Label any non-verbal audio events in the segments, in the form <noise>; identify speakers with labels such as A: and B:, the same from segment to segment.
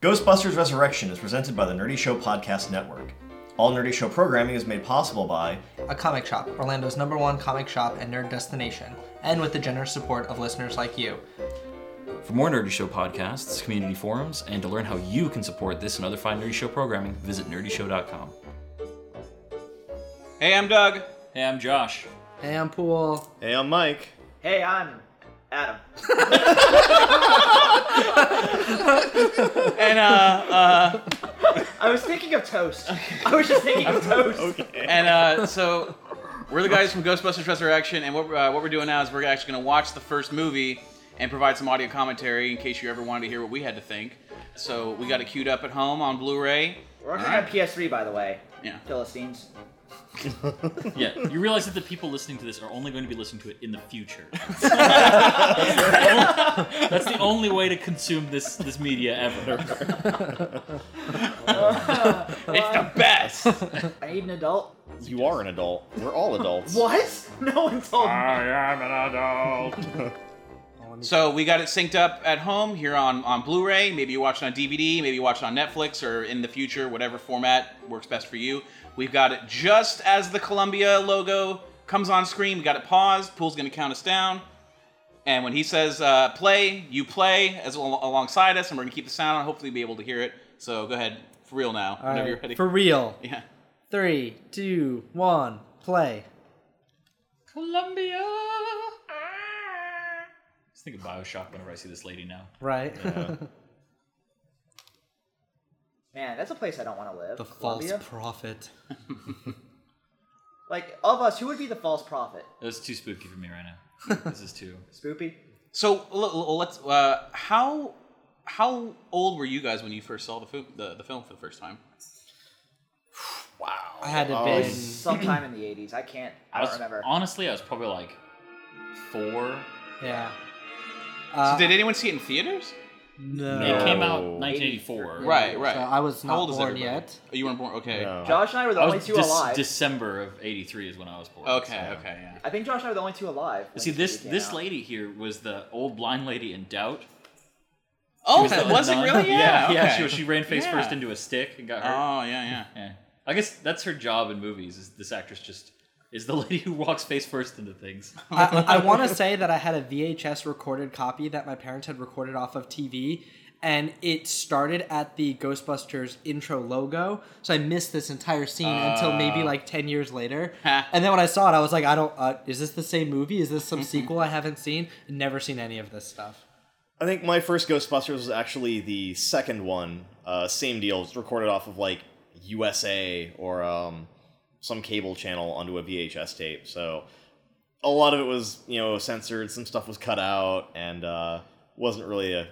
A: Ghostbusters Resurrection is presented by the Nerdy Show Podcast Network. All Nerdy Show programming is made possible by
B: a comic shop, Orlando's number one comic shop and nerd destination, and with the generous support of listeners like you.
C: For more Nerdy Show podcasts, community forums, and to learn how you can support this and other fine Nerdy Show programming, visit nerdyshow.com.
D: Hey, I'm Doug.
C: Hey, I'm Josh.
B: Hey, I'm Pool.
A: Hey, I'm Mike.
E: Hey, I'm Adam.
D: And uh, uh,
E: I was thinking of toast. I was just thinking of toast.
D: and uh, so we're the guys from Ghostbusters Resurrection, and what, uh, what we're doing now is we're actually going to watch the first movie and provide some audio commentary in case you ever wanted to hear what we had to think. So we got it queued up at home on Blu-ray.
E: We're actually on PS3, by the way.
D: Yeah.
E: Philistines.
F: Yeah, you realize that the people listening to this are only going to be listening to it in
C: <laughs>
F: the future. that's, the only, that's the only way to consume this this media ever.
D: It's the best.
E: I need an adult.
G: You are an adult. We're all
E: <laughs>
G: adults.
E: What? No one told me.
D: so we got it synced up at home here on on Blu-ray. Maybe you watch it on DVD. Maybe you watch it on Netflix or in the future, whatever format works best for you. We've got it just as the Columbia logo comes on screen. We got it paused. Pool's gonna count us down. And when he says uh, play, you play as al- alongside us, and we're gonna keep the sound on. Hopefully, be able to hear it. So go ahead, for real now, whenever you're ready.
B: For real.
D: <laughs> yeah.
B: Three, two, one, play.
F: Columbia. Just think of Bioshock whenever I see this lady now.
B: Right.
E: Man, that's a place I don't want to
B: <laughs>
E: live.
B: the false
E: Columbia.
B: prophet.
E: like, of us, who would be the false prophet?
F: That's too spooky for me right now. This is too.
E: Spoopy?
D: So l- l- let's. Uh, how how old were you guys when you first saw the, fo- the the film for the first time?
B: I had to
G: Oh,
B: been.
E: Sometime in the 80s. I can't. I
F: I
E: don't
F: was-
E: remember.
F: Honestly, I was probably like four.
B: Yeah.
D: so did anyone see it in theaters?
B: No.
F: It came out
G: No.
F: 1984.
D: Right, right.
B: So I was not
D: How old is
B: born
D: everybody?
B: yet.
D: Oh, you weren't born. Okay.
G: No.
E: Josh and I were the
F: I
E: only
F: was
E: two
F: Dec-
E: alive.
F: December of '83 is when I was born.
D: Okay.
F: so-
D: Okay. Yeah.
E: I think Josh and I were the only two alive. when
F: See
E: this
F: this
E: movie came
F: this
E: out.
F: lady here was the old blind lady in doubt.
D: Oh,
F: the
D: was it
F: nun.
D: really?
F: yeah,
D: Yeah. okay.
F: She, she ran face
D: Yeah.
F: first into a stick and got hurt.
D: Oh, yeah, yeah.
F: Yeah. I guess that's her job in movies. Is this actress just is the <laughs> lady who walks face first into things?
G: <laughs>
B: I, I want to say that I had a VHS recorded copy that my parents had recorded off of TV, and it started at the Ghostbusters intro logo. So I missed this entire scene
G: Ah.
B: until maybe like ten years later. and then when I saw it, I was like, I don't. Uh, is this the same movie? Is this some sequel I haven't seen? Never seen any of this stuff.
G: I think my first Ghostbusters was actually the second one. Uh, same deal. It's recorded off of like USA or um, some cable channel onto a VHS tape. So a lot of it was you know censored. Some stuff was cut out and uh, wasn't really a. I mean,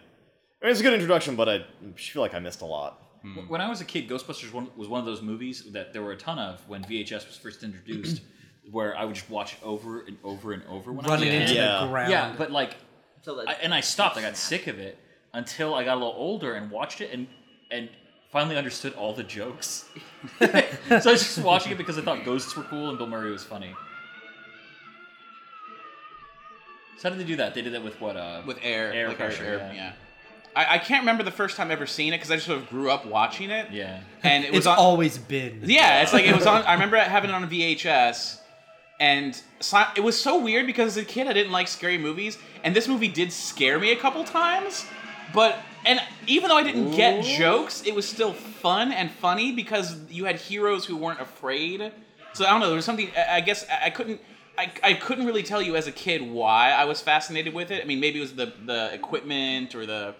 G: it was a good introduction, but I feel like I missed a lot.
F: When I was a kid, Ghostbusters one, was one of those movies that there were a ton of when VHS was first introduced, <clears throat> where I would just watch it over and over and over when I
B: Running
F: was a
B: into
F: kid.
G: Yeah.
B: the ground.
F: Yeah, but like,
E: So the-
F: I, and I stopped. I got sick of it until I got a little older and watched it and and finally understood all the jokes. <laughs> so I was just watching it because I thought ghosts were cool and Bill Murray was funny. So how did they do that? They did that with what? Uh,
D: With air,
F: air
D: like
F: pressure.
D: air,
F: yeah.
D: yeah. I, I can't remember the first time ever seeing it because I just sort of grew up watching it.
F: Yeah.
D: And it was
B: it's
D: on,
B: always been.
D: Yeah, it's like it was on.
B: <laughs>
D: I remember having it on VHS, and si- it was so weird because as a kid I didn't like scary movies, and this movie did scare me a couple times. But and even though I didn't get jokes, it was still fun and funny because you had heroes who weren't afraid. So I don't know. There was something. I I guess I I couldn't. I, I couldn't really tell you as a kid why I was fascinated with it. I mean, maybe it was the the equipment or the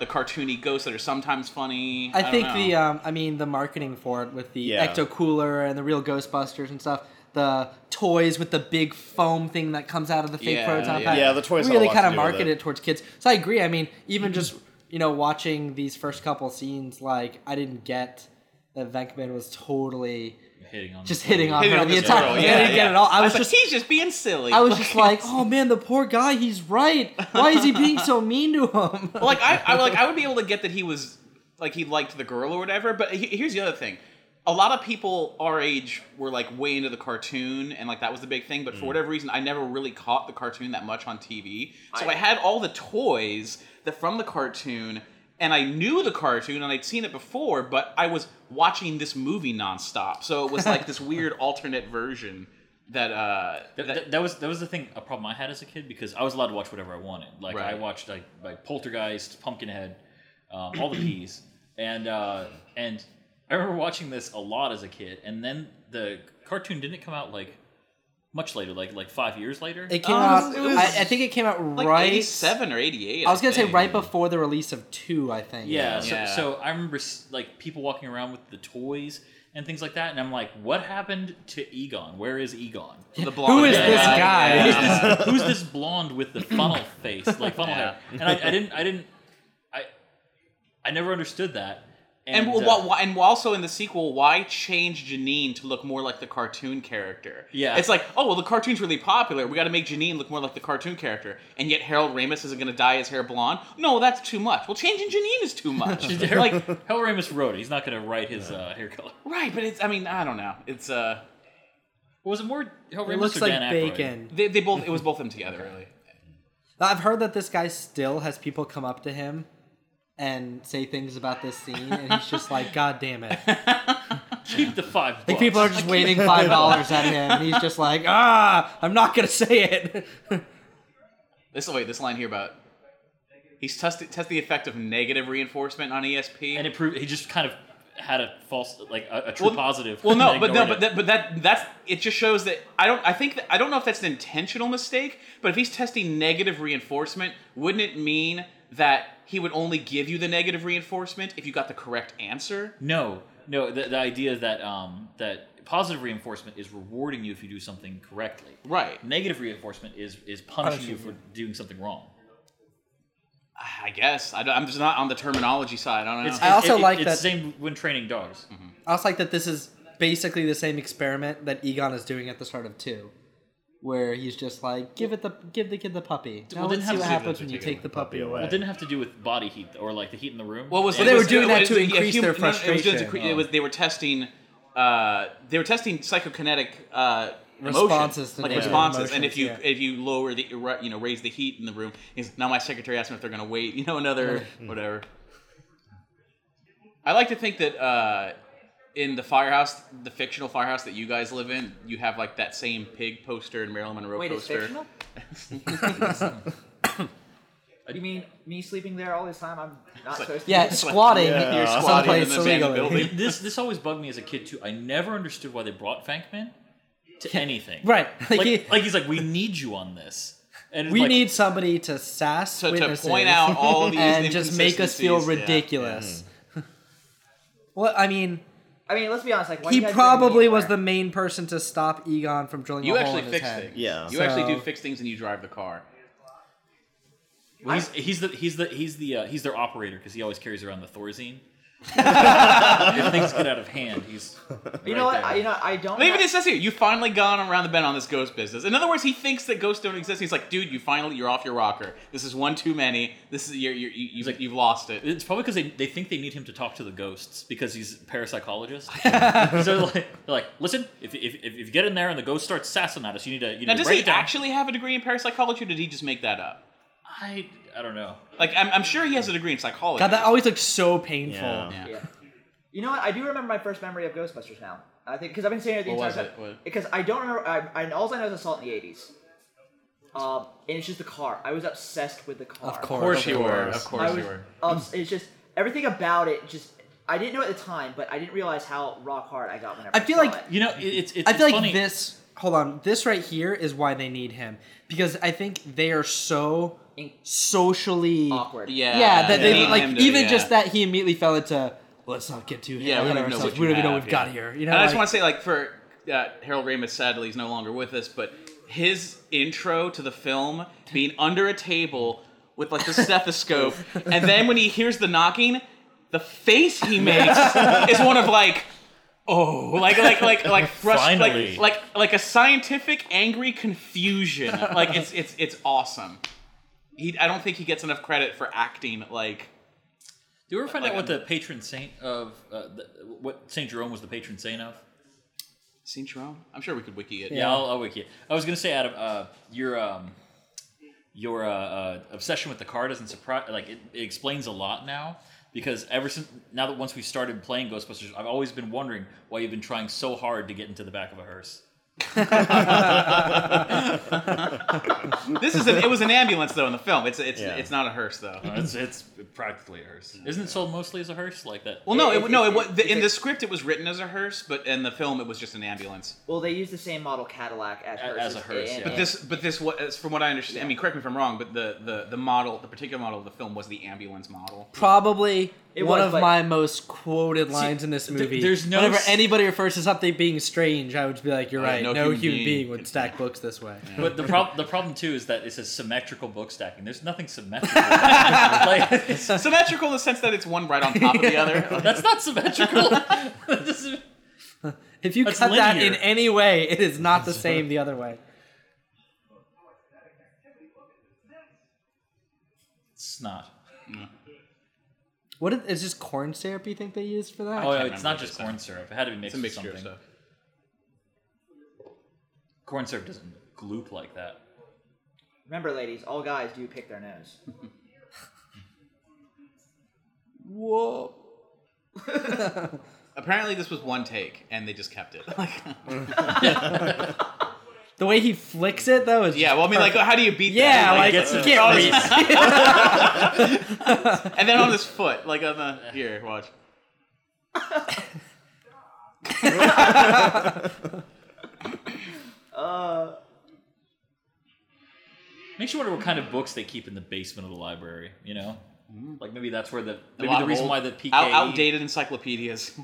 D: the cartoony ghosts that are sometimes funny.
B: I,
D: don't
B: think
D: know.
B: the um, I mean the marketing for it with the
G: Yeah.
B: ecto cooler and the real Ghostbusters and stuff. The toys with the big foam thing that comes out of the fake
D: Yeah,
B: proton
D: yeah.
B: pack.
G: Yeah, the toys had a
B: really
G: lot
B: kind
G: to
B: of
G: do with
B: marketed
G: it.
B: it towards kids. So I agree. I mean, even just you know watching these first couple scenes, like I didn't get that Venkman was totally
F: Hitting on
B: just
F: the-
B: hitting on
D: Hitting
B: her
D: on
B: the
D: this
B: entire.
D: girl,
B: I
D: yeah,
B: didn't get
D: yeah.
B: it all. I was
D: But
B: just
D: he's just being silly.
B: I was just like, oh man, the poor guy. He's right. Why is he being so mean to him?
D: <laughs> like I, I like I would be able to get that he was like he liked the girl or whatever. But he- here's the other thing: a lot of people our age were like way into the cartoon, and like that was the big thing.
B: Mm.
D: But for whatever reason, I never really caught the cartoon that much on TV. So I,
E: I-
D: had all the toys that from the cartoon. and I knew the cartoon and I'd seen it before, but I was watching this movie nonstop. So it was like
B: <laughs>
D: this weird alternate version that uh
F: That, that, that was that was the thing a problem I had as a kid because I was allowed to watch whatever I wanted. Like I
D: Right.
F: watched like, like Poltergeist, Pumpkinhead, um, all the peas, and uh, and I remember watching this a lot as a kid. And then the cartoon didn't come out like much later, like like five years later.
B: It came
D: Um,
B: out.
D: it was
B: I, I think it came out
D: like
B: right.
D: 87 or 88.
B: I was gonna say
D: think.
B: right before the release of two. I think.
F: yeah, so,
D: Yeah.
F: so I remember s- like people walking around with the toys and things like that, and I'm like, what happened to Egon? Where is Egon?
D: The
B: Who
D: blonde
B: is
D: guy.
B: this guy?
F: Who's this, who's this blonde with the funnel face, like funnel
D: Yeah.
F: hair? And I, I didn't, I didn't, I, I never understood that.
D: <laughs> And,
F: uh,
D: wh- wh- wh- and also in the sequel, why change Janine to look more like the cartoon character?
F: Yeah.
D: it's like, oh well, the cartoon's really popular. We got to make Janine look more like the cartoon character. And yet Harold Ramis isn't going to dye his hair blonde. No, that's too much. Well, changing Janine is too
F: <laughs>
D: much.
F: like
D: like,
F: Hell Ramus wrote it. He's not going to write his uh, hair color.
D: right? But it's. I mean, I don't know. It's uh,
F: Was it more Hell
B: It
F: Ramus
B: looks
F: or Dan
B: like
F: Aykroyd?
B: bacon.
D: they, they both. It was both of them together, really.
B: I've heard that this guy still has people come up to him and say things about this scene, and he's just like, <laughs> "God damn it!"
F: Keep the five.
B: Like
F: bucks.
B: people are just waving five dollars at him, and he's just like, "Ah, I'm not gonna say it."
D: This oh, wait, this line here about he's tested test the effect of negative reinforcement on E ESP.
F: and it proved he just kind of had a false, like a, a true positive. <laughs>
D: Well, no,
F: and
D: but no,
F: ignored
D: but
F: it.
D: that, but that that's it. Just shows that I don't. I think that, I don't know if that's an intentional mistake. But if he's testing negative reinforcement, wouldn't it mean that he would only give you the negative reinforcement if you got the correct answer?
F: No, no. The, the idea that um, that positive reinforcement is rewarding you if you do something correctly.
D: Right.
F: Negative reinforcement is is punishing you for doing something wrong.
D: I guess I don't, I'm just not on the terminology side. I don't know.
F: It's,
B: I also like
F: it's
B: that-
F: the same when training dogs.
B: I also like that this is basically the same experiment that Egon is doing at the start of two, where he's just like, "Give it the, give the kid the puppy." Now
F: Well,
B: let's
F: didn't
B: see
F: have
B: what
F: to do
B: happens
F: that
B: when
F: to
B: you
F: take
B: take the puppy away.
F: Well, it didn't have to do with body heat or like the heat in the room.
D: What was
F: And
B: they
D: it
B: were
D: was-
B: doing
D: it
B: that
D: was-
B: to
D: yeah,
B: increase their
D: no, no, it was just
B: frustration.
D: incre- it was- they were testing. Uh, they were testing psychokinetic uh, emotion,
B: Responses to
D: like
B: negative
D: responses, and
B: emotions,
D: if you
B: yeah.
D: if you lower the you know raise the heat in the room, is now my secretary asked me if they're gonna wait, <laughs> you know another
B: Mm-hmm.
D: whatever. I like to think that uh, in the firehouse, the fictional firehouse that you guys live in, you have like that same pig poster and Marilyn Monroe
E: Wait, it's
D: poster. <laughs>
E: fictional? <laughs> you mean me sleeping there all this time? I'm not supposed to. <laughs>
B: Yeah,
E: be-
B: squatting
G: Yeah.
D: You're
G: Uh,
D: squatting in
B: someplace
D: the abandoned
B: illegally.
D: building.
F: this this always bugged me as a kid too. I never understood why they brought Fankman to anything.
B: right? Like,
F: Like,
B: he-
F: like he's like, we need you on this. And it's
B: we
F: like,
B: need somebody to sass
D: To, to
B: witnesses
D: point out
B: <laughs>
D: all these
B: and just make us feel
D: inconsistencies. Yeah. Mm-hmm.
B: ridiculous. <laughs> well, I mean,
E: I mean, let's be honest. Like why
B: he
E: you guys bring me
B: probably was the
E: anywhere?
B: main person to stop Egon from drilling
D: You
B: a hole in
D: actually
B: his
D: fix
B: head.
D: things.
G: Yeah.
D: You actually do
B: So-
D: fix things and you drive the car.
F: Well, he's, he's the he's the he's the uh, he's their operator because he always carries around the Thorazine. if things get out of hand, he's.
E: You know what? I, you know I don't.
D: Maybe
E: have-
D: this says here, you've finally gone around the bend on this ghost business. In other words, he thinks that ghosts don't exist. He's like, dude, you finally, you're off your rocker. This is one too many. This is, you're, you're, you, you've,
F: like-
D: you've lost it.
F: It's probably because they, they think they need him to talk to the ghosts because he's a
B: <laughs>
F: parapsychologist. so like, they're like, listen, if, if, if you get in there and the ghost starts sassing at us, you need to you need
D: Now,
F: to
D: does
F: break
D: he
F: it down.
D: actually have a degree in parapsychology or did he just make that up?
F: I I don't know.
D: Like, I'm, I'm sure he has a degree in psychology.
B: God, that always looks so painful.
G: Yeah.
D: yeah.
E: Yeah. You know what? I do remember my first memory of Ghostbusters now. I think because I've been saying it the
D: What
E: entire
D: was it?
E: time.
D: What-
E: Because I don't remember. I, I all I know is Assault in the '80s. Um, and it's just the car. I was obsessed with the car.
B: Of
D: Of
B: course.
D: course you were.
G: course.
D: Of course
E: I
D: you
E: was,
D: were.
E: obs- it's just everything about it. Just I didn't know at the time, but I didn't realize how rock hard I got whenever.
B: I feel
E: saw
B: like-
E: it.
F: You know, it, it's it's
B: I feel like
F: funny.
B: this. Hold on, this right here is why they need him because I think they are so
E: In-
B: socially
E: awkward.
D: Yeah.
B: Yeah, that they
D: Yeah.
B: like
D: Him to-
B: even
D: yeah.
B: just that he immediately fell into. Let's not get too
D: Yeah, we
B: ahead
D: don't
B: of
D: even know
B: ourselves.
D: what
B: we
D: you
B: don't even know
D: have,
B: we've got
D: yeah.
B: here. You know,
D: and I just
B: like-
D: want to say, like, for uh, Harold Ramis, sadly, he's no longer with us, but his intro to the film being under a table with like the stethoscope, and then when he hears the knocking, the face he makes is one of like. Oh, like like like like frust-
F: Finally.
D: like like like a scientific angry confusion. Like it's it's it's awesome. He, I don't think he gets enough credit for acting like
F: Do you ever find
D: Like,
F: out what
D: I'm-
F: the patron saint of uh, the, what Saint Jerome was the patron saint of?
D: Saint Jerome. I'm sure we could wiki it.
F: Yeah, I'll, I'll wiki it. I was gonna say, Adam, uh, your um, your uh, uh, obsession with the car doesn't surprise. Like it, it explains a lot now because ever since now that once we started playing Ghostbusters, I've always been wondering why you've been trying so hard to get into the back of a hearse.
D: This is an, it was an ambulance though in the film. It's it's
G: Yeah.
D: it's not a hearse though.
F: Uh, It's, it's practically a hearse. Isn't it sold mostly as a hearse like that?
D: Well, no,
E: It-
D: it,
E: it-
D: no. It,
E: it-
D: wa- the,
E: it-
D: in
E: it-
D: the script, it was written as a hearse, but in the film, it was just an ambulance.
E: Well, they use the same model Cadillac as,
F: A- as
E: hearses,
F: a hearse,
E: and-
F: yeah.
D: But this, but this was from what I understand. I mean, correct me if I'm wrong, but the the the model, the particular model of the film was the ambulance model.
B: Probably
E: It
B: one
E: was,
B: of
E: but-
B: my most quoted lines in this
F: th-
B: movie.
F: there's no
B: Whenever
F: s-
B: anybody refers to something being strange, I would be like, "You're
D: Uh,
B: right.
D: no
B: No,
D: human
B: human,
D: being
B: being,
D: could-
B: would stack books this way."
F: But the problem, the problem too, is that it says symmetrical book stacking. There's nothing
D: <laughs>
F: symmetrical. like, it's-
D: Symmetrical in the sense that it's one right on top of the other.
F: that's not
D: <laughs>
F: symmetrical. This is-
B: If you
F: That's
B: cut that
F: linear.
B: in any way, it is not the same the other way.
F: it's not.
B: What is, is this corn syrup? You think they used for that?
F: Oh, yeah,
D: remember
F: it's not
D: what
F: just
D: they
F: corn syrup. It had to be
D: It's
F: mixed
D: a
F: with
D: mixture of
F: something.
D: stuff.
F: Corn syrup doesn't gloop like that.
E: Remember, ladies, all guys do pick their nose.
B: Whoa.
D: Apparently, this was one take, and they just kept it.
B: The way he flicks it though is
D: yeah, well, I mean, like, how do you beat
B: yeah,
D: that?
B: like
F: gets
B: you
F: it.
B: can't
D: <laughs>
B: reach.
D: Like, and then on his foot, like on the here, watch.
E: Uh,
F: Makes you wonder what kind of books they keep in the basement of the library. You know, like maybe that's where the
D: Mm. A
F: maybe
D: lot
F: the
D: of
F: reason
D: old-
F: why the PKE
D: out- outdated encyclopedias.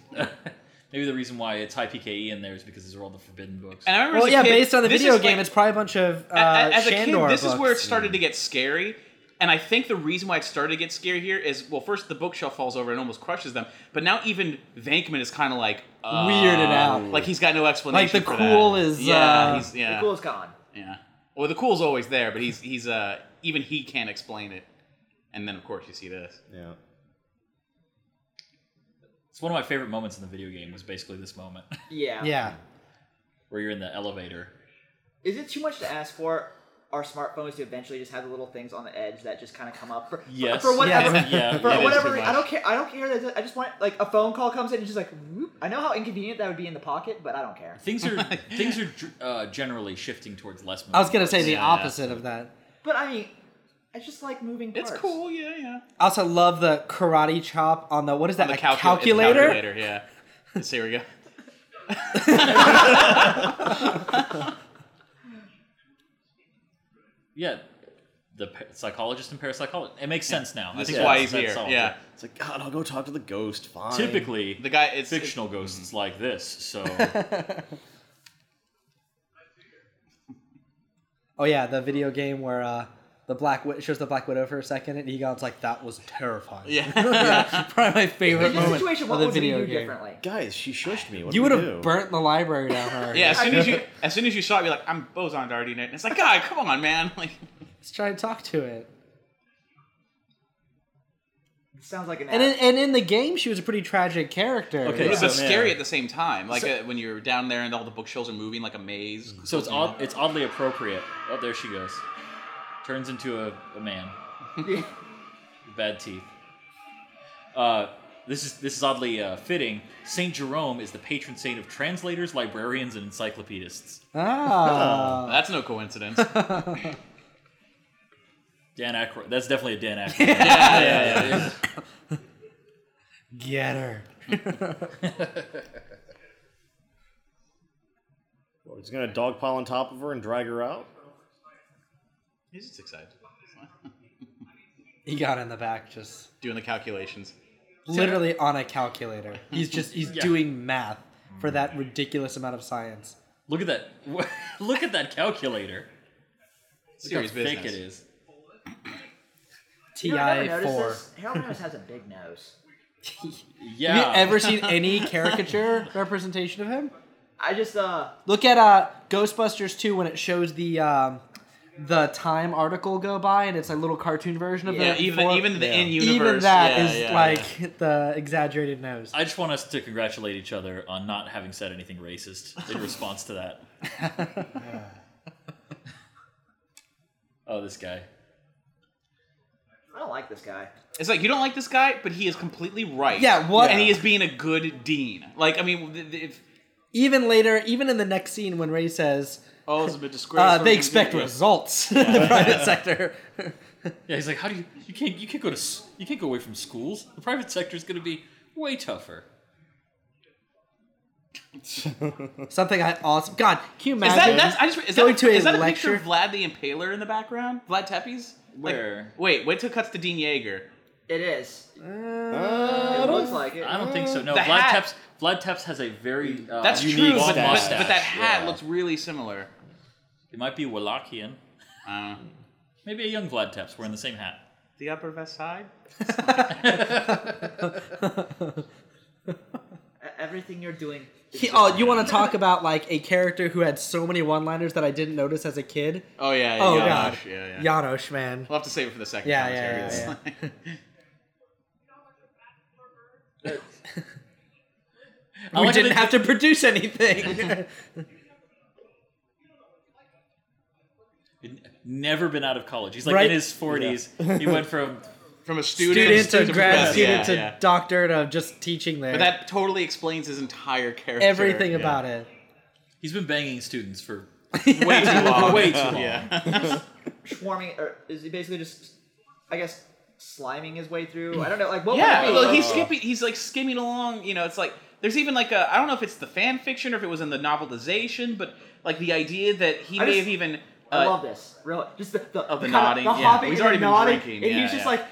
F: maybe the reason why it's high PKE in there is because these are all the forbidden books.
D: And I remember
B: Well,
D: as a
B: yeah,
D: kid,
B: based on the
D: this
B: video
D: is,
B: game,
D: like,
B: it's probably a bunch of uh,
D: A- as a kid,
B: Shandor
D: this is where it
B: books.
D: started to get scary. And I think the reason why it started to get scary here is well, first the bookshelf falls over and almost crushes them, but now even Vankman is kind of like uh,
B: Weirded out.
D: like he's got no explanation.
B: Like, the
D: for
B: cool
D: that.
B: is,
D: yeah,
B: uh,
D: he's, yeah,
E: The cool's gone.
D: yeah. Well, the cool's always there, but he's he's uh even he can't explain it. And then of course you see this.
G: Yeah.
F: It's one of my favorite moments in the video game. Was basically this moment <laughs>
E: Yeah.
B: Yeah.
F: where you're in the
D: <laughs>
F: elevator.
E: Is it too much to ask for our smartphones to eventually just have the little things on the edge that just kind of come up for,
F: Yes.
E: for whatever?
B: Yes.
F: Yeah,
E: For
F: it is
E: whatever,
F: too
E: re-
F: much.
E: I don't care. I don't care. That I just want like a phone call comes in and just like, whoop. I know how inconvenient that would be in the pocket, but I don't care.
F: Things
D: <laughs> Oh
F: are things are uh, generally shifting towards less.
B: I was gonna say the
D: Yeah.
B: opposite of that.
E: But I mean, I just like moving parts.
D: It's cool, yeah, yeah.
B: I also love the karate chop on the what is that?
D: On the
B: a
D: calcu-
B: calculator?
D: calculator, yeah. Let's see, here
B: <laughs>
D: we go.
F: yeah. The pa- psychologist and parapsychologist. It makes sense now. I
D: This
F: think
D: is why
F: that's-
D: he's here.
F: that's all.
D: Yeah,
G: It's like God, I'll go talk to the ghost. Fine.
F: Typically,
D: the Mm-hmm. guy. It's it's-
F: fictional ghosts like this.
D: <laughs>
F: So
B: Oh yeah, the video game where uh, the black Wid- it shows the black widow for a second, and Egon's like, "That was terrifying." <laughs>
D: yeah.
B: probably my favorite
E: In this
B: moment
E: situation,
B: of
E: what
B: the
E: would we
B: video
E: do
B: game.
E: differently?
G: guys, she shushed me. What
B: You
G: do
B: would
G: we
B: have
G: do?
B: burnt the library
F: <laughs>
B: down her.
D: Yeah, as soon as you as soon as you saw it, you're like, I'm boson darting it, and it's like, God, come on, man! <laughs> Like,
B: Let's try and talk to it.
E: Sounds like an.
B: And in,
E: ad.
B: and in the game, she was a pretty tragic character.
F: Okay,
D: but
F: so-
D: scary at the same time. Like uh, when you're down there and all the bookshelves are moving like a maze.
F: So it's odd, it's oddly appropriate. Oh, there she goes. Turns into a, a man. Bad teeth. Uh, this is this is oddly uh, fitting. Saint Jerome is the patron saint of translators, librarians, and encyclopedists.
B: Ah.
D: That's
F: <laughs>
D: no coincidence.
F: Dan Aykroyd. That's definitely a Dan Aykroyd.
B: Get her.
G: What, He's gonna dogpile on top of her and drag her out.
D: <laughs> He's just excited,
B: Egon in the back just
D: doing the calculations.
B: literally on a calculator. He's just he's
F: Yeah.
B: doing math for that ridiculous amount of science.
F: Look at that. <laughs> Look at that calculator. Look
D: Serious
F: how thick
D: business.
F: it is.
E: You know, I never
B: Ti
E: noticed
B: four.
E: this. Harold Nose has a big nose.
F: Yeah.
B: Have you ever seen any caricature <laughs> representation of him?
E: I just uh.
B: Look at uh, Ghostbusters 2 when it shows the um, the time article go by and it's a little cartoon version of
D: Yeah,
B: the
D: even
B: four-
D: even the
G: yeah.
D: in universe.
B: even that
D: yeah,
B: is
D: yeah,
B: like the exaggerated nose.
F: I just want us to congratulate each other on not having said anything racist
D: <laughs>
F: in response to that. oh, this guy.
E: I don't like this guy.
D: It's like you don't like this guy, but he is completely right.
B: Yeah, what-
D: And he is being a good dean. Like I mean, th- th- if
B: Even later, even in the next scene when Ray says,
D: oh, it's a bit disgraceful.
B: uh, they expect results <laughs> in the private sector.
F: Yeah, he's like, how do you you can't you can't go to s- you can't go away from schools. The private sector is going to be way tougher.
B: Something I awesome. God, can you
D: Is
B: imagine?
D: that that's I just is
B: Going
D: that,
B: to a
D: is that a picture
B: lecture?
D: of Vlad the Impaler in the background? Vlad Tepes. Like,
F: Where?
D: wait, wait till it cuts to Dean Yeager.
E: It is.
G: Uh,
E: It looks like it.
F: I don't think so. No,
D: Uh, The
F: Vlad
D: hat-
F: Tepes Vlad Tepes has a very
B: Oh,
F: uh,
D: That's
G: unique
D: true, but, but,
G: mustache,
D: but that hat
G: yeah.
D: looks really similar.
F: It might be Wallachian.
D: Uh,
F: Maybe a young Vlad Tepes wearing the same hat.
D: the Upper West Side.
E: E- Everything you're doing. is
B: He- oh, you want to talk about like a character who had so many one-liners that I didn't notice as a kid?
D: Oh yeah. yeah
B: Oh
D: yeah,
B: god,
D: Yeah, yeah.
B: Janosch, man.
D: We'll have to save it for the second.
B: Yeah,
D: commentary.
B: yeah, yeah,
D: It's like-
F: I
B: we
F: like how
B: didn't
F: they-
B: have to produce
D: <laughs>
B: anything.
F: He'd Never been out of college. He's like
B: Right?
F: in his forties. he
D: <laughs>
F: went from
D: <laughs> From a student,
B: student to grad
D: professor.
B: student
D: Yeah,
B: to
D: yeah.
B: doctor to just teaching there.
D: But that totally explains his entire character.
B: Everything
D: Yeah.
B: about it.
F: he's been banging students for
B: <laughs>
D: Way too long.
F: way too
D: <laughs>
F: long.
D: Yeah.
E: swarming, or is he basically just, I guess, sliming his way through? I don't know. Like what?
D: yeah.
E: would it be?
D: Well, he's skipping. He's like skimming along. You know, it's like there's even like a I don't know if it's the fan fiction or if it was in the novelization, but like the idea that he
E: I
D: may
E: just-
D: have even. Uh,
E: I love this. Really, just the
D: the
E: the, kinda-
D: nodding,
E: the
D: yeah.
E: hopping,
D: He's
E: and
D: already
E: the
D: been
E: nodding,
D: drinking,
E: and
D: yeah,
E: he's just
D: yeah.
E: like,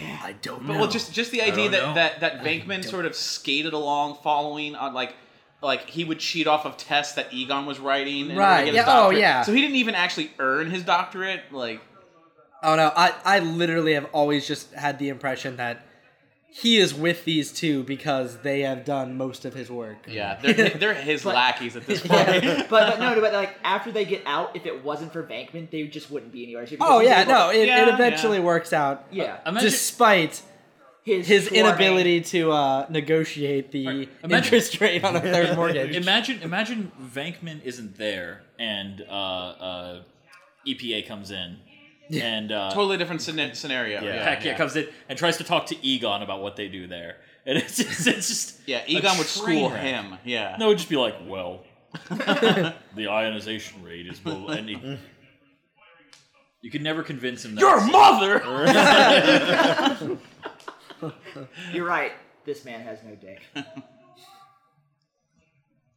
E: yeah, I don't know.
D: Well, just just the
F: don't
D: idea that,
F: know.
D: that that Bankman sort of skated along, following on like like he would cheat off of tests that Egon was writing. in order to
B: Right,
D: get his
B: yeah, oh,
D: doctorate.
B: yeah.
D: So he didn't even actually earn his doctorate. Like
B: Oh no, I I literally have always just had the impression that he is with these two because they have done most of his work.
D: yeah, <laughs> they're, they're his
E: But-
D: lackeys at this point. <laughs>
E: but, but no, but like after they get out, if it wasn't for Bankman, they just wouldn't be anywhere.
B: Oh yeah, no, it,
D: Yeah,
B: it eventually works out.
E: yeah.
F: Imagine-
B: despite his
E: swarming-
B: inability to uh, negotiate the
F: Right. Imagine-
B: interest rate
D: <laughs>
B: on a third mortgage.
F: Imagine, imagine Vankman isn't there, and uh, uh, EPA comes in, and uh,
D: Totally different scena- scenario.
G: Yeah.
D: Yeah,
F: Heck yeah, comes in and tries to talk to Egon about what they do there, and it's just, it's just
D: Yeah,
F: a
D: Egon
F: train
D: would school
F: wreck.
D: him. Yeah.
F: No, it'd just be like, well,
D: <laughs>
F: the ionization rate is below. And
D: <laughs>
F: he- you could never convince him. That
D: Your mother.
E: You're right. This man has
D: <laughs>
E: no dick.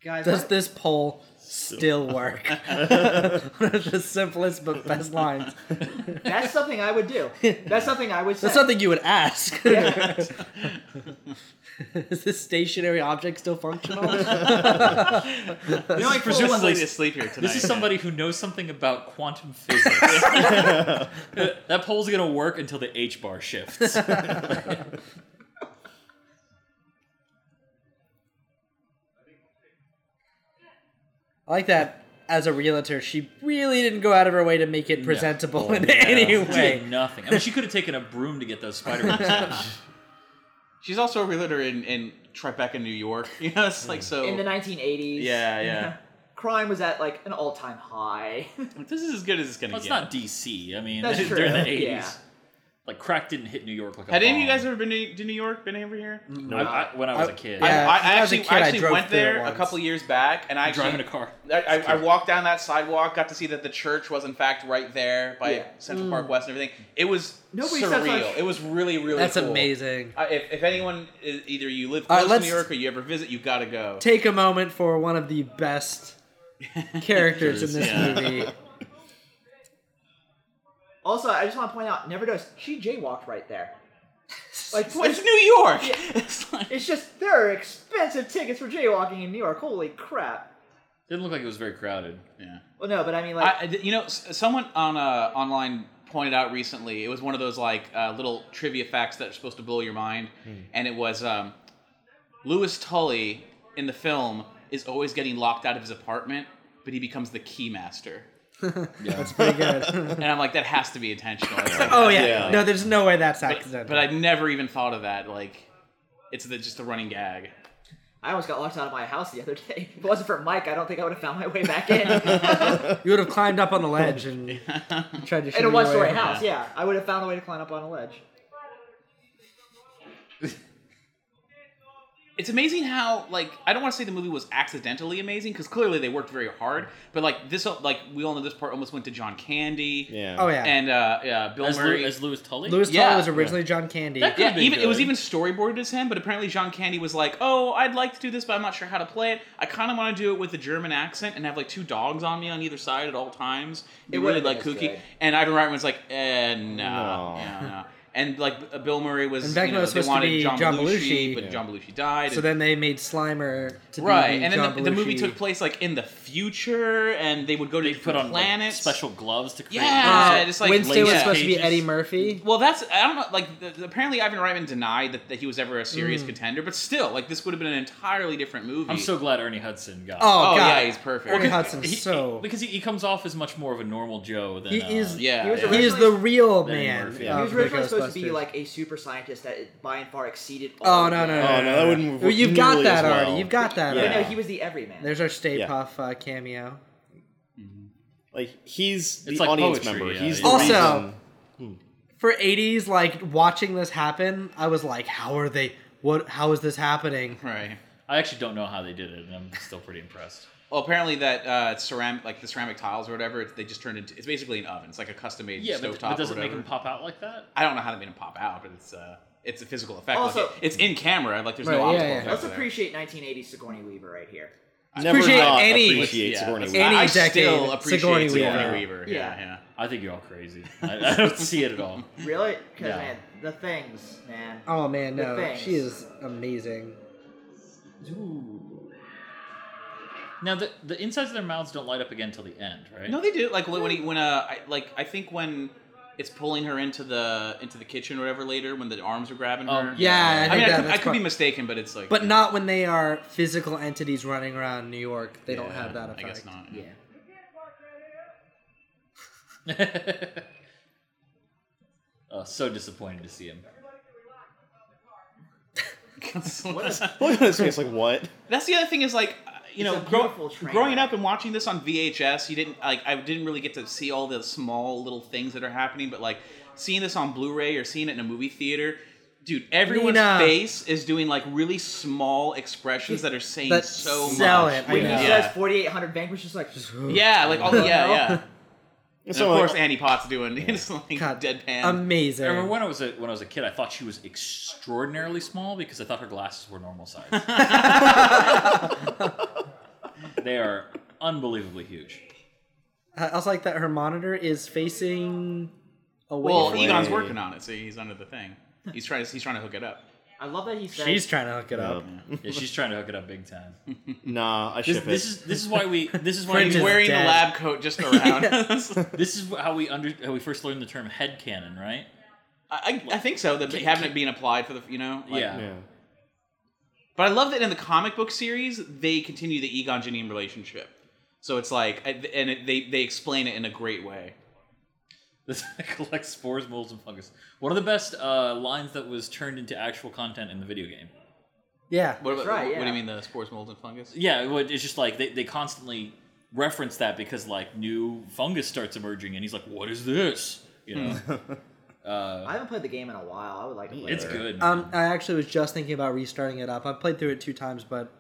E: Guys,
B: Does
E: I-
B: this poll still work? <laughs> One of the simplest but best lines.
E: that's something I would do. That's something I would say.
B: That's something you would ask.
E: Yeah.
B: <laughs> Is this stationary object still functional?
D: You <laughs> know, like
F: presumably-
D: presumably to sleep here tonight.
F: This is somebody who knows something about quantum
D: <laughs>
F: physics. <laughs> that poll's gonna work until the H bar shifts.
D: <laughs>
B: I like that. As a realtor, she really didn't go out of her way to make it
D: Oh,
B: presentable in any
F: She did
B: way.
F: nothing. I mean, she could have taken a broom to get those spider webs out.
D: She's also a realtor in, in Tribeca, New York. <laughs> You know, it's like so.
E: <laughs> in the 1980s.
D: yeah, yeah.
E: Crime was at like an all-time high. <laughs>
D: Like, this is as good as it's gonna
F: Well, it's
D: get.
F: not DC. I mean,
E: That's
F: during the
E: true,
F: eighties,
E: yeah.
F: like crack didn't hit New York like a
D: Had any of
F: bomb.
D: you guys ever been to, to New York? Been over here?
F: No, I, I- when I was a kid,
B: Yeah,
D: I, I
B: when I was a
D: actually,
B: kid, I
D: I actually
B: drove
D: went
B: through it
D: there a
B: once.
D: couple years back, and I actually,
F: driving a car.
D: I, I, I walked down that sidewalk, got to see that the church was in fact right there by
E: Yeah.
B: Mm.
D: Central Park West and everything. It was
E: Nobody steps on-
D: surreal. It was really, really.
B: That's
D: cool.
B: amazing.
D: I, if, if anyone, i- either you live
B: All right,
D: close to
B: let's-
D: New York or you ever visit, you gotta go.
B: Take a moment for one of the
D: <laughs>
B: best characters in this
D: Yeah.
B: movie.
E: Also, I just want to point out, never noticed she jaywalked right there. Like,
D: Well, it's New York.
E: Yeah.
D: <laughs> It's like-
E: it's just there are expensive tickets for jaywalking in New York. Holy crap!
F: didn't look like it was very crowded.
D: yeah.
E: Well, no, but I mean, like,
D: I, I- you know, s- someone on uh, online pointed out recently. It was one of those like uh, little trivia facts that are supposed to blow your mind,
B: Hmm.
D: and it was um, Lewis Tully in the film is always getting locked out of his apartment, but he becomes the key master.
B: That's pretty good.
D: <laughs>
B: <laughs>
D: And I'm like, that has to be intentional. It's like-
B: oh yeah.
G: Yeah.
B: no, there's no way that's accidental.
D: but I never even thought of that. Like, it's the, just a running gag.
E: I almost got locked out of my house the other day. <laughs> If it wasn't for Mike, I don't think I would have found my way back in. in
B: you would have
D: <laughs>
B: climbed up on the ledge and tried to. shimmy
E: a
B: your way
E: one-story
B: over.
E: house, yeah. I would have found a way to climb up on a ledge.
D: it's amazing how like I don't want to say the movie was accidentally amazing because clearly they worked very hard, but like this like we all know this part almost went to John Candy.
G: Yeah.
B: Oh yeah.
D: And uh, yeah, Bill
F: as,
D: Murray.
F: Lew- as Lewis Tully.
B: Louis
D: yeah.
B: Tully was originally John Candy.
F: That could have
D: yeah,
F: been
D: even it was
F: good.
D: even storyboarded as him, but apparently John Candy was like, "Oh, I'd like to do this, but I'm not sure how to play it. I kind of want to do it with a German accent and have like two dogs on me on either side at all times. It
E: It
D: really
E: would've
D: like
E: been
D: kooky."
E: good.
D: And Ivan Reitman was like, "Eh, no,
G: No.
D: yeah, no." And like B- Bill Murray was,
B: And Vecna
D: you know,
B: was
D: they
B: supposed to
D: wanted
B: be
D: John,
B: John
D: Belushi,
B: Belushi.
D: but
G: Yeah.
D: John Belushi died.
B: so
D: and-
B: then they made Slimer to
D: right,
B: be
D: and
B: John
D: then the, the movie
B: Belushi.
D: took place like in the future, and they would go to
F: they put
D: different
F: on like,
D: planets.
F: special gloves to create.
D: Yeah,
F: Uh, like,
D: it's just like-
B: Wednesday was
D: yeah.
B: supposed to be
F: Pages.
B: Eddie Murphy.
D: Well, that's I don't know. Like, the, the- apparently Ivan Reitman denied that, that he was ever a serious contender, but still, like, this would have been an entirely different movie.
F: I'm so glad Ernie Hudson got.
B: Oh,
D: Oh,
B: God.
D: yeah, he's perfect.
B: Ernie
D: Because
B: Hudson's
F: He-
B: so.
F: because he, he comes off as much more of a normal Joe than
B: He
F: uh,
B: is.
D: yeah,
E: he was
D: yeah.
B: He is the real
F: Eddie
B: man.
F: Murphy, yeah.
E: He
B: of
E: was
B: the
E: originally supposed to be
B: Ghostbusters.
E: like a super scientist that by and far exceeded. All
B: Oh no no no!
G: Oh, no, that wouldn't work
B: You've got
G: nearly as
B: that
G: well.
B: already. You've got that.
G: Yeah.
E: But
B: already.
E: no, he was the everyman.
B: There's our Stay
G: Yeah.
B: Puff uh, cameo.
G: Like he's the
F: It's like
G: audience
F: poetry,
G: member.
F: yeah,
G: he's
F: yeah.
G: the
B: Also-
G: reason. <laughs>
B: For '80s, like watching this happen, I was like, "How are they? What? How is this happening?"
D: right.
F: I actually don't know how they did it, and I'm still pretty impressed.
D: Well, apparently that uh, ceramic, like the ceramic tiles or whatever, it's, they just turned into. It's basically an oven. It's like a custom made
F: Yeah,
D: stovetop
F: but, but does
D: or
F: it make
D: whatever.
F: him pop out like that?
D: I don't know how they made him pop out, but it's uh, it's a physical effect.
E: Also-
D: Like, it- it's in camera. Like, there's
B: Right,
D: no
B: yeah,
D: optical
B: yeah.
D: effects
E: Let's
D: there.
E: appreciate 1980 Sigourney Weaver right here.
G: Never
B: appreciate
G: not
B: any-
G: appreciate
D: Yeah,
G: Sigourney
D: that's-
G: Weaver.
B: Any
D: I
B: decade,
D: still appreciate
B: Sigourney
D: Sigourney,
B: Weaver.
D: Weaver. Yeah,
E: Yeah.
D: yeah.
F: I think you're all crazy. I, I don't see it at all.
E: Really? Because
F: Yeah.
E: man, the things, man.
B: Oh man,
E: The
B: no,
E: things.
B: she is amazing.
F: Now the the insides of their mouths don't light up again till the end, right?
D: No, they do. Like when when he when uh I, like I think when it's pulling her into the into the kitchen or whatever later when the arms are grabbing her.
F: Oh,
B: Yeah, I,
D: I
B: think
D: mean, I
B: that-
D: could, I
B: that's
D: could be
B: part-
D: mistaken, but it's like.
B: But not when they are physical entities running around New York. They don't have that effect.
D: I guess not.
E: Yeah.
F: <laughs> oh, so disappointed to see him.
D: <laughs>
G: Look at his face, like what?
D: That's the other thing is like, uh, you
E: It's
D: know,
E: a
D: grow-
E: beautiful train
D: growing
E: wreck.
D: up and watching this on VHS, you didn't like. I didn't really get to see all the small little things that are happening, but like seeing this on Blu-ray or seeing it in a movie theater. Dude, everyone's
B: Nina.
D: face is doing like really small expressions that are saying
B: That
D: so
B: sell
D: much.
B: it. I
E: When
B: know.
E: he
D: Yeah.
E: says 4800 Vanquish, just like
D: Yeah, like all, yeah,
B: <laughs>
D: yeah.
G: And
D: And
G: so,
D: of
G: like,
D: course, Annie Potts doing it's like
B: God,
D: deadpan.
B: Amazing.
F: I remember when I was a when I was a kid, I thought she was extraordinarily small because I thought her glasses were normal size. they are unbelievably huge.
B: I also like that her monitor is facing away.
D: well,
B: from-
D: Egon's
G: Way.
D: working on it, so he's under the thing. He's trying to he's trying to hook it up.
E: I love that he says
B: she's trying to hook it up.
D: Um,
F: Yeah, she's trying to hook it up big time.
G: nah, I
F: This,
G: ship
F: this
G: it.
F: is this is why we this is why
B: Fringe
D: He's
B: is
F: we,
D: wearing
B: dead.
D: the lab coat just around.
F: this is how we under how we first learned the term head cannon, right?
D: <laughs> I, I think so. That having it being applied for the you know like-
F: Yeah.
G: yeah.
D: But I love that in the comic book series they continue the Egon Janine relationship. So it's like I- and it, they they explain it in a great way.
F: <laughs> This collects spores, molds, and fungus. One of the best uh, lines that was turned into actual content in the video game.
B: Yeah.
D: What,
E: That's
D: about-
E: right,
D: what do
E: yeah.
D: you mean the spores, mold, and fungus?
F: Yeah, it would- it's just like they, they constantly reference that because like new fungus starts emerging, and he's like, "What is this?" You know,
E: I haven't played the game in a while. I would like to
F: <laughs>
E: play
F: it's
E: it.
F: good.
B: Um, I actually was just thinking about restarting it up. I've played through it two times, but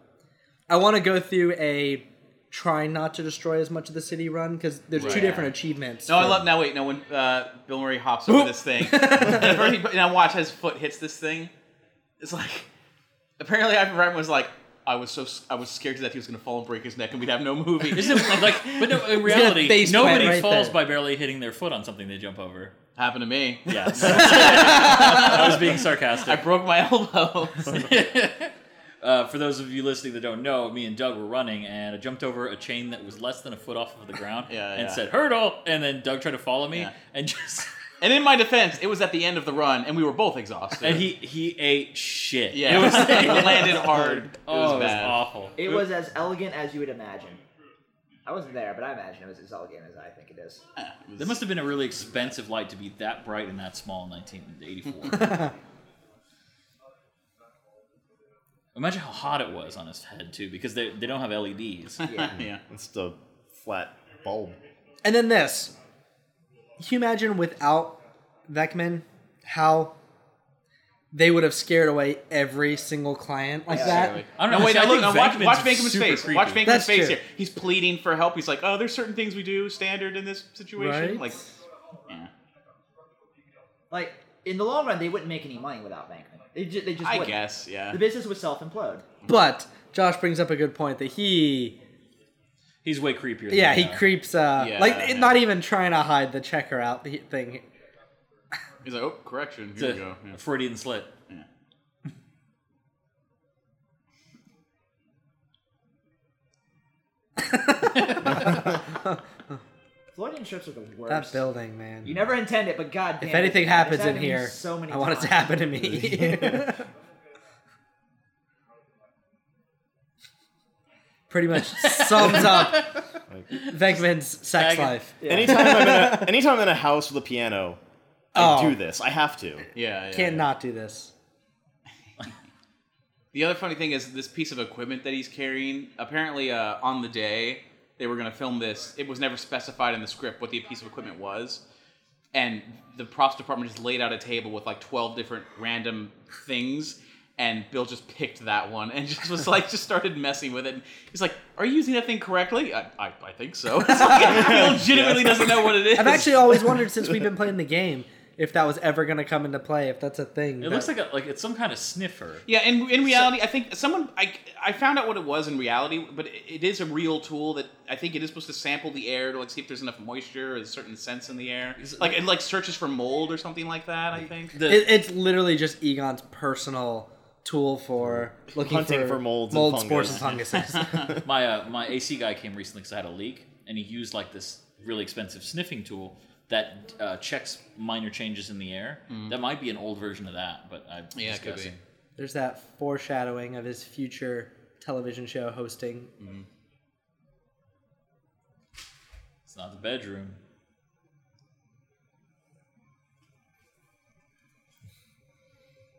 B: I want to go through a try not to destroy as much of the city run because there's two
D: Right.
B: different achievements.
D: No, I
B: for-
D: love. Now wait, no. When uh, Bill Murray hops over this
F: <laughs>
D: thing, and first he- now watch his foot hits this thing. It's like apparently Ivan Reitman was like, I was so s- I was scared to death he was gonna fall and break his neck and we'd have no movie.
F: Isn't it like, but no,
B: <laughs> got a
F: in reality,
B: face plant
F: nobody
B: right
F: falls
B: there.
F: by barely hitting their foot on something they
B: <laughs>
F: jump over. <laughs>
D: happened to me?
F: Yeah, I was being sarcastic.
D: <laughs> I broke my elbow. <laughs>
F: Uh, for those of you listening that don't know, me and Doug were running, and I jumped over a chain that was less than a foot off of the ground,
D: <laughs> Yeah,
F: and
D: yeah.
F: said "hurdle," and then Doug tried to follow me,
D: Yeah.
F: and just
D: <laughs> and in my defense, it was at the end of the run and we were both exhausted.
F: and he he ate shit.
D: yeah,
F: it was,
D: <laughs> it landed hard. It was
F: oh, it was
D: bad.
F: awful.
E: It was as elegant as you would imagine. I wasn't there, but I imagine it was as elegant as I think it is.
F: That must have been a really expensive light to be that bright and that small in 1984.
D: <laughs>
F: Imagine how hot it was on his head too, because they, they don't have E
D: <laughs>
F: LEDs.
E: Yeah.
D: yeah.
G: It's the flat bulb.
B: And then this. Can you imagine without Vekman how they would have scared away every single client like that.
D: Exactly.
F: I don't know.
D: No, wait,
F: see, I
D: now look,
F: think
D: now watch,
F: Venkman's
D: watch Venkman's
F: super
D: face.
F: creepy.
D: Watch Venkman's
B: That's
D: face
B: true.
D: here. He's pleading for help. He's like, oh, there's certain things we do standard in this situation.
B: Right?
D: Like, yeah.
E: Like in the long run, they wouldn't make any money without Bankman. They just, they just
D: I
E: wouldn't.
D: guess, yeah.
E: the business would self implode.
B: But Josh brings up a good point that he,
F: He's way creepier. Than
B: yeah, he
F: that.
B: creeps. Uh,
F: Yeah,
B: like
F: yeah.
B: not even trying to hide the checker out the- thing.
D: He's like, oh, correction.
F: It's
D: Here
F: a,
D: we go. Yeah.
F: a Freudian slit.
E: Floridian ships are the worst.
B: That building, man.
E: You never intend it, but god damn
B: if anything
E: it,
B: happens
E: it's
B: in
E: happened to me
B: here,
E: so many
B: I want it to
E: times.
B: happen to me. <laughs> Pretty much sums up Venkman's sex
F: Venkman-
B: life.
G: Anytime I'm in
B: <laughs>
G: a, anytime I'm in a house with a piano, I
B: Oh.
G: do this. I have to.
D: yeah, yeah.
B: Can't not do this.
D: The other funny thing is this piece of equipment that he's carrying. Apparently, uh, on the day they were going to film this, it was never specified in the script what the piece of equipment was. And the props department just laid out a table with like 12 different random things. And Bill just picked that one and <laughs> just was like, just started messing with it. And he's like, Are you using that thing correctly? I, I, I think so. <laughs> It's like, he legitimately doesn't know what it is.
B: I've actually always wondered since we've been playing the game if that was ever going to come into play, if that's a thing.
F: It looks like a, like it's some kind of sniffer.
D: Yeah, in in reality, I think someone I I found out what it was in reality, but it- it is a real tool that I think it is supposed to sample the air to like see if there's enough moisture or certain scents in the air.
F: it-
D: Like it like searches for mold or something like that. I think.
F: The-
B: It, it's literally just Egon's personal tool for looking
G: Hunting for molds and
B: mold spores and
G: fungus. <laughs>
B: funguses.
F: my uh, my AC guy came recently because I had a leak, and he used like this really expensive sniffing tool that uh, checks minor changes in the air. That might be an old version of that, but I
D: Mm-hmm. Yeah, it could be.
B: There's that foreshadowing of his future television show
D: <laughs>
B: hosting.
F: It's not the bedroom.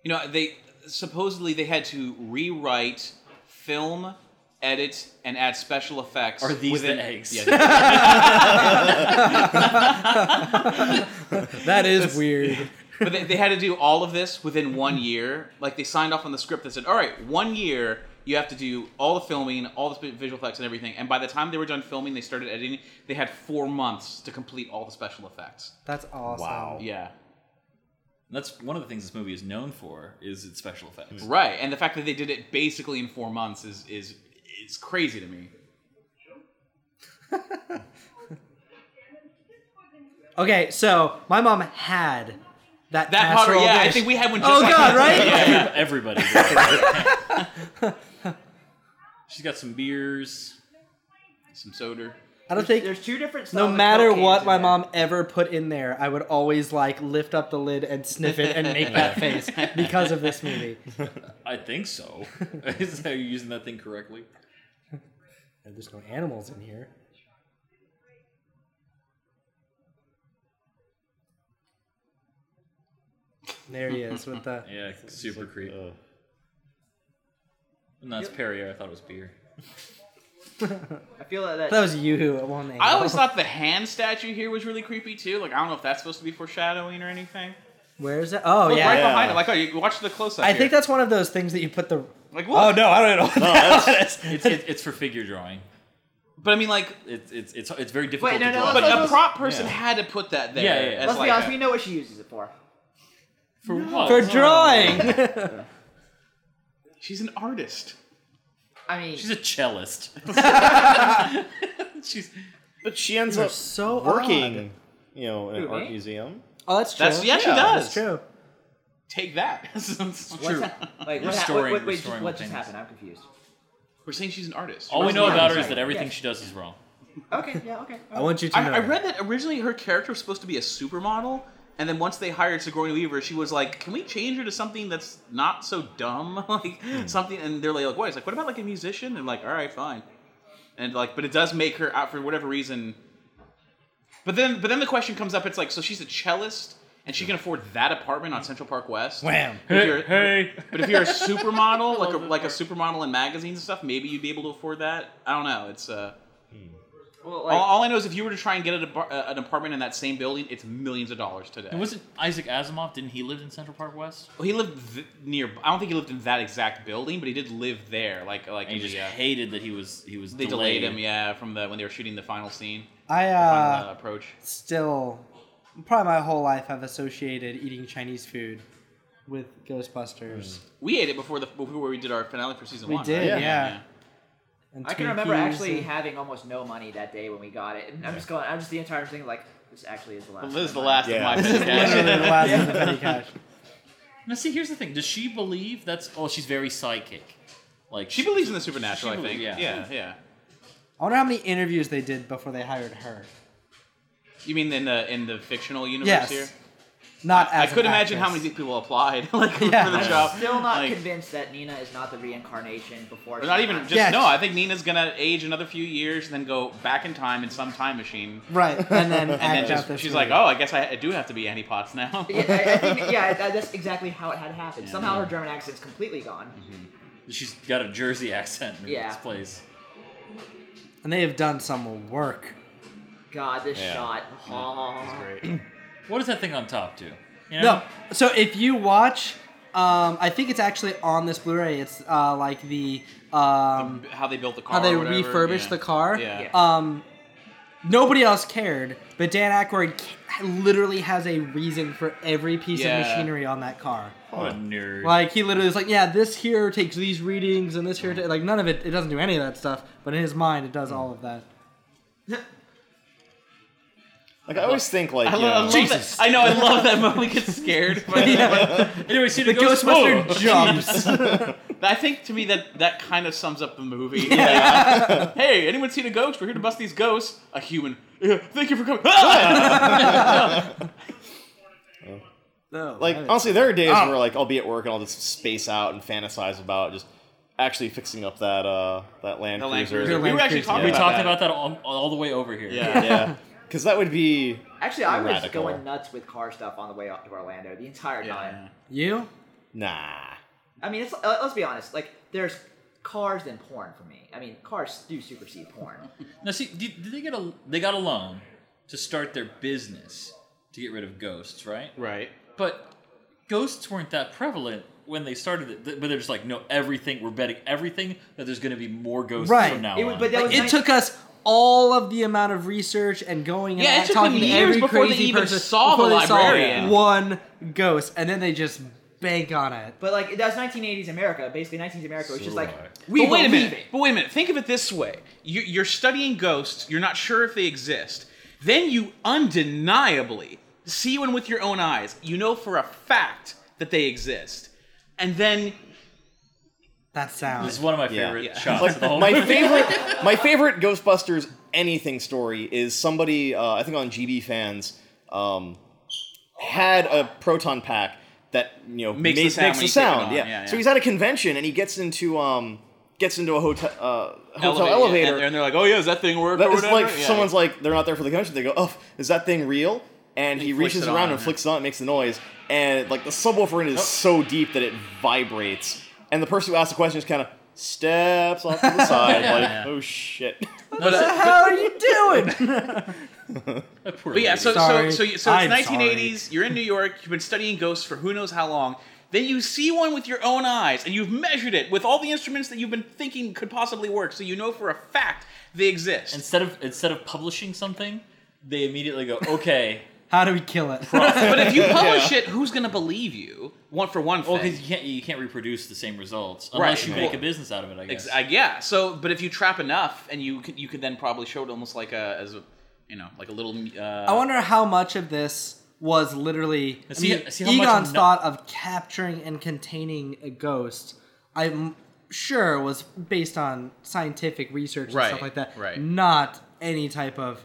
D: You know, they supposedly they had to rewrite, film, edit, and add special effects.
F: Are these
D: within,
F: the eggs?
D: Yeah,
B: That is weird.
D: but they, they had to do all of this within one year. Like they signed off on the script that said, "All right, one year." You have to do all the filming, all the visual effects, and everything. And by the time they were done filming, they started editing. They had four months to complete all the special effects.
B: That's awesome.
G: Wow.
D: Yeah,
F: And that's one of the things this movie is known for is its special effects. <laughs>
D: right. And the fact that they did it basically in four months is is is crazy to me.
B: Okay, so my mom had that
D: That
B: casserole
D: powder, yeah, I
B: dish.
D: think we had one. Just
B: Oh
D: like
B: god,
D: that.
B: right?
F: Everybody. <laughs> She's got some beers.
D: <laughs> Some soda.
B: I don't think
E: There's two different.
B: no
E: styles of
B: matter
E: Coke cans
B: what
E: in
B: my
E: there.
B: mom ever put in there, I would always like lift up the lid and sniff it and make that
D: <laughs>
B: face because of this movie.
F: I think so. <laughs> is that you using that thing correctly?
B: There's no animals in here. There he is with the
F: Yeah, super creep.
G: Ugh.
F: And that's Perrier. I thought it was beer.
E: I feel like that.
B: That was you who at one angle.
D: I always thought the hand statue here was really creepy too. Like I don't know if that's supposed to be foreshadowing or anything.
B: Where is it? Oh
D: Look,
B: yeah.
D: right
G: Yeah.
D: behind it. Like oh, you watch the close up.
B: I think that's one of those things that you put the.
D: like
B: Oh
D: what?
B: no, I don't know.
G: that's-
F: It's, it's, it's for figure drawing.
D: But I mean, like,
F: It's it's it's, it's very difficult
E: no,
F: to
E: no,
F: draw.
D: but
E: let's-
D: a
E: let's-
D: prop person
G: yeah.
D: had to put that there.
F: Yeah, yeah, yeah.
D: as,
E: Let's
D: like,
E: be honest,
D: a-
E: we know what she uses it for.
F: for what?
B: For <laughs> drawing.
D: she's an artist. <laughs>
E: I mean,
F: She's a
E: <laughs>
F: cellist. She's
G: But she ends
B: You're
G: up
B: so
G: working,
B: odd.
G: you know, in an
E: Who,
G: art
E: me?
G: museum.
B: Oh, that's true.
D: That's yeah, she
G: Yeah,
D: does.
B: That's true.
D: Take that. <laughs>
E: what's ha-
F: <laughs>
E: like what, ha-
F: Restoring-
E: wait, wait, wait,
F: restoring
E: what
F: what
E: just
F: things.
E: happened? I'm confused.
D: We're saying she's an artist.
F: all we
D: She's
F: know
D: an
F: about
D: artist.
F: her is that everything
E: Yeah.
F: she does is wrong.
E: Okay, yeah, okay.
B: I want you to know.
D: I, I read that originally her character was supposed to be a supermodel, and then once they hired Sigourney Weaver, she was like, "Can we change her to something that's not so dumb, <laughs> like something?" And they're like, "What?" It's like, "What about like a musician?" And like, "All right, fine." And like, but it does make her out for whatever reason. But then, but then the question comes up. It's like, so she's a cellist, and she can afford that apartment on Central Park West.
B: Wham.
D: If you're- But if you're a supermodel, like a, like a supermodel in magazines and stuff, maybe you'd be able to afford that. I don't know. It's uh,
E: Well, like,
D: all, all I know is if you were to try and get a depar- uh, an apartment in that same building, it's millions of dollars today.
F: It wasn't Isaac Asimov. Didn't he live in Central Park West?
D: Well, he lived th- near. I don't think he lived in that exact building, but he did live there. Like like
F: And he
D: in
F: just
D: the, uh,
F: hated that he was he was
D: they delayed him. Yeah, from the when they were shooting the final scene,
B: I
D: the final,
B: uh,
D: uh, approach.
B: still, probably my whole life, I've associated eating Chinese food with Ghostbusters.
D: We ate it before the before we did our finale for season
B: We
D: one.
B: did,
D: right?
B: yeah.
D: yeah.
B: And
E: I can remember
B: Twinkies
E: actually
D: <laughs>
B: and-
E: having almost no money that day when we got it, and I'm just going, I'm just the entire thing like, this actually is the last.
D: Well,
E: time
D: This is the
E: I-
D: last
G: Yeah.
D: of my
B: this is
D: podcast.
B: literally the last
D: <laughs>
B: of the petty cash.
F: Now, see, here's the thing. Does she believe that's? Oh, she's very psychic. Like
D: She believes in the supernatural.
F: She
D: I think.
F: believes- yeah.
D: yeah, yeah.
B: I wonder how many interviews they did before they hired her.
D: You mean in the in the fictional universe
B: Yes.
D: here?
B: Not
D: I
B: as
D: could
B: an
D: imagine how
B: actress.
D: many of these people applied <laughs> like
B: Yeah.
D: for the
B: I'm
D: job.
E: Still not
D: Like,
E: convinced that Nina is not the reincarnation before.
D: or not
E: she-
D: even just
B: Yes.
D: no. I think Nina's gonna age another few years and then go back in time in some time machine.
B: Right, and then act
D: <laughs> And
B: out
D: just,
B: this
D: she's
B: movie.
D: like, oh, I guess I, I do have to be Annie Potts now.
B: <laughs>
D: <laughs>
E: <laughs> Yeah, I, I think, yeah, that- that's exactly how it had happened. Somehow her German accent's completely gone.
D: Mm-hmm.
F: she's got a Jersey accent in
E: Yeah.
F: this place.
D: "Oh."
B: And they have done some work.
E: God, this
G: Yeah.
E: shot.
D: Mm-hmm.
E: Aw.
F: What does that thing on top do? You know?
B: No, so if you watch, um, I think it's actually on this Blu-ray. It's uh, like the um,
D: how they built the car.
B: how they
D: or whatever,
B: refurbished
D: yeah.
B: the car.
D: Yeah.
E: Yeah.
B: Um, nobody else cared, but Dan Aykroyd ca- literally has a reason for every piece
D: Yeah.
B: of machinery on that car.
F: What a nerd.
B: Like he literally is like, yeah, this here takes these readings, and this here ta-. like none of it. It doesn't do any of that stuff, but in his mind, it does all of that.
G: Like I always think like
D: I,
G: you
D: lo- I
G: know,
D: love that- I know. I love that moment. We get
B: <laughs>
D: scared. But
F: anyway, see
B: The Ghostbuster jumps.
D: I think to me that that kind of sums up
B: <laughs>
D: the movie. Like, hey, anyone seen a ghost? We're here to bust these ghosts. A human. "Yeah, Thank you for coming. <laughs>
B: No,
G: <laughs> like
B: <laughs> that is-
G: honestly, there are days
B: Oh.
G: where like I'll be at work and I'll just space out and fantasize about just actually fixing up that uh that land
D: The Land
G: cruiser.
D: Cruiser. We were actually
B: Cruiser.
D: talking
G: We
F: We
D: about
F: talked
D: that.
F: about that all, all the way over here.
D: Yeah.
G: Yeah, because that would be
E: Actually, I was
G: Radical.
E: going nuts with car stuff on the way up to Orlando the entire time.
B: you.
G: nah.
E: I mean, it's, uh, let's be honest. Like, there's cars than porn for me. I mean, cars do supersede porn.
F: Now, see, did, did they get a they got a loan to start their business to get rid of ghosts, right?
D: Right.
F: But ghosts weren't that prevalent when they started it. Th- But they're just like, no, everything. We're betting everything that there's going to be more ghosts
B: Right.
F: from now
E: It was-
F: on.
E: but that was
B: It
E: nice-
B: took us all of the amount of research and going
D: Yeah, it
B: and
D: took
B: talking
D: them
B: to
D: years
B: every
D: before they
B: crazy
D: even
B: person
D: saw the
B: before they
D: librarian.
B: one ghost, and then they just bank on it.
E: But like, that's 1980s America. Basically, 1980s America was just like, we
D: But wait a
E: believe
D: minute. But wait a minute. Think of it this way: you, you're studying ghosts. You're not sure if they exist. Then you undeniably see one with your own eyes. You know for a fact that they exist, and then
B: That
F: this is
B: sounds
F: one of my
G: Yeah.
F: favorite
G: Yeah.
F: shots of
G: Like
F: the whole
G: my favorite, my favorite Ghostbusters anything story is somebody uh, I think on GB fans um, had a proton pack that you know
D: Makes the
G: made-
D: sound when you click it on.
G: Yeah.
D: Yeah, yeah.
G: so he's at a convention and he gets into um, gets into a hotel uh, hotel
D: elevator-
G: elevator.
D: and, and they're like, "Oh yeah, is that thing work?"
G: that
D: or
G: is
D: whatever?
G: like
D: Yeah.
G: someone's like they're not there for the convention. They go, oh, is that thing real? And he,
D: he flicks
G: reaches
D: it
G: around
D: on,
G: and
D: yeah. Oh.
G: flicks it on. It makes the noise, and like the subwoofer in it is so deep that it vibrates. And the person who asked the question just kind of steps off
D: <laughs>
G: to the side, like, oh shit. <laughs>
F: But,
B: What the hell are you doing?
F: <laughs>
D: But yeah, so
B: Sorry.
D: so so, so it's
B: I'm
D: 1980s. You're in New York. You've been studying ghosts for who knows how long. Then you see one with your own eyes, and you've measured it with all the instruments that you've been thinking could possibly work. So you know for a fact they exist.
F: instead of instead of publishing something, they immediately go, okay,
B: How do we kill it?
D: but if you publish it, who's gonna believe you? One for one thing.
F: well, because you can't you can't reproduce the same results
D: Right,
F: unless you
D: yeah.
F: make a
D: Well,
F: business out of it. I guess.
D: Ex- I- yeah. So, but if you trap enough, and you could, you could then probably show it almost like a as a you know like a little. Uh,
B: I wonder how much of this was literally I
F: See-
B: mean,
F: see how much
B: Egon's
F: no-
B: thought of capturing and containing a ghost. I'm sure was based on scientific research and
D: Right,
B: stuff like that.
D: right.
B: Not any type of,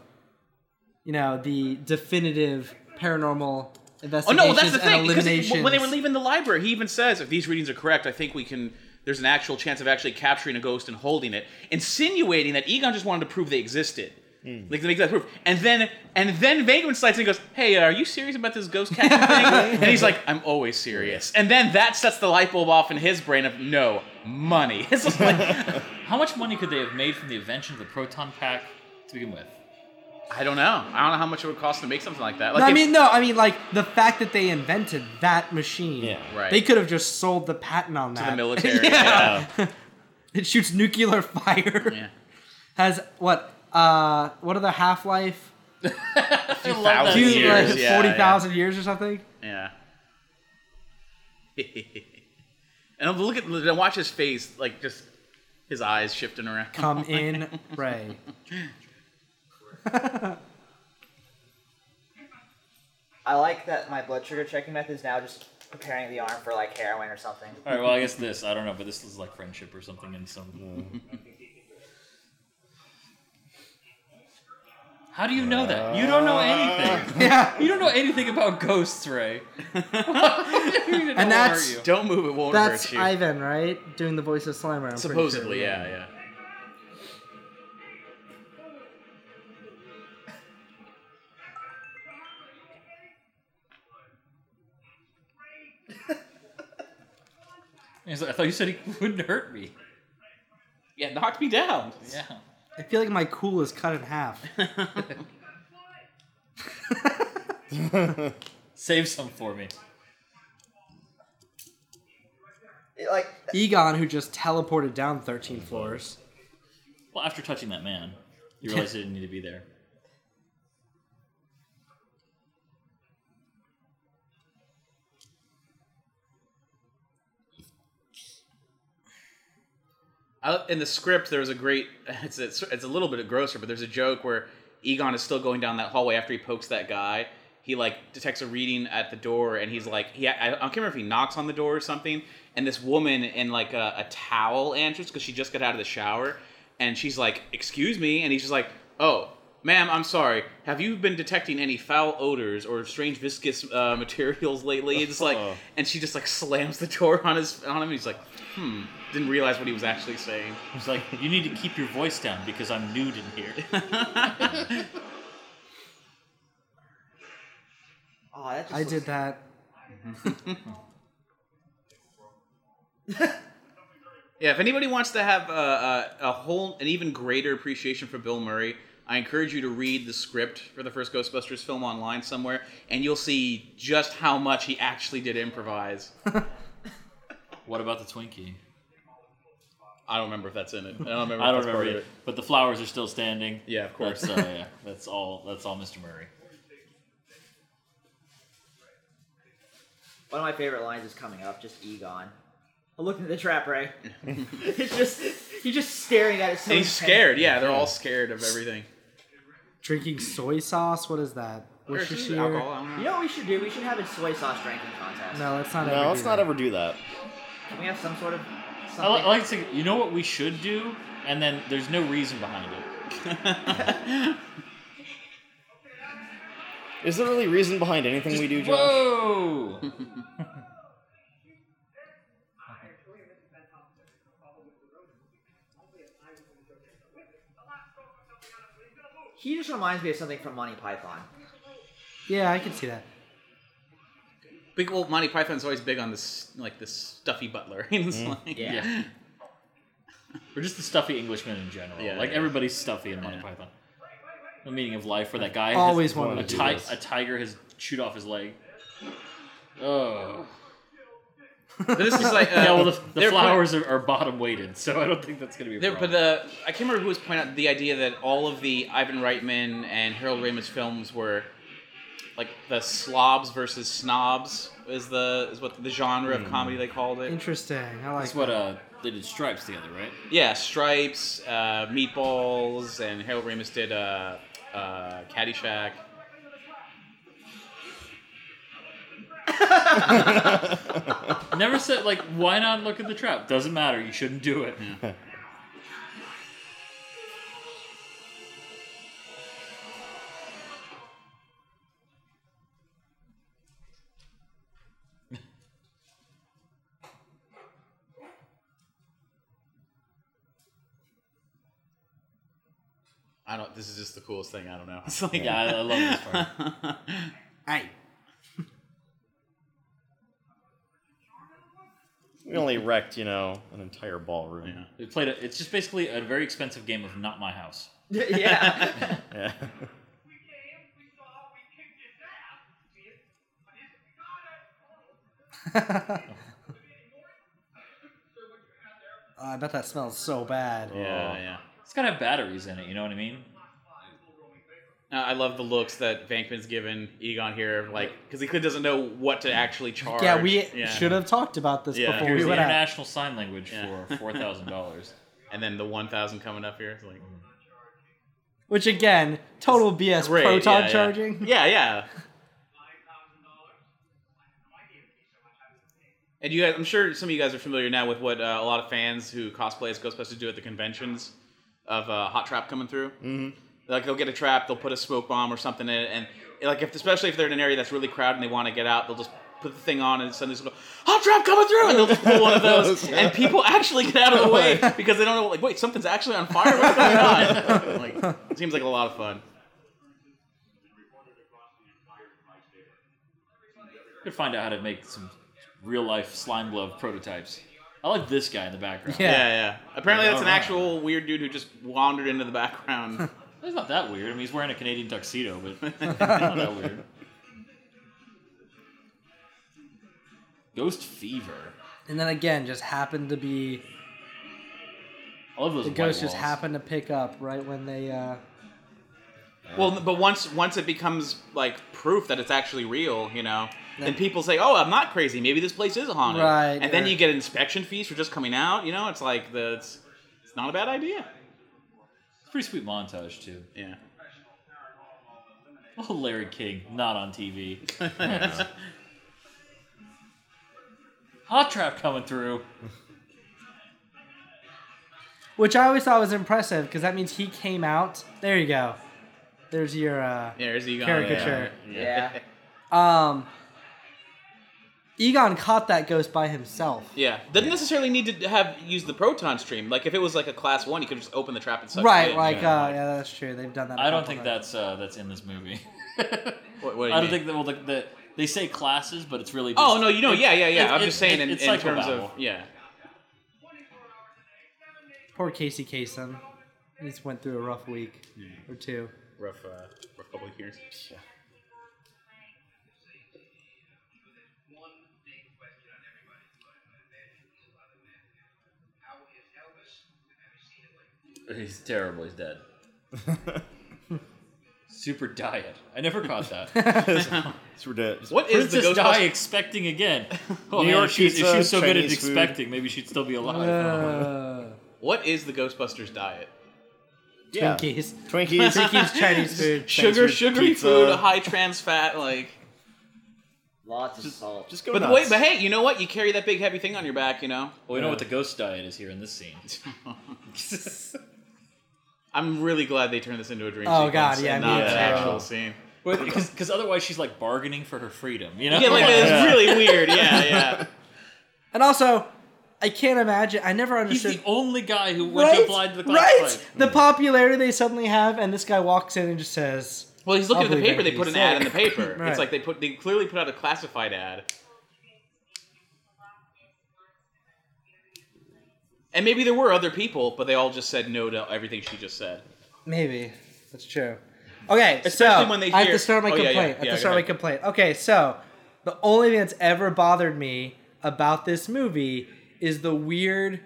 B: you know, the definitive paranormal
D: Oh
B: investigations
D: no, that's
B: and
D: the thing. Because
B: eliminations.
D: when they were leaving the library, he even says, "If these readings are correct, I think we can." There's an actual chance of actually capturing a ghost and holding it, insinuating that Egon just wanted to prove they existed,
B: Hmm.
D: like to make that proof. And then, and then Vagrant slides in and goes, "Hey, are you serious about this ghost catching
B: <laughs>
D: thing?" and he's like, "I'm always serious." And then that sets the light bulb off in his brain of no money. <laughs> It's just like,
F: How much money could they have made from the invention of the proton pack to begin with?
D: I don't know. I don't know how much it would cost to make something like that. Like
B: No, I
D: if-
B: mean, no, I mean, like the fact that they invented that machine.
G: Yeah.
D: Right.
B: They could have just sold the patent on that <laughs>
D: the military,
B: yeah. it shoots nuclear fire.
D: yeah.
B: Has what? Uh, what are the half life?
F: I love that
D: thousand
F: scene.
D: years.
B: like
D: yeah,
B: forty thousand years or something.
D: Yeah. <laughs> and look at and watch his face, like just his eyes shifting around.
B: Come
D: <laughs>
B: in, Ray.
E: I like that my blood sugar checking method is now just preparing the arm for like heroin or something.
F: All right, well, I guess this. I don't know, but this is like friendship or something in some. How do you know that? You don't know anything.
B: yeah.
F: You don't know anything about ghosts, Ray.
B: And that's-
F: you?
D: Don't move; it won't
B: That's
D: hurt you.
B: Ivan, right? Doing the voice of Slimer. I'm
D: Supposedly,
B: pretty sure.
D: yeah, yeah.
F: He's like, I thought you said he <laughs> wouldn't hurt me.
D: Yeah, knocked me down.
F: Yeah.
B: I feel like my cool is cut in half.
D: <laughs>
F: Save some for me.
E: It, like
B: Egon, who just teleported down thirteen floors.
F: Well, after touching that man, you realize he didn't need to be there.
D: I, in the script, there was a great. <laughs> It's a, it's a little bit grosser, but there's a joke where Egon is still going down that hallway after he pokes that guy. He like detects a reading at the door, and he's like, he, I, I can't remember if he knocks on the door or something. And this woman in like a, a towel answers because she just got out of the shower, and she's like, "Excuse me," and he's just like, "Oh." Ma'am, I'm sorry. Have you been detecting any foul odors or strange viscous uh, <laughs> materials lately? It's like, and she just like slams the door on his on him. And he's like, hmm, didn't realize what he was actually saying.
F: He's like, you need to keep your voice down because I'm nude in here. <laughs>
E: oh, that just
B: I did that.
D: Yeah, if anybody wants to have a, a, a whole, an even greater appreciation for Bill Murray, I encourage you to read the script for the first Ghostbusters film online somewhere, and you'll see just how much he actually did improvise.
F: what about the Twinkie?
D: I don't remember if that's in it. I don't
F: <laughs>
D: remember.
F: I
D: if
F: don't
D: that's part
F: remember it,
D: of
F: but the flowers are still standing.
D: Yeah, of course.
F: That's, uh, yeah, that's all. That's all, Mr. Murray.
E: One of my favorite lines is coming up, just Egon. I'm looking at the trap ray. it's just you're just staring at it. So
D: And he's
E: intensely.
D: scared. Yeah, they're all scared of everything.
B: Drinking soy sauce. What is that? Worcestershire.
D: Alcohol, I don't
E: You
D: know.
E: know what we should do? We should have a soy sauce drinking contest.
B: No, let's not. ever
G: No, let's
B: do
G: not
B: that.
G: ever do that.
E: Can we have some sort of
F: I, li-
E: something?
F: I like to. think- You know what we should do, and then there's no reason behind it.
G: Is there really reason behind anything we do, Josh?
F: Whoa!
E: he just reminds me of something from Monty Python.
B: Yeah, I can see that.
D: Big old Monty Python's always big on this, like this stuffy butler. <laughs> It's like-
E: Yeah.
F: Mm-hmm. yeah. We're just the stuffy Englishmen in general.
D: Yeah,
F: like
D: yeah.
F: everybody's stuffy in Monty Python. The meaning of life, where that guy
B: Always
F: has,
B: wanted
F: a,
B: to do
F: ti-
G: this.
F: a tiger has chewed off his leg. Oh.
D: But this is like
F: <laughs>
D: uh,
F: yeah, well, the, the
D: they're putting-
F: flowers are, are bottom weighted, so I don't think that's gonna be. A
D: There,
F: problem.
D: but the I can't remember who was pointing out the idea that all of the Ivan Reitman and Harold Ramis films were like the slobs versus snobs is the is what the genre of comedy they called it.
B: Interesting. I like.
F: That's what uh, they did stripes together, right?
D: Yeah, Stripes, uh, Meatballs, and Harold Ramis did uh, uh, Caddyshack.
F: Never said like, why not look at the trap? Doesn't matter. You shouldn't do it.
D: I don't. This is just the coolest thing. I don't know. It's like
F: Yeah, I, I love this part.
D: <laughs>
B: <laughs> Hey.
G: We only wrecked, you know, an entire ballroom.
F: They played a, it's just basically a very expensive game of Not My House.
E: <laughs> yeah.
G: Yeah.
H: We came, we saw, we kicked his ass, bitch. But is it we got it? So what you had there
B: Oh, I bet that smells so bad.
G: Yeah,
F: yeah. It's gotta have batteries in it. You know what I mean?
D: Uh, I love the looks that Vankman's given Egon here, like because he clearly doesn't know what to actually charge.
B: Yeah, we
D: Yeah.
B: should have talked about this
D: Yeah.
B: before
F: Here's
B: we
F: the
B: went out.
F: international sign language
D: Yeah. <laughs>
F: for four thousand dollars.
D: And then the one thousand coming up here, it's like
B: Which again, total BS.
D: great,
B: proton
D: yeah, yeah.
B: charging. <laughs>
D: Yeah, yeah. And you guys, I'm sure some of you guys are familiar now with what uh, a lot of fans who cosplay as Ghostbusters do at the conventions of uh, Hot Trap coming through. Mm-hmm. Like they'll get a trap, they'll put a smoke bomb or something in it, and like if especially if they're in an area that's really crowded and they want to get out, they'll just put the thing on and suddenly just go Hot Trap coming through, and they'll just pull
B: <laughs>
D: one of those, and people actually get out of the way because they don't know like wait something's actually on fire. What's going
B: <laughs>
D: on? Like it seems like a lot of fun.
F: Could find out how to make some real life slime glove prototypes. I like this guy in the background.
B: Yeah.
D: Yeah, yeah. Apparently,
F: Yeah,
D: that's an
F: alright.
D: actual weird dude who just wandered into the
B: <laughs>
D: background.
F: It's not that weird. I mean, he's wearing a Canadian tuxedo,
D: <laughs>
F: but it's not that weird. Ghost Fever.
B: And then again, just happened to be
F: I love those
B: the
F: white
B: ghost just
F: walls.
B: happened to pick up right when they. uh
D: well, but once once it becomes like proof that it's actually real, you know, then people say, "Oh, I'm not crazy. Maybe this place is haunted."
B: Right,
D: And then
B: or-
D: you get inspection fees for just coming out. You know, it's like the it's, it's not a bad idea.
F: It's a pretty sweet montage too.
D: Yeah.
F: Oh, Larry King, not on TV.
D: <laughs>
F: Hot trap coming through.
B: Which I always thought was impressive because that means he came out. There you go. There's your uh,
D: There's Egon.
B: caricature.
E: yeah.
B: Um, Egon caught that ghost by himself.
D: Yeah. Doesn't necessarily need to have use the proton stream. Like if it was like a class one, you could just open the trap and suck. it
B: right,
D: in.
B: like,
D: Yeah.
B: uh, yeah, that's true. They've done that. a
F: I don't
B: couple
F: think
B: times.
F: that's uh, that's in this movie.
D: What- what do you
F: I don't
D: mean?
F: think that. Well, the, the, they say classes, but it's really. Just,
D: Oh no, you know, yeah, yeah, yeah.
F: it-
D: I'm
F: it-
D: just saying
F: it-
D: in,
F: it's
D: in terms
F: psychobabble.
D: of yeah.
B: Poor Casey Kasem. He's went through a rough week or two.
D: rough, uh, rough couple of years.
H: one big question on everybody's mind, I imagine, is about the man. How is Elvis? I've never seen it like
F: He's terrible. He's dead. <laughs> Super diet. I never caught that.
G: It's ridiculous.
D: What <laughs> is the
F: Princess Di
D: Ghostbusters?
F: expecting
D: <laughs>
F: again? Oh,
G: New
F: man,
G: York
F: if, she, if she
D: uh,
G: pizza,
F: was so good at
G: Chinese food.
F: expecting, maybe she'd still be alive.
B: Uh,
D: What is the Ghostbusters diet?
G: Yeah.
B: Twinkies.
G: Twinkies.
D: <laughs>
B: Twinkies, Chinese food.
D: Sugar,
G: for
D: sugary
G: pizza.
D: food, high trans fat, like.
E: Lots of salt.
G: Just go
D: But
G: nuts.
D: wait, but hey, you know what? You carry that big heavy thing on your back, you know. <laughs>
F: Well, we know what the ghost diet is here in this scene. <laughs>
D: I'm really glad they turned this into a dream.
B: Oh,
D: sequence
B: God, yeah,
D: and
B: me
D: not an
G: too.
D: actual scene.
F: Because otherwise, she's like bargaining for her freedom. You know,
D: Yeah, like uh,
F: Like,
D: it's really weird.
B: <laughs>
D: Yeah, yeah.
B: And also, I can't imagine. I never
F: he's
B: understood.
F: the only guy who went
B: right?
F: to apply to the class
B: right?
F: fight.
B: The popularity they suddenly have, and this guy walks in and just says,
D: Well, he's looking at the
B: Lovely
D: paper. They put an
B: babies.
D: ad in the paper.
B: Right.
D: It's like they put they clearly put out a classified ad. And maybe there were other people, but they all just said no to everything she just said.
B: Maybe that's true. Okay,
D: Especially
B: so
D: when they
B: I have
D: hear-
B: to start my
D: Oh, yeah, yeah,
B: complaint. I have
D: yeah,
B: to
D: go
B: start my
D: ahead.
B: complaint. Okay, so the only thing that's ever bothered me about this movie is the weird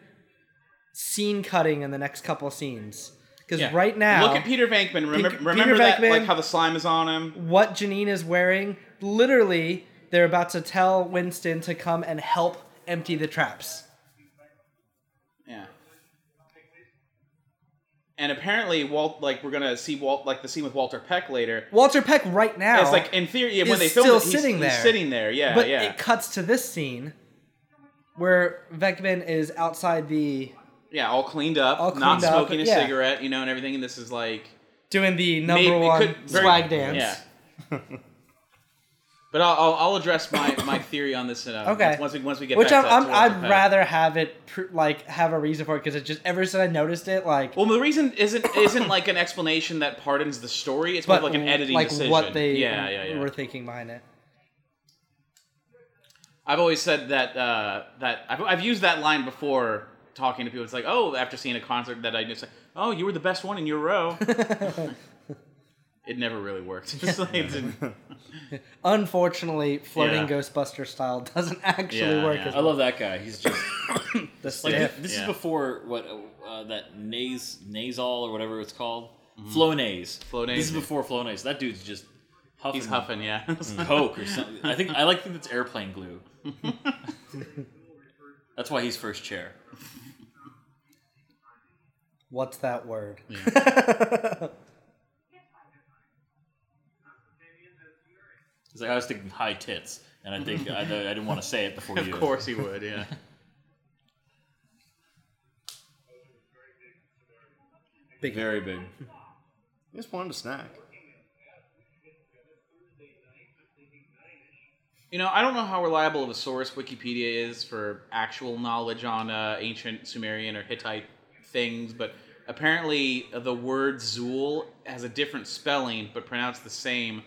B: scene cutting in the next couple scenes. Because
D: Yeah.
B: right now,
D: look at Peter Venkman. Remember,
B: Peter
D: remember that,
B: Venkman-
D: like how the slime is on him.
B: what Janine is wearing. Literally, they're about to tell Winston to come and help empty the traps.
D: Yeah. And apparently, Walt, like we're gonna see Walt, like the scene with Walter Peck later.
B: Walter Peck right now.
D: It's like in theory yeah,
B: He's
D: when they filmed
B: still
D: it, he's,
B: sitting
D: he's
B: there.
D: sitting there. Yeah,
B: But
D: yeah,
B: it cuts to this scene where Vekman is outside the
D: yeah. All cleaned up,
B: All
D: not
B: cleaned up,
D: smoking a
B: yeah.
D: cigarette, you know, and everything. And this is like,
B: doing the number
D: Maybe- it
B: one
D: could very-
B: swag dance.
D: yeah. but I'll, I'll, I'll address my, my theory on this. Uh,
B: Okay.
D: Once we once we get
B: Which
D: back
B: I'm,
D: to-
B: I'm,
D: to Walter
B: I'd
D: Peck.
B: rather have it pr- like have a reason for it because it just ever since I noticed it like
D: Well, the reason isn't isn't like an explanation that pardons the story. It's more
B: but
D: of like an editing
B: like
D: decision.
B: what they
D: yeah, yeah, yeah.
B: were thinking behind it.
D: I've always said that uh, that I've, I've used that line before talking to people. It's like, oh, after seeing a concert that I just like, oh, you were the best one in
B: <laughs>
D: your row. it never really worked. <laughs> It's like, it didn't-
B: Unfortunately, floating
F: Yeah.
B: Ghostbuster style <laughs> doesn't actually
D: Yeah,
B: work.
D: yeah. Oh,
B: As
F: I love that guy. He's just
B: the
F: like
B: stiff.
F: this
D: Yeah.
F: is before what uh, that naze nasal or whatever it's called. Flow naze.
D: Mm-hmm. Flonase.
F: This is before flow naze. That dude's just huffing,
D: he's huffing, yeah.
F: <laughs> coke or something. I think I like think it's airplane glue. That's why he's first chair.
B: What's that word?
F: He's like I was thinking high tits, and I think I, I didn't want to say it before
D: <laughs> <laughs> of
F: you.
D: course he would, yeah.
F: Very big.
G: I just wanted a snack.
D: You know, I don't know how reliable of a source Wikipedia is for actual knowledge on uh, ancient Sumerian or Hittite things, but apparently uh, the word Zul has a different spelling but pronounced the same,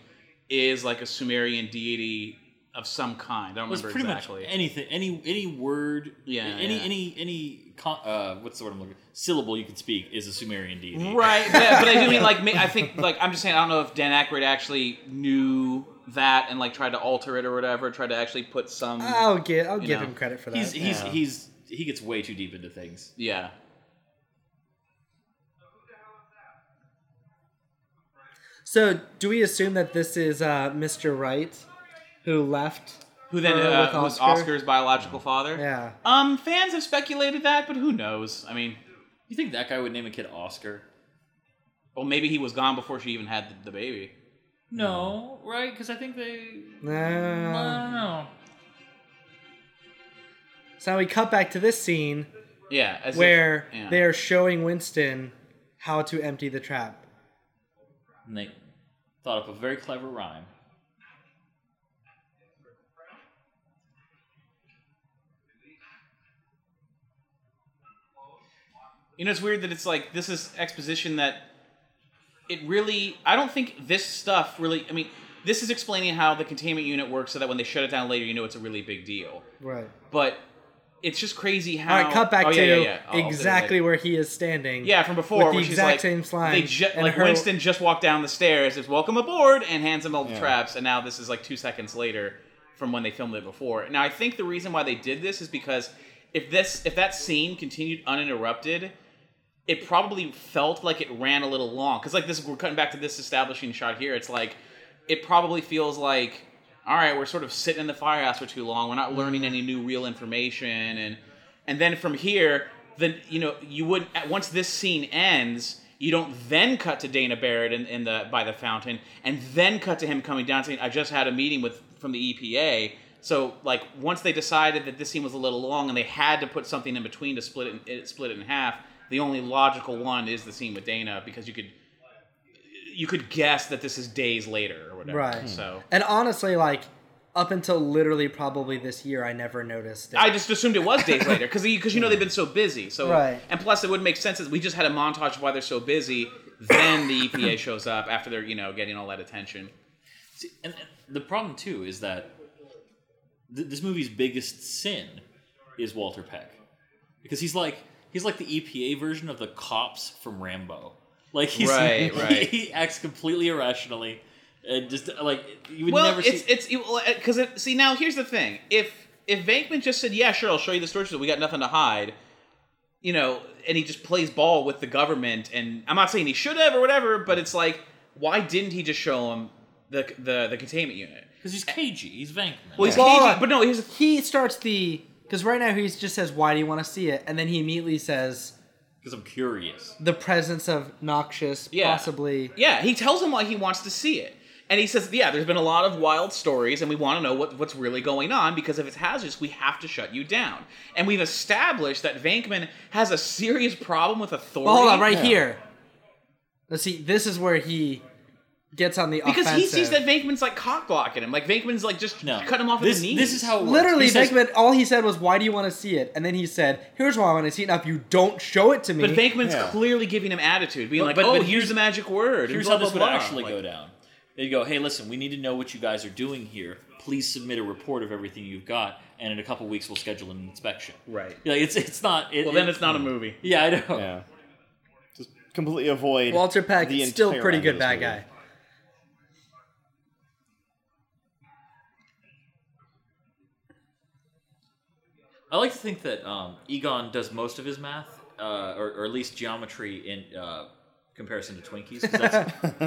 D: is like a Sumerian deity of some kind. I don't
F: It was
D: remember
F: pretty
D: exactly.
F: much anything, any any word,
D: Yeah,
F: any
D: yeah.
F: any any con- uh, what's the word I'm looking? Syllable you can speak is a Sumerian deity.
D: Right, but, but I do
F: <laughs>
D: mean like ma- I think like I'm just saying I don't know if Dan Aykroyd actually knew that and like tried to alter it or whatever, tried to actually put some
B: <laughs> I'll give I'll
D: You
B: give
D: know,
B: him credit for that.
F: He's he's
G: Yeah.
F: he's he gets way too deep into things.
D: yeah.
B: So, do we assume that this is uh, Mr. Wright, who left?
D: Who then
B: Her
D: uh,
B: with
D: was
B: Oscar?
D: Oscar's biological father?
B: Yeah.
D: Um, fans have speculated that, but who knows? I mean,
F: You think that guy would name a kid Oscar?
D: well, maybe he was gone before she even had the, the baby.
F: No, right? Because I think they.
B: Uh,
F: know.
B: so we cut back to this scene
D: Yeah, as if-
B: where
D: yeah.
B: they are showing Winston how to empty the trap.
F: And they thought up a very clever rhyme.
D: You know, it's weird that it's like this is exposition that it really. I don't think this stuff really. I mean, this is explaining how the containment unit works, so that when they shut it down later, you know it's a really big deal.
B: Right.
D: But it's just crazy how.
B: All right, cut back
D: Oh,
B: to
D: yeah, yeah, yeah. Oh, I'll
B: exactly
D: do it later.
B: where he is standing.
D: Yeah, from before,
B: with the
D: where she's
B: exact
D: like-
B: same slime.
D: They ju-
B: and
D: like
B: her-
D: Winston just walked down the stairs, is welcome aboard, and hands him all the
G: Yeah.
D: traps. And now this is like two seconds later from when they filmed it before. Now I think the reason why they did this is because if this if that scene continued uninterrupted, it probably felt like it ran a little long. Because like this, we're cutting back to this establishing shot here. It's like it probably feels like all right, we're sort of sitting in the firehouse for too long. We're not learning any new real information, and and then from here, then you know you would at- once this scene ends, you don't then cut to Dana Barrett in, in the by the fountain, and then cut to him coming down saying, "I just had a meeting with from the EPA." So like once they decided that this scene was a little long and they had to put something in between to split it, in- it split it in half, the only logical one is the scene with Dana because you could you could guess that this is days later or whatever.
B: Right.
D: So.
B: And honestly, like up until literally probably this year, I never noticed. It.
D: I just assumed it was
F: <laughs>
D: days later because because you know they've been so busy. So
B: Right.
D: and plus it would make sense that we just had a montage of why they're so busy. Then
F: <coughs>
D: the EPA shows up after they're you know getting all that attention.
F: See, and and the problem too is that th- this movie's biggest sin is Walter Peck, because he's like he's like the EPA version of the cops from Rambo. Like he's <laughs>
D: Right,
F: he,
D: right.
F: he acts completely irrationally, and just like you would
D: well,
F: never
D: it's
F: see.
D: it's because it, see now here's the thing: if if Vankman just said, "Yeah, sure, I'll show you the storage facility. We got nothing to hide," you know, and he just plays ball with the government, and I'm not saying he should have or whatever, but it's like, why didn't he just show him the the the containment unit?
F: Because he's cagey, he's Vankman.
D: Well, he's
B: But-
F: uh,
D: cagey, but no, here's the
B: he starts the because right now he just says, "Why do you want to see it?" And then he immediately says,
F: Because I'm curious.
B: "The presence of noxious,
D: Yeah.
B: possibly."
D: Yeah, he tells him why he wants to see it. And he says, Yeah, there's been a lot of wild stories, and we want to know what, what's really going on because if it's hazardous, we have to shut you down. And we've established that Vankman has a serious problem with authority.
B: Well, hold on, right here. Let's see. This is where he gets on the
D: Because he
B: offensive.
D: sees that Vankman's like cock blocking him. Like, Vankman's like just
F: No,
D: cut him off
F: this,
D: at the knees.
F: This is how it works.
B: Literally,
F: He says-
B: Venkman, all he said was, Why do you want to see it? And then he said, Here's why I want to see it. Now, if you don't show it to me.
D: But Vankman's
G: Yeah.
D: clearly giving him attitude, being
F: But-
D: like,
F: but-
D: Oh,
F: but
D: here's the magic word. and
F: Here's
D: blah,
F: how this
D: blah,
F: would
D: blah.
F: actually
D: Like,
F: go down. They'd go, hey, listen, we need to know what you guys are doing here. Please submit a report of everything you've got, and in a couple weeks we'll schedule an inspection.
D: Right.
F: Yeah, it's it's not. It,
D: Well, then
F: it-
D: it's not a movie.
F: Yeah, I know.
G: Yeah. Just completely avoid
B: Walter Peck
G: the
B: is still
G: entire
B: pretty
G: end of
B: good
G: this
B: bad
G: movie.
B: guy.
F: I like to think that um, Egon does most of his math, uh, or, or at least geometry in uh, comparison to Twinkies. 'cause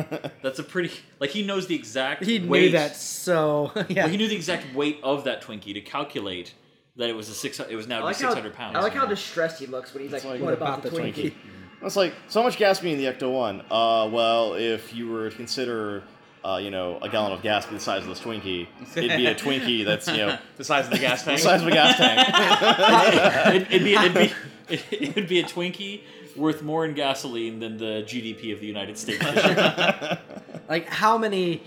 F: That's,
G: <laughs>
F: that's a pretty like he knows the exact
B: He knew
F: weight-
B: that so <laughs> yeah.
F: well, he knew the exact weight of that Twinkie to calculate that it was a six. It was now
E: I
F: to be
E: like,
F: six
E: how,
F: hundred pounds.
E: I like how distressed he looks when he's like,
G: like,
E: what about the Twinkie?
B: <laughs>
G: It's like, so how much gas would be in the Ecto One? Uh, well, if you were to consider, uh, you know, a gallon of gas be the size of this Twinkie, it'd
B: <laughs>
G: be a Twinkie that's you know
D: The size of
F: <laughs>
D: the gas
G: the
D: tank.
G: size of a gas tank.
B: <laughs>
F: it'd, it'd be it'd be
D: <laughs>
F: <laughs> it'd be a Twinkie worth more in gasoline than the GDP of the United
D: <laughs>
F: States.
B: Like how many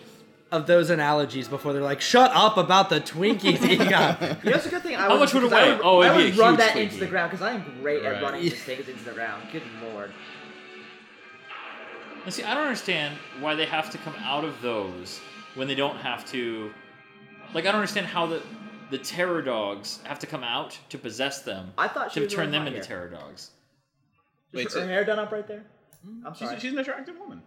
B: of those analogies before they're like, shut up about the Twinkies, Egon.
E: You know, it's a good thing I
F: How
E: would,
F: much would it
E: because I
F: weigh? Oh, it'd
E: I
F: be
E: would
F: a
E: run
F: huge
E: that
F: Twinkie.
E: into the ground because I am great
F: Right.
E: at running these things into the ground. Good lord.
F: Now, see, I don't understand why they have to come out of those when they don't have to. Like, I don't understand how the the terror dogs have to come out to possess them.
E: I thought she
F: to
E: was
F: turn
E: really
F: them
E: hot
F: into
E: here.
F: terror dogs.
D: Wait,
E: Is
D: so-
E: her hair done up right there? I'm
D: She's,
E: sorry.
D: she's an attractive woman.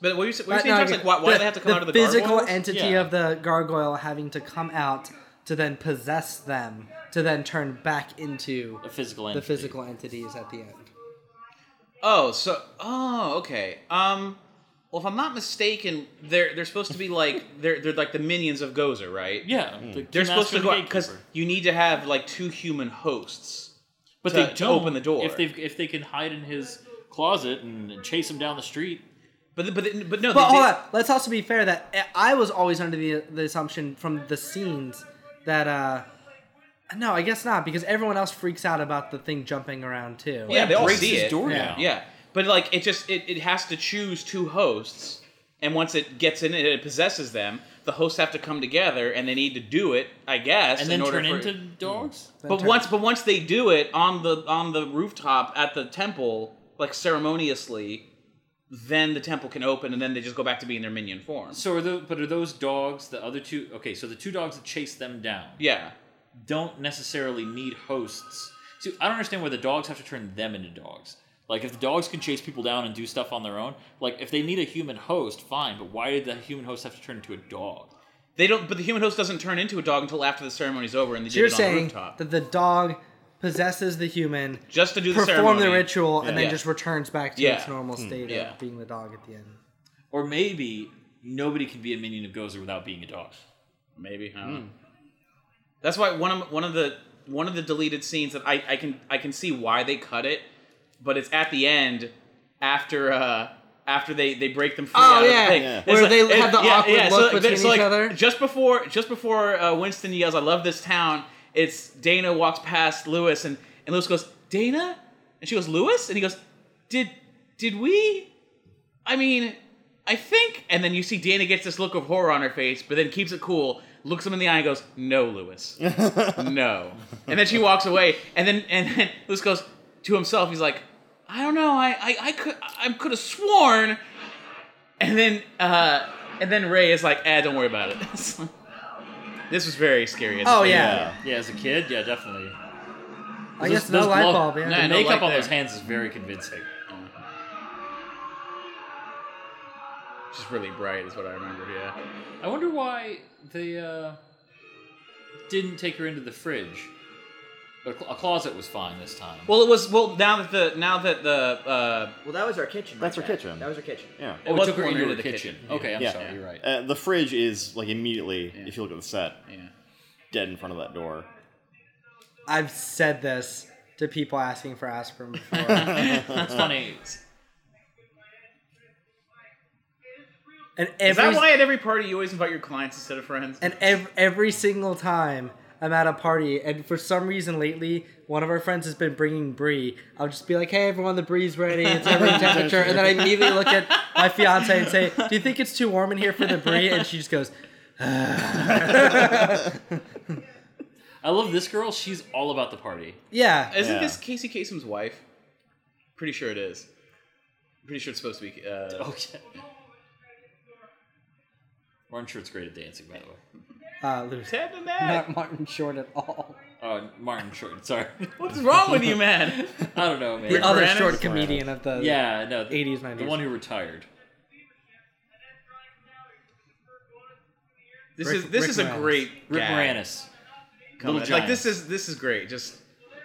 D: But what you
B: But
D: what you're saying,
B: no,
D: Chuck's like, why, why do they have to come out of the
B: physical
D: gargoyles?
B: entity
F: Yeah.
B: of the gargoyle having to come out to then possess them to then turn back into
F: A physical
B: the
F: entity.
B: physical entities at the end.
D: Oh, so oh, okay. Um, well, if I'm not mistaken, they're they're supposed to be like they're they're like the minions of Gozer, right?
F: Yeah, the key
D: They're supposed
F: master
D: to
F: and
D: go
F: the
D: because
F: gatekeeper.
D: you need to have like two human hosts.
F: but
D: to-
F: they
D: to
F: don't
D: open the door.
F: if they if they can hide in his closet and chase him down the street.
D: But th- but th- but no,
B: But
D: they,
B: hold
D: they-
B: on, let's also be fair that eh, I was always under the the assumption from the scenes that uh no, I guess not because everyone else freaks out about the thing jumping around too.
D: yeah, they all
F: breaks
D: see
F: his
D: it.
F: door
B: Yeah.
F: down.
D: Yeah, but like it just it, it has to choose two hosts, and once it gets in it, it possesses them. The hosts have to come together, and they need to do it, I guess,
F: and then
D: in order
F: turn
D: for, Hmm.
F: into dogs.
D: But
B: turn-
D: once, but once they do it on the on the rooftop at the temple, like ceremoniously, then the temple can open, and then they just go back to being their minion form.
F: So are those, but are those dogs the other two? Okay, so the two dogs that chase them down
D: Yeah,
F: don't necessarily need hosts. See, I don't understand why the dogs have to turn them into dogs. Like if the dogs can chase people down and do stuff on their own, like if they need a human host, fine. But why did the human host have to turn into a dog?
D: they don't. But the human host doesn't turn into a dog until after the ceremony's over, and they
B: So you're
D: did it on the
B: saying
D: rooftop
B: that the dog possesses the human,
D: just to do the
B: perform
D: ceremony.
B: the ritual, and then
D: Yeah.
B: just returns back to
D: Yeah.
B: its normal state
D: yeah.
B: of being the dog at the end.
F: Or maybe nobody can be a minion of Gozer without being a dog.
D: Maybe. I don't know. That's why one of one of the one of the deleted scenes that I, I can I can see why they cut it, but it's at the end after uh after they they break them free.
B: Oh,
D: out of the
B: yeah.
D: thing.
B: Yeah.
D: It's
B: Where
D: like-
B: they
D: it's-
B: have the awkward look
D: like,
B: between
D: like,
B: each other.
D: Just before just before uh, Winston yells, "I love this town," it's Dana walks past Lewis and and Lewis goes, "Dana," and she goes, "Lewis," and he goes, "Did did we?" I mean, I think. And then you see Dana gets this look of horror on her face, but then keeps it cool, looks him in the eye, and goes, "No, Lewis, no." And then she walks away, and then and then Lewis goes to himself. He's like, "I don't know. I I, I could I could have sworn." And then uh and then Ray is like, "Ah, don't worry about it." <laughs> It's like- this was very scary.
B: Oh
D: yeah.
B: yeah,
F: Yeah, as a kid, yeah, definitely.
B: I
F: Those-
B: guess no
F: those
B: light
F: glo-
B: bulb. Yeah.
D: Nah,
F: The
D: no
F: makeup
D: light
F: on those
D: there.
F: hands is very convincing.
D: Just really bright is what I remember. Yeah.
F: I wonder why they uh, didn't take her into the fridge. But a, cl- a closet was fine this time.
D: Well, it was well now that the now that the uh
E: Well, that was our kitchen.
G: That's
E: right
G: her
E: there.
G: kitchen.
E: That was her kitchen.
G: Yeah.
F: oh, it
D: was
F: took her
D: cornered
F: into
D: in
F: the
D: the
F: kitchen.
D: kitchen.
F: Okay, I'm
G: Yeah.
F: sorry. You're right.
G: Uh, the fridge is like immediately, if you look at the set,
D: yeah.
G: dead in front of that door.
B: I've said this to people asking for
D: <laughs>
B: aspirin before,
F: It's funny.
B: and
D: Is that
B: every
D: why at every party you always invite your clients instead of friends?
B: and ev- every single time I'm at a party, and for some reason lately, one of our friends has been bringing brie. I'll just be like, "Hey, everyone, the brie's ready. It's
D: <laughs>
B: every temperature," and then I immediately look at my fiance and say, "Do you think it's too warm in here for the brie?" And she just goes,
F: I love this girl. She's all about the
D: <laughs>
F: party.
B: "Yeah."
D: Isn't
G: Yeah.
D: this Casey Kasem's wife? Pretty sure Oh, it is. Pretty sure it's supposed to be. Uh,
F: Oh yeah. Martin Short's great at dancing, by the way.
B: Uh, Lewis.
D: <laughs> Ted and Nat.
B: Not Martin Short at all.
F: Oh, Martin Short. <laughs> Sorry,
D: What's wrong with you, man?
F: I don't know, man.
B: The other
D: Moranis?
B: short comedian of the
F: yeah, no, the-
B: 80s,
F: The
B: 90s.
F: one who retired.
D: <laughs> This
B: Rick-
D: is this
B: Rick
D: is a
B: Moranis.
D: great
F: Rick
D: gag
F: Moranis.
D: coming.
F: Little
D: Like this
F: Giants.
D: is this is great. Just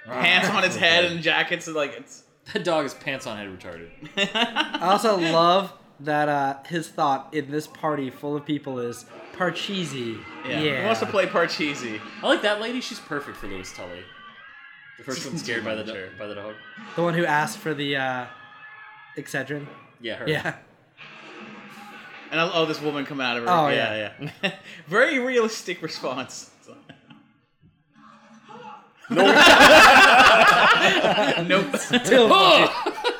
D: pants on his head and jackets and like it's.
F: That dog is pants on head retarded.
B: I also love that uh, his thought in this party full of people is Parcheesi. Yeah.
D: Who wants to play Parcheesi?
F: I like that lady. She's perfect for Lewis Tully. The first one scared
D: <laughs>
F: by the do-
D: Sure.
F: by the dog.
B: the one who asked for the uh, Excedrin.
F: Yeah, her. <laughs>
D: <laughs>
B: Yeah. <laughs>
D: And I, oh, this woman coming out of her.
B: Oh,
D: yeah, yeah. <laughs> Very realistic response. nope. Oh!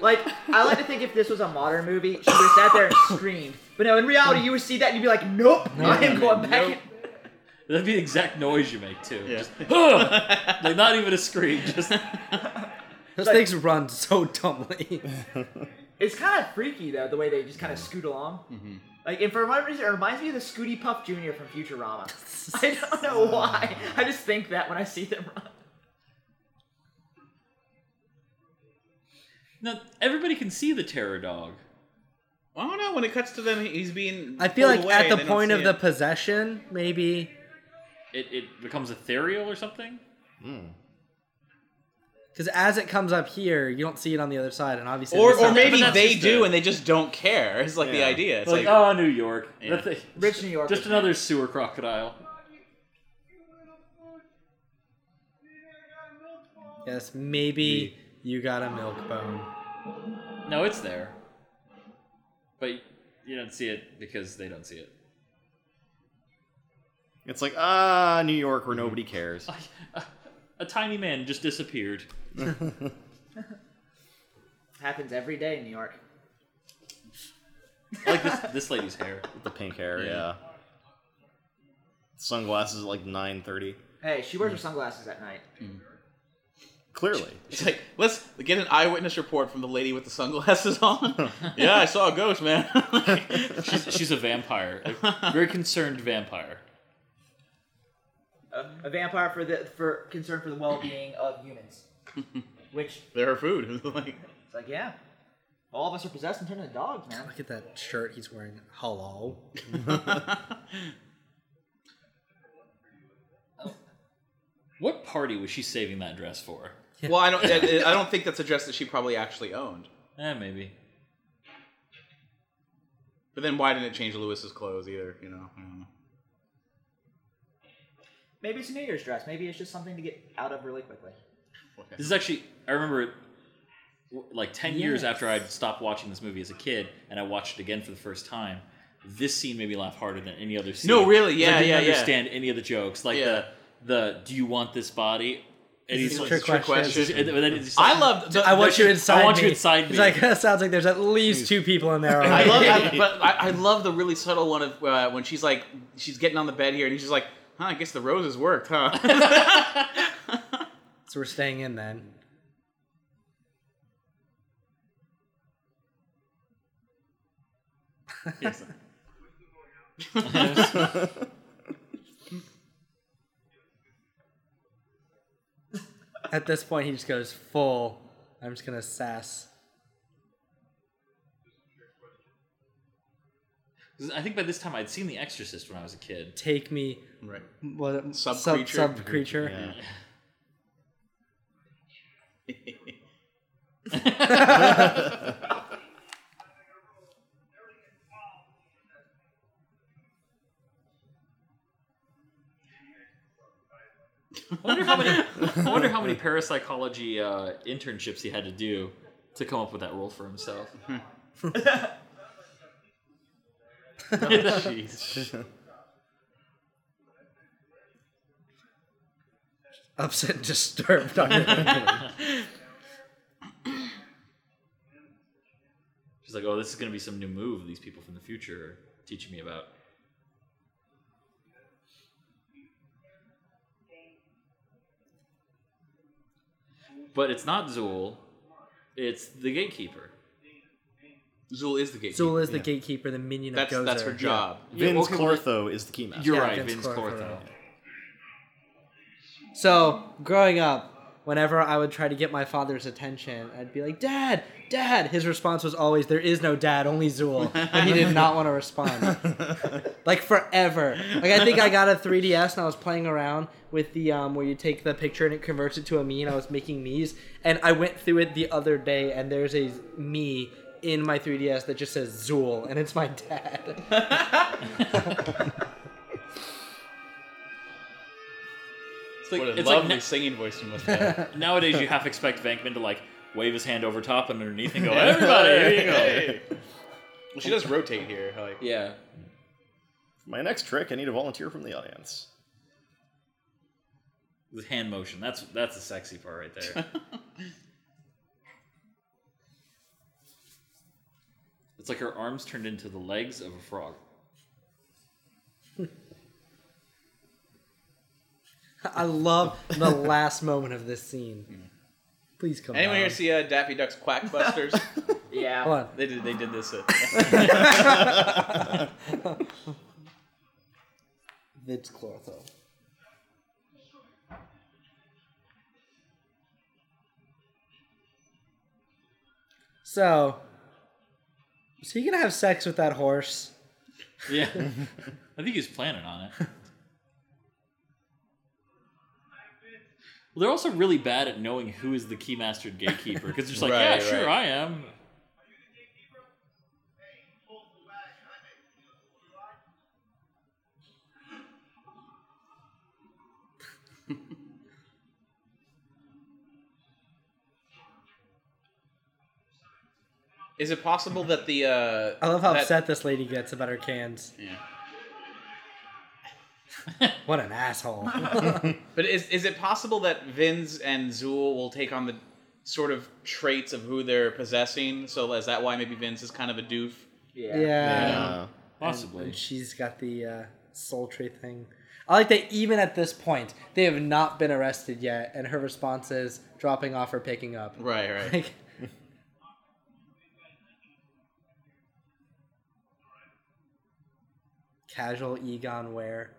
E: Like, I like to think if this was a modern movie, she would have sat there and <laughs> screamed. But no, in reality, you would see that and you'd be like, nope, I am going back.
D: Nope.
E: in-
F: That'd be the exact noise you make too.
D: Yeah.
F: Just, "Huh!"
D: <laughs>
F: like not even a scream. Just <laughs>
B: Those things run so
D: <laughs>
B: dumbly.
E: It's kind of freaky, though, the way they just kind of scoot along.
F: Mm-hmm.
E: Like, and for whatever reason, it reminds me of the Scooty Puff Jr. from Futurama.
F: <laughs>
E: I don't know why. I just think that when I see them run.
F: no, everybody can see the terror dog.
D: I don't know. When it cuts to them, he's being.
B: I feel
D: pulled
B: like
D: away
B: at
D: and
B: the
D: they don't
B: point
D: see
B: of the
D: it.
B: possession, maybe
F: It it becomes ethereal or something.
B: because as it comes up here, you don't see it on the other side, and obviously,
D: Or,
B: this
D: or
B: is-
D: maybe
F: that's
D: they
F: just
D: do
F: the-
D: and they just don't care. It's like the
G: Yeah.
D: idea. It's
F: like,
D: like,
F: oh, New York.
D: Yeah.
F: Nothing-
E: <laughs> Rich New York.
F: Just another sewer crocodile.
B: yes, maybe you got a milk bone.
F: No, it's there. But you don't see it because they don't see it.
G: It's like ah, New York, where nobody cares.
F: A tiny man just disappeared.
E: Happens every day in New York.
F: I like this this lady's hair.
G: The pink hair,
F: Yeah.
G: yeah. Sunglasses at like nine thirty.
E: Hey, she wears her sunglasses at night.
G: Clearly,
D: it's like, let's get an eyewitness report from the lady with the sunglasses on. yeah, I saw a ghost, man. <laughs>
F: She's, she's a vampire, a very concerned vampire.
E: A, a vampire for the for concern for the well-being of
F: <laughs>
E: humans. Which
D: They're her food. <laughs> like,
E: it's like, yeah, all of us are possessed and turned into dogs, man.
B: Look at that shirt he's wearing. Hello.
D: <laughs>
F: What party was she saving that dress for?
D: well, I don't. I, I don't think that's a dress that she probably actually owned.
F: Eh, maybe.
D: But then why didn't it change Lewis's clothes either? You know. I don't know.
E: Maybe it's a New Year's dress. Maybe it's just something to get out of really quickly.
F: This is actually I remember it w- like 10 years after I'd stopped watching this movie as a kid and I watched it again for the first time. This scene made me laugh harder than any other scene.
D: No, really,
F: 'Cause
D: yeah,
F: I didn't
D: yeah, yeah.
F: understand any of the jokes. Like
D: Yeah.
F: the the do you want this body? And
B: This
F: he's
B: is
F: like,
B: true.
D: It's
B: question.
F: <laughs> and then it's just like-
D: I love. The,
B: I want
D: the-
B: you inside.
F: I want
B: me.
F: you inside
B: It's
F: me.
B: like <laughs> that sounds like there's at least two people in there. already.
D: I <laughs>
B: <laughs>
D: love, I, but I, I love the really subtle one of uh, when she's like, she's getting on the bed here, and he's just like, "Huh, I guess the roses worked, huh?"
B: so we're staying in then. <laughs> At this point, he just goes full. I'm just gonna sass.
F: I think by this time I'd seen The Exorcist when I was a kid.
B: Take me.
D: <laughs> right.
B: What, sub, sub
D: Sub-creature?
B: creature. Sub creature.
G: yeah.
F: I wonder how many I wonder how many parapsychology uh, internships he had to do to come up with that role for himself.
B: Upset and disturbed. <laughs> On
F: She's like, "Oh, this is going to be some new move these people from the future are teaching me about." But it's not Zool; it's the gatekeeper.
D: Zool is the gatekeeper.
B: Zool is the gatekeeper, the minion
D: that's
B: of Gozer.
D: that's her job.
G: Vince
B: okay,
G: Clortho is the key master.
F: You're
B: Yeah,
F: right,
B: Vince
F: Vince
B: Clortho.
F: Clortho.
B: Yeah. So growing up, whenever I would try to get my father's attention, I'd be like, "Dad, Dad." His response was always, "There is no dad, only Zool," and he
D: <laughs>
B: did not want to respond. like forever. Like I think I got a 3DS and I was playing around with the um where you take the picture and it converts it to a me and I was making me's and I went through it the other day and there's a me in my 3DS that just says Zool and it's my dad.
F: It's like,
D: What a
F: it's like
D: lovely singing voice you must have.
F: na- <laughs> nowadays you half expect Venkman to like wave his hand over top and underneath
D: <laughs>
F: and go, "Everybody, here you go."
D: well, she does rotate here. Like,
F: Yeah.
G: My next trick, I need a volunteer from the audience.
F: With hand motion. That's that's the sexy part right
D: <laughs>
F: there. it's like her arms turned into the legs of a frog.
B: I love the last moment of this scene. Please come
D: Anyone
B: on.
D: here see uh, Daffy Duck's
B: <laughs>
D: Quackbusters?
E: Yeah.
B: Hold on.
D: they did. They did this. At,
B: Vince Clortho. So, is he gonna have sex with that horse?
F: Yeah. <laughs> I think he's planning on it. Well, they're also really bad at knowing who is the keymastered gatekeeper because they're just like,
D: <laughs> Right,
F: yeah,
D: right.
F: sure, I am.
D: is it possible that the? Uh,
B: I love how
D: that-
B: upset this lady gets about her cans.
D: Yeah.
B: What an
D: <laughs>
B: asshole.
D: But is is it possible that Vins and Zool will take on the sort of traits of who they're possessing? So is that why maybe Vince is kind of a doof?
E: Yeah.
B: yeah.
G: Yeah.
F: Possibly.
B: And she's got the uh, sultry thing. I like that even at this point, they have not been arrested yet, and her response is dropping off or picking up. <laughs>
D: Right, right.
B: Like, casual Egon wear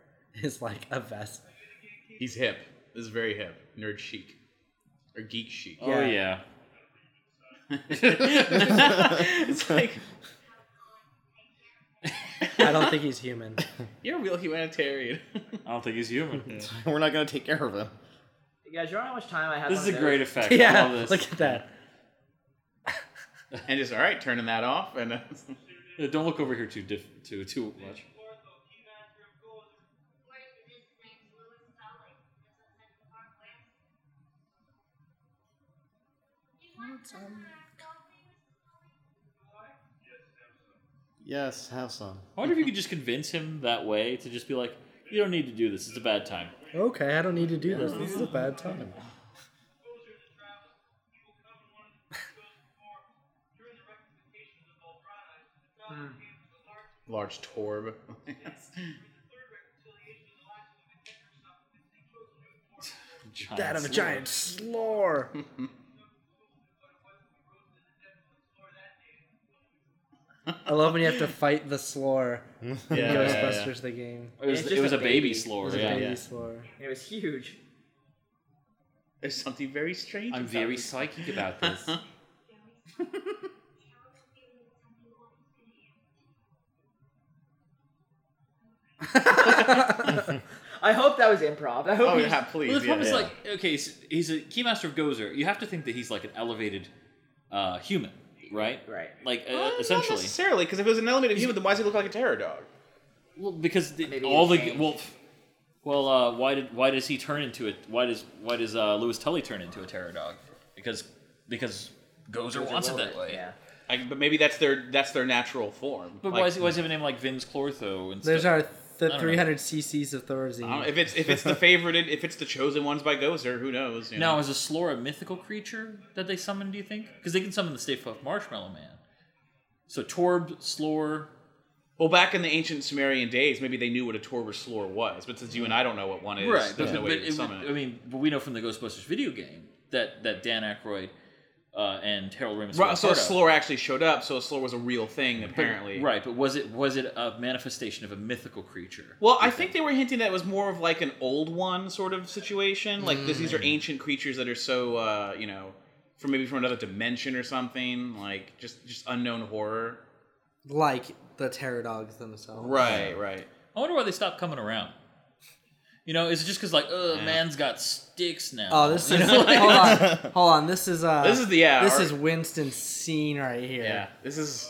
B: is like a vest.
D: He's hip. This is very hip. Nerd chic. Or geek chic.
F: Oh, yeah.
D: <laughs> It's like
B: I don't think he's
F: <laughs>
B: human.
D: you're a real humanitarian. <laughs>
F: I don't think
B: <laughs>
F: he's human.
G: <laughs> We're not gonna take care of him.
E: Guys, you know how much time I have.
F: This is
E: on
F: a
E: those?
F: great effect.
B: <laughs>
F: I
B: yeah,
F: love this.
B: look at that.
D: and just all right, turning that off and uh, <laughs>
F: Yeah, Don't look over here too diff- too too much.
G: Yes, have some.
F: I wonder if you could just convince him that way to just be like, you don't need to do this. It's a bad time. <sighs>
B: Okay, I don't need to do this. This is a bad time.
D: large torb. <laughs>
F: Giant
B: That of a
F: slur.
B: giant slore.
D: <laughs>
B: I love when you have to fight the slore.
D: yeah,
B: in
D: yeah,
B: Ghostbusters
D: yeah. Oh,
B: the game.
F: It was,
E: It's
F: it
E: just
F: was
E: a
F: a baby,
E: baby.
F: slur.
B: There's a
F: yeah.
B: baby
D: yeah.
B: slore.
E: It was huge.
D: There's something very strange.
F: I'm
D: about
F: very
D: this.
F: psychic <laughs> about this.
E: I hope that was improv. I hope
D: Oh
E: you
D: yeah,
F: Well,
D: please.
F: the problem
D: yeah.
F: is like, okay, so he's a keymaster of Gozer. You have to think that he's like an elevated uh, human, right?
E: Right.
F: Like uh,
D: Well, not
F: essentially,
D: necessarily, because if it was an elevated human, then why does he look like a terror dog?
F: well, because the,
E: Maybe
F: all
E: he
F: the
E: changed.
F: well, f- well, uh, why did why does he turn into it? Why does why does uh, Louis Tully turn into a terror dog? Because because Gozer, wants it that way.
E: Yeah.
D: I, but maybe that's their that's their natural form.
F: But
D: Like,
F: why, is, why does he have a name like Vince Clortho? And
B: There's
F: stuff?
B: our the
F: know.
B: 300 cc's of Thorazine.
D: I don't- if it's if it's the favorite, if it's the chosen ones by Gozer, who knows? You
F: now
D: know?
F: is a Slora a mythical creature that they summon? Do you think? Because they can summon the Stay Puft Marshmallow Man. So Torb, Slor,
D: well, back in the ancient Sumerian days, maybe they knew what a Torber Slor was, but since you and I don't know what one is,
F: right?
D: there's
F: But,
D: no
F: but
D: way
F: it
D: to summon
F: would-
D: it.
F: I mean, but we know from the Ghostbusters video game that that Dan Aykroyd uh, and Harold Ramis.
D: Right, so
F: Sort of.
D: Slor actually showed up. So Slor was a real thing, apparently.
F: Right, but was it was it a manifestation of a mythical creature?
D: Well, I think they were hinting that it was more of like an old one sort of situation. Like this, these are ancient creatures that are so uh, you know, from maybe from another dimension or something. Like just just unknown horror.
B: like the terror dogs themselves.
D: Right, right.
F: I wonder why they stopped coming around. You know, is it just because like, oh, man's got sticks now?
B: Oh,
D: <laughs>
B: this
F: You
B: is
F: know, like-
B: hold on, hold on. This is uh,
D: This is the- yeah,
B: This
D: our-
B: is Winston's scene right here.
D: Yeah, this is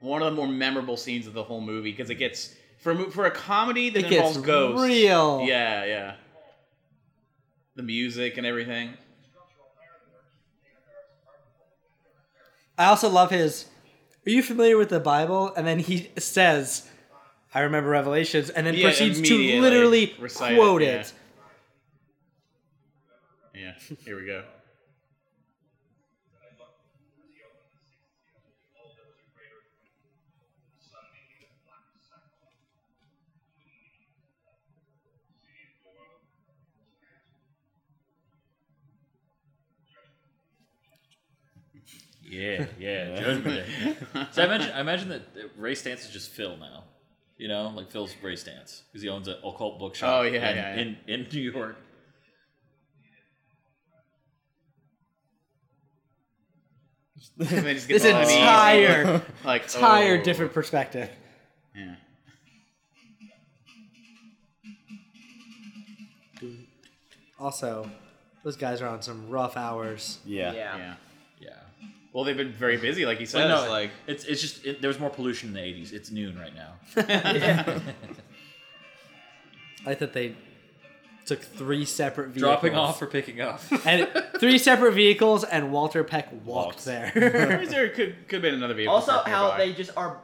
D: one of the more memorable scenes of the whole movie because it gets for a, mo- for a comedy that
B: It gets
D: involves ghosts.
B: real.
D: Yeah, yeah. The music and everything.
B: I also love his. Are you familiar with the Bible? And then he says, "I remember Revelations," and then
D: Yeah,
B: proceeds to
D: immediately
B: literally
D: recite it,
B: quote
D: yeah.
B: it.
D: Yeah, here we go. <laughs>
B: <laughs>
F: yeah, yeah. Judgment Day.
D: <laughs>
F: so I imagine, I imagine that Ray Stance is just Phil now. You know, like Phil's Ray Stance because he owns an occult bookshop.
D: Oh, yeah,
F: in,
D: yeah, yeah.
F: in in New York.
D: And they just get
B: This
D: all the knees, <laughs>
B: entire,
D: like
B: entire
D: oh.
B: different perspective.
D: Yeah.
B: Also, those guys are on some rough hours.
G: Yeah.
D: Yeah.
F: Yeah.
D: Well, they've been very busy, like he says.
F: But no,
D: like
F: like it's it's just it, there was more pollution in the '80s. It's noon right now.
B: I thought they took three separate vehicles.
F: Dropping off or picking up.
B: <laughs> and three separate vehicles, and Walter Peck walked,
D: <laughs>
B: there. <laughs>
D: Where's there could could have been another vehicle.
E: Also,
D: parked
E: how
D: nearby.
E: they just are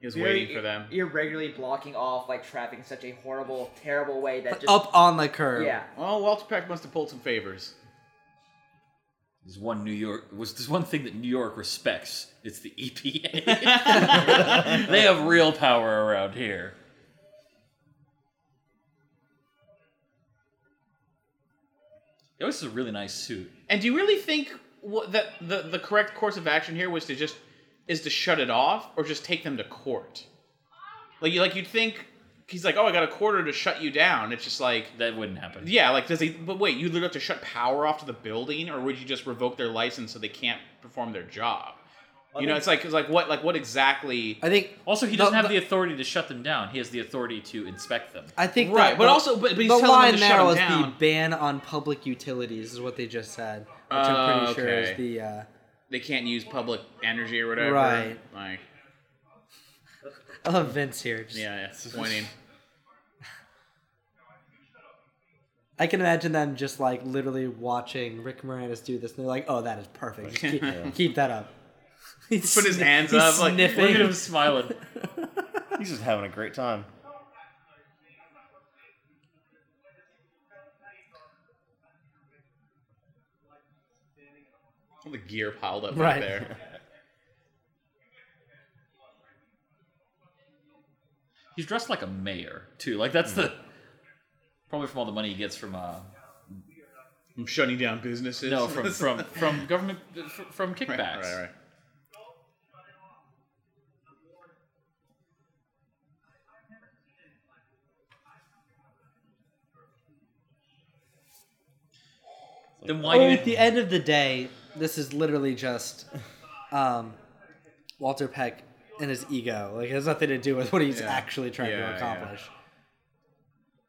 D: he was
E: very
D: waiting for them.
E: irregularly blocking off like traffic in such a horrible, terrible way that just
B: Up on the curb.
E: yeah.
D: Well, Walter Peck must have pulled some favors.
F: There's one New York was there's one thing that New York respects. It's the EPA. they have real power around here. Yeah, this is a really nice suit.
D: And do you really think what, that the the correct course of action here was to just is to shut it off or just take them to court? Like you like you'd think he's like, oh, I got a quarter to shut you down. It's just like.
F: That wouldn't happen.
D: Yeah, like does he? But wait, you literally have to shut power off to the building, or would you just revoke their license so they can't perform their job? You know, it's like it's like what like what exactly?
B: I think.
F: Also, he doesn't
B: The-
F: have the
B: the-
F: authority to shut them down. He has the authority to inspect them.
B: I think
D: Right,
B: that
D: but
B: the-
D: also- but- but he's
B: the
D: telling them
B: line
D: to shut
B: there
D: him
B: was
D: down.
B: the ban on public utilities is what they just said, which
D: Oh,
B: I'm pretty sure
D: okay.
B: is the uh, <laughs>
D: They can't use public energy or whatever.
B: Right.
D: Like
B: I love oh, Vince here. Just-
D: yeah, yeah, it's pointing.
B: I can imagine them just like literally watching Rick Moranis do this, and they're like, "Oh, that is perfect. Just keep,
D: <laughs>
B: keep that up." <laughs> He's
D: Put his
B: sni-
D: hands
B: he's
D: up, like, look at
B: sniffing.
F: Look at <laughs> him smiling.
G: He's just having a great time.
D: All the gear piled up
B: Right.
D: right there.
F: <laughs> He's dressed like a mayor too. Like that's the
D: Hmm.
F: probably from all the money he gets from uh
D: I'm shutting down businesses.
F: no
D: <laughs>
F: from from from government from, from kickbacks.
D: right, right, right.
F: Then
B: I
F: why do
B: mean,
F: you
B: Oh, at the end of the day, this is literally just um, Walter Peck and his ego. Like, it has nothing to do with what he's
D: Yeah.
B: actually trying
D: Yeah,
B: to
D: yeah.
B: accomplish. Oh,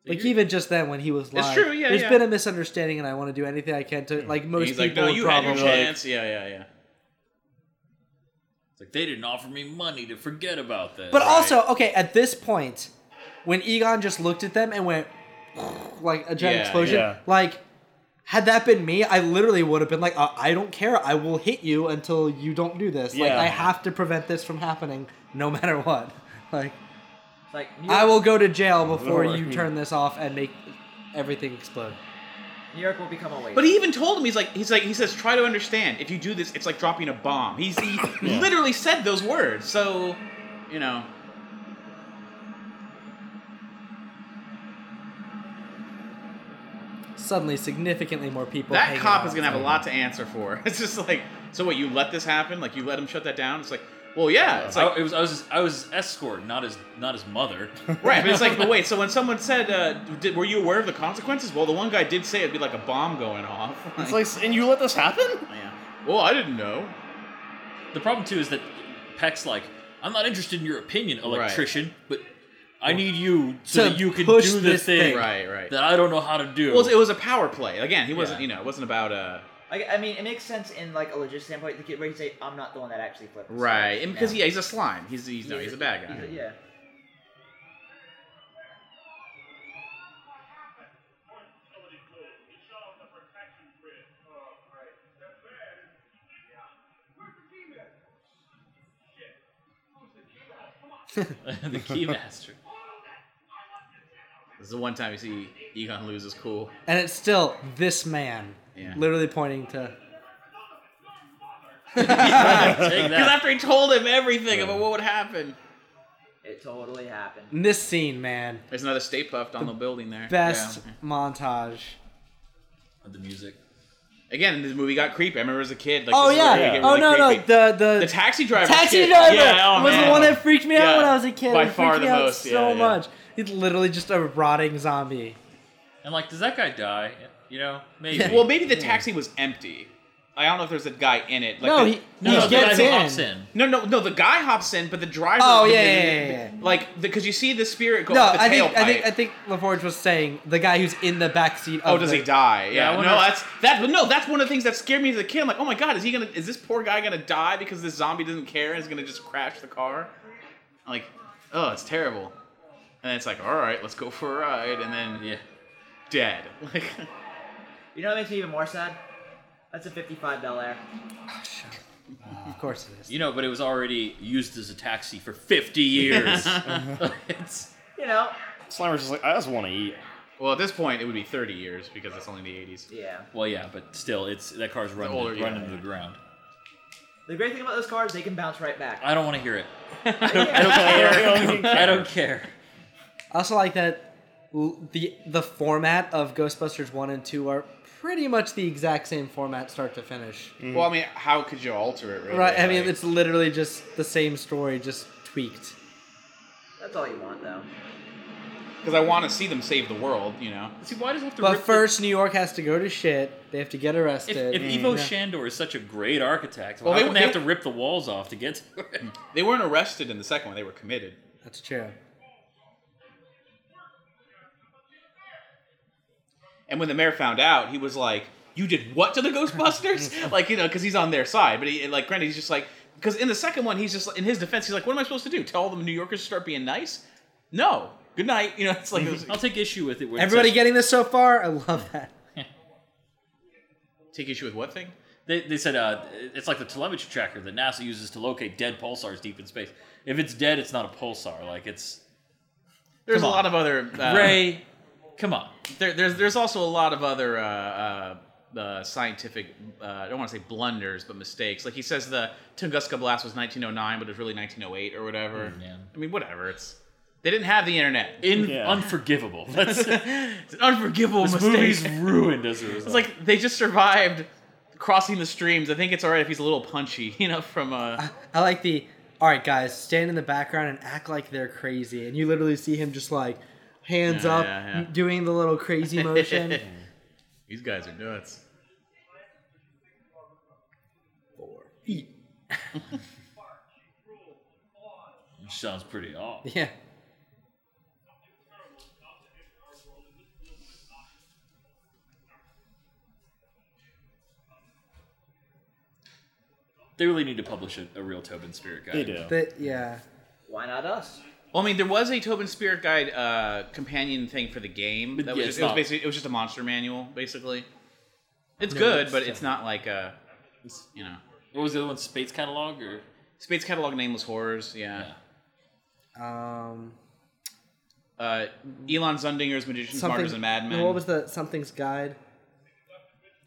B: Like, even just then, when he was
D: It's
B: live,
D: true, yeah,
B: there's
D: yeah.
B: been a misunderstanding, and I want to do anything I can to. Like, most
D: He's like,
B: people
D: no,
B: would
D: you had
B: probably.
D: your chance. yeah, yeah, yeah.
F: It's like they didn't offer me money to forget about this.
B: But also, okay, at this point, when Egon just looked at them and went <laughs> like a giant
D: Yeah,
B: explosion,
G: yeah.
B: like had that been me, I literally would have been like, uh, I don't care. I will hit you until you don't do this. Like
G: Yeah.
B: I have to prevent this from happening, no <laughs> matter what. Like
E: It's Like New York,
B: I will go to jail before
G: Lord.
B: you turn this off and make everything explode.
E: New York will become a waste.
D: But he even told him he's like he's like he says try to understand. If you do this, it's like dropping a bomb. He's <coughs> he literally said those words. So, you know,
B: suddenly significantly more people.
D: That
B: hanging
D: cop
B: out
D: is gonna have a lot to answer for. <laughs> It's just like, so what? You let this happen? Like you let him shut that down? It's like, well, yeah. It's like
F: I, it was I was I was escort, not his not his <laughs> mother.
D: right, but it's <laughs> like, but wait. So when someone said, uh, did, "Were you aware of the consequences?" Well, the one guy did say it'd be like a bomb going off.
G: It's like, and you let this happen?
D: yeah. Well, I didn't know.
F: the problem too is that Peck's like, I'm not interested in your opinion, electrician, but I need you so
B: To
F: that you can
B: push
F: do the
B: this
F: thing,
B: thing.
D: Right, right.
F: that I don't know how to do.
D: Well,
F: <laughs>
D: it was a power play. Again, he
F: Yeah.
D: wasn't. You know, it wasn't about uh.
E: Like, I mean, it makes sense in like a logistics standpoint. The kid where you say, "I'm not the one that actually flipped." the
D: Right,
E: switch."
D: and because
E: No.
D: yeah, he's a slime. He's he's no, he's a bad guy.
E: he's a- yeah.
F: the keymaster.
D: This is the one time you see Egon lose
B: <laughs>
D: his cool.
B: and it's still this man,
D: Yeah.
B: literally pointing to.
F: Take
D: Because
F: that.
D: after he told him everything about what would happen,
E: It totally happened.
B: And this scene, man,
D: there's another Stay Puffed on the building there.
B: best
D: Yeah.
B: montage.
F: The music.
D: Again, this movie got creepy. I remember as a kid. Like,
B: Oh
D: this is
B: yeah!
D: where it get
B: oh
D: really
B: no,
D: creepy.
B: no, the the,
D: The taxi driver.
B: Taxi
D: shit.
B: driver
D: Yeah, oh,
B: was
D: man.
B: the one that freaked me
D: Yeah.
B: out when I was a kid.
D: By
B: it
D: far
B: freaked
D: the
B: me out
D: most, yeah,
B: so
D: yeah.
B: much. He's literally just a rotting zombie.
F: And like, does that guy die? You know, maybe.
B: Yeah.
D: Well, maybe the taxi was empty. I don't know if there's a guy in it. Like
B: no,
D: the-
B: he,
F: no,
B: he
F: no, the guy
B: gets
F: who
B: in.
F: hops in.
D: No, no, no. The guy hops in, but the driver.
B: Oh,
D: the-
B: yeah,
D: the-
B: yeah, yeah, yeah.
D: Like, because you see the spirit go
B: No,
D: up the
B: I think
D: tailpipe.
B: I think I think LaForge was saying the guy who's in the back seat.
D: Oh,
B: of
D: does
B: the,
D: he die?
F: Yeah, I
D: Yeah.
F: wonder
D: no,
F: if-
D: that's that. No, that's one of the things that scared me as a kid. I'm like, oh my god, is he gonna? Is this poor guy gonna die because this zombie doesn't care and is gonna just crash the car? Like, oh, it's terrible. And it's like, all right, let's go for a ride, and then
F: Yeah.
D: dead. <laughs> Like,
E: You know what makes me even more sad? That's a fifty-five Bel Air.
B: Of course it is.
F: You know, but it was already used as a taxi for 50
D: <laughs>
F: years. <laughs> it's,
E: You know.
G: Slimer's just like, I just want to eat.
D: well, at this point, it would be 30 years because it's only the 80s.
E: Yeah.
F: well, yeah, but still, it's that car's run,
D: older, yeah,
F: run into
D: yeah.
F: the ground.
E: The great thing about those cars, they can bounce right back.
F: I don't want to hear it. I don't, I don't care. I
D: <laughs>
F: don't care.
B: I also like that l- the the format of Ghostbusters one and two are pretty much the exact same format, start to finish.
D: Well, I mean, how could you alter it? Really?
B: Right? I mean,
D: Like,
B: it's literally just the same story, just tweaked.
E: That's all you want, though.
D: because I want to see them save the world. You know,
F: See, why does it have to
B: But
F: rip the-
B: first, New York has to go to shit. They have to get
F: If,
B: arrested.
F: if Ivo Shandor is such a great architect, why
D: Well, they-
F: wouldn't they, have
D: they-
F: to rip the walls off to get to it?
D: they weren't arrested in the second one; they were committed.
B: That's true.
D: And when the mayor found out, he was like, "You did what to the
F: <laughs>
D: Ghostbusters?" like, you know, because he's on their side. But he, like, granted, he's just like, because in the second one, he's just in his defense, he's like, "What am I supposed to do? Tell all the New Yorkers to start being nice?" No. Good night. <laughs> You know, it's like it was-
F: I'll take issue with it. when it
B: Everybody
F: says-
B: getting this so far? I love that.
D: take issue with what thing?
F: They, they said uh, it's like the telemetry tracker that NASA uses to locate dead pulsars deep in space. If it's dead, it's not a pulsar. Like it's
D: There's
F: Come
D: a
F: on.
D: lot of other uh,
F: Ray. Come on.
D: There, there's there's also a lot of other uh, uh, uh, scientific. Uh, I don't want to say blunders, but mistakes. Like he says the Tunguska blast was 1909, but it was really 1908 or whatever.
F: Mm, yeah.
D: I mean, whatever. It's they didn't have the internet.
F: In
G: Yeah. <laughs>
F: unforgivable. That's
D: it's an unforgivable
F: this
D: mistake.
F: movie's ruined as a result.
D: <laughs> It's like they just survived crossing the streams. I think it's all right if he's a little punchy, <laughs> you know, from uh
B: I like the. All right, guys, stand in the background and act like they're crazy, and you literally see him just like hands
D: Yeah,
B: up,
D: yeah, yeah.
B: m- doing the little crazy
D: <laughs>
B: motion.
D: These guys are nuts.
F: Which sounds pretty off.
B: yeah.
F: They really need to publish a, a real Tobin Spirit guide.
G: They do.
B: That yeah.
E: Why not us?
D: Well, I mean, there was a Tobin Spirit Guide uh, companion thing for the game.
F: But
D: That
F: yeah,
D: was
F: it's
D: just, it was
F: not-
D: basically it was just a monster manual, basically. It's good, but it's not like a, you know,
F: What was the other one? Space Catalog or
D: Space Catalog Nameless Horrors. Yeah.
B: Um,
D: Uh, Elon Zundinger's Magicians,
B: something.
D: Martyrs, and Madmen.
B: What was the something's guide?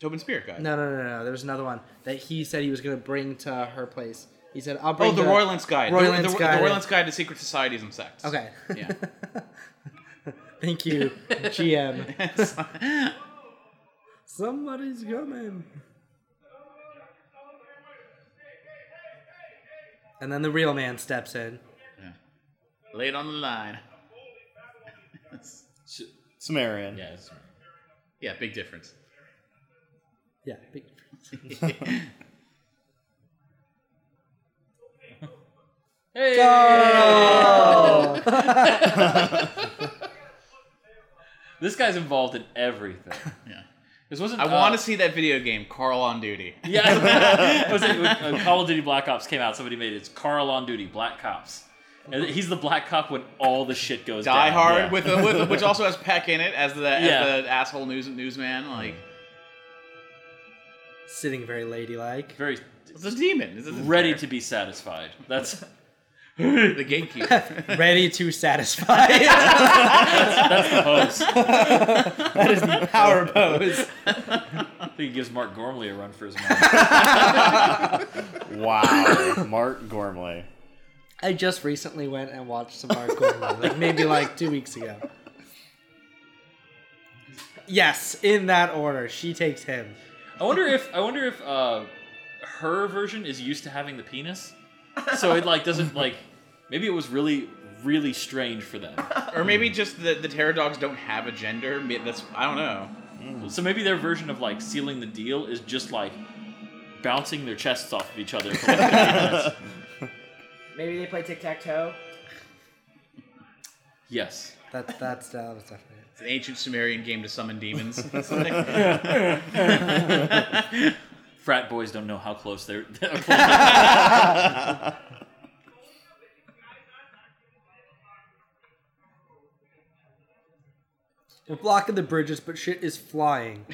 D: Tobin Spirit Guide?
B: No, no, no, no. There was another one that he said he was gonna bring to her place. He said, "I'll bring."
D: Oh, the
B: the
D: Roylance Guide. The-
B: Roylance
D: the, the,
B: Guide.
D: Roylance Guide to Secret Societies and Sects.
B: Okay. <laughs>
D: <laughs> Yeah. <laughs>
B: Thank you, GM. Somebody's coming. And then the real man steps in.
D: Lay it on the line.
G: Sumerian.
F: Yeah, it's-
D: yeah, big difference.
B: Yeah. <laughs> big-
F: Hey!
B: Oh!
F: this guy's involved in everything.
D: Yeah.
F: This wasn't.
D: I want
F: uh,
D: to see that video game, Carl on Duty.
F: Yeah, it was like when Call of Duty Black Ops came out. Somebody made it. It's Carl on duty, Black Cops, and he's the Black Cop when all the shit goes
D: Die
F: down.
D: Hard
G: yeah.
D: with, the, with which also has Peck in it as the
F: Yeah.
D: as the asshole news newsman. Like
B: Sitting very ladylike.
F: very
D: it's a demon. It's a-
F: ready to be satisfied. That's
D: <laughs> the gatekeeper.
B: <laughs> Ready to satisfy. that
F: that's the host. I
B: is the power pose.
F: think he gives Mark Gormley a run for his money.
G: Wow. <coughs> Mark Gormley.
B: I just recently went and watched some Mark Gorman, like maybe like two weeks ago. Yes, in that order. She takes him.
F: I wonder if I wonder if uh, her version is used to having the penis, so it like doesn't like maybe it was really really strange for them.
D: or maybe just the the terror dogs don't have a gender. May- That's I don't know.
F: So maybe their version of like sealing the deal is just like bouncing their chests off of each other. For, like,
D: <laughs>
F: 15 minutes.
E: Maybe they play tic tac toe.
F: yes.
B: That that's that was definitely.
D: It's an ancient Sumerian game to summon demons.
F: Frat boys don't know how close they're. <laughs>
B: We're blocking the bridges, but shit is flying.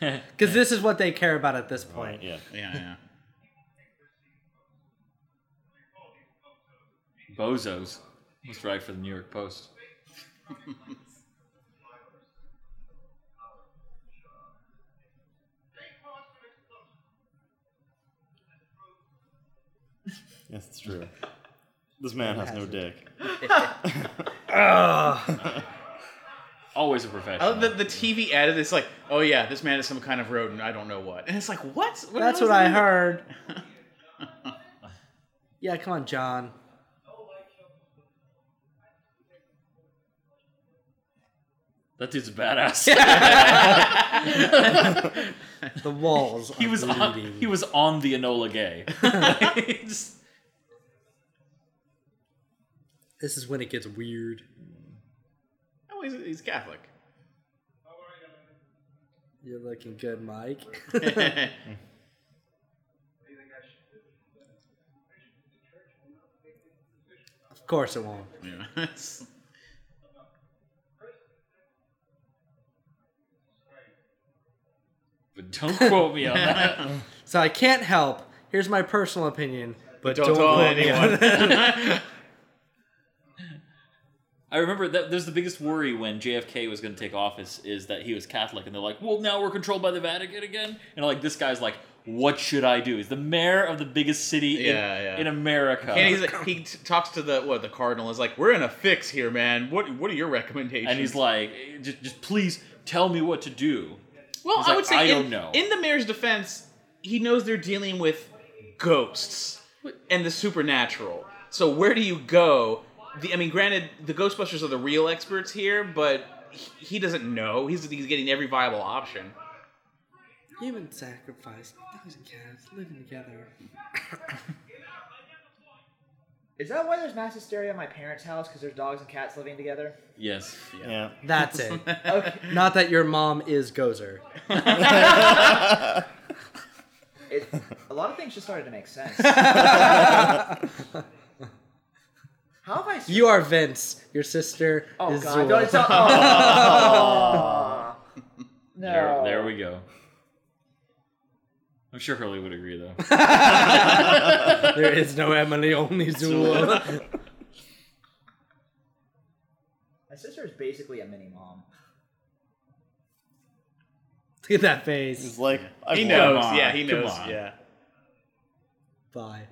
B: Because this is what they care about at this point.
G: Yeah.
D: yeah, yeah.
F: Bozos. Let's write for the New York Post.
G: That's true. This man has no dick.
F: Always a
D: I
F: professional.
D: love that the TV edit is like, oh yeah, this man is some kind of rodent. I don't know what. And it's like, what? what the
B: That's
D: hell
B: what
D: is
B: I
D: that?
B: heard. <laughs> Yeah, come on, John.
F: That dude's a badass.
B: The walls.
F: <laughs> he was on, he was on the Enola
D: <laughs>
F: Gay. <laughs> It's-
B: This is when it gets weird.
D: Oh, he's, he's Catholic.
B: You're looking good, Mike. <laughs> of course it won't.
D: Yeah. <laughs> It's-
F: but don't quote me on that.
B: So I can't help. Here's my personal opinion, but
D: Don't
B: don't,
D: tell
B: quote me on
D: anyone.
B: it.
F: I remember that there's the biggest worry when JFK was going to take office is that he was Catholic, and they're like, "Well, now we're controlled by the Vatican again." And like this guy's like, "What should I do?" He's the mayor of the biggest city in,
D: Yeah, yeah.
F: in America,
D: and he's like, he t- talks to the what the cardinal is like, we're in a fix here, man. What what are your recommendations?
F: And he's like, "Just, just please tell me what to do."
D: well,
F: he's
D: I
F: like,
D: would say
F: "I
D: in,
F: don't know."
D: in the mayor's defense, he knows they're dealing with ghosts and the supernatural. So where do you go? The, I mean, granted, the Ghostbusters are the real experts here, but he, he doesn't know. He's he's getting every viable option.
B: Human sacrifice, dogs and cats living together.
E: Is that why there's mass hysteria at my parents' house? Because there's dogs and cats
F: <laughs>
E: living together?
F: Yes,
G: Yeah.
B: That's it.
E: Okay.
B: Not that your mom is Gozer.
E: It, a lot of things just started to
F: <laughs>
E: make sense. How have I? s-
B: You are Vince. Your sister
E: oh
B: is
E: God!
B: Zool. <laughs>
E: Don't tell. Oh.
F: <laughs>
E: no.
F: there, there we go. I'm sure Hurley would agree, <laughs> though.
B: There is no Emily, only Zool. <laughs>
E: My sister is basically a mini mom.
B: Look at that face.
G: It's like I've
D: He
G: learned-
D: knows.
F: on,
D: yeah, he
F: come
D: knows.
F: on.
D: Yeah.
B: Bye.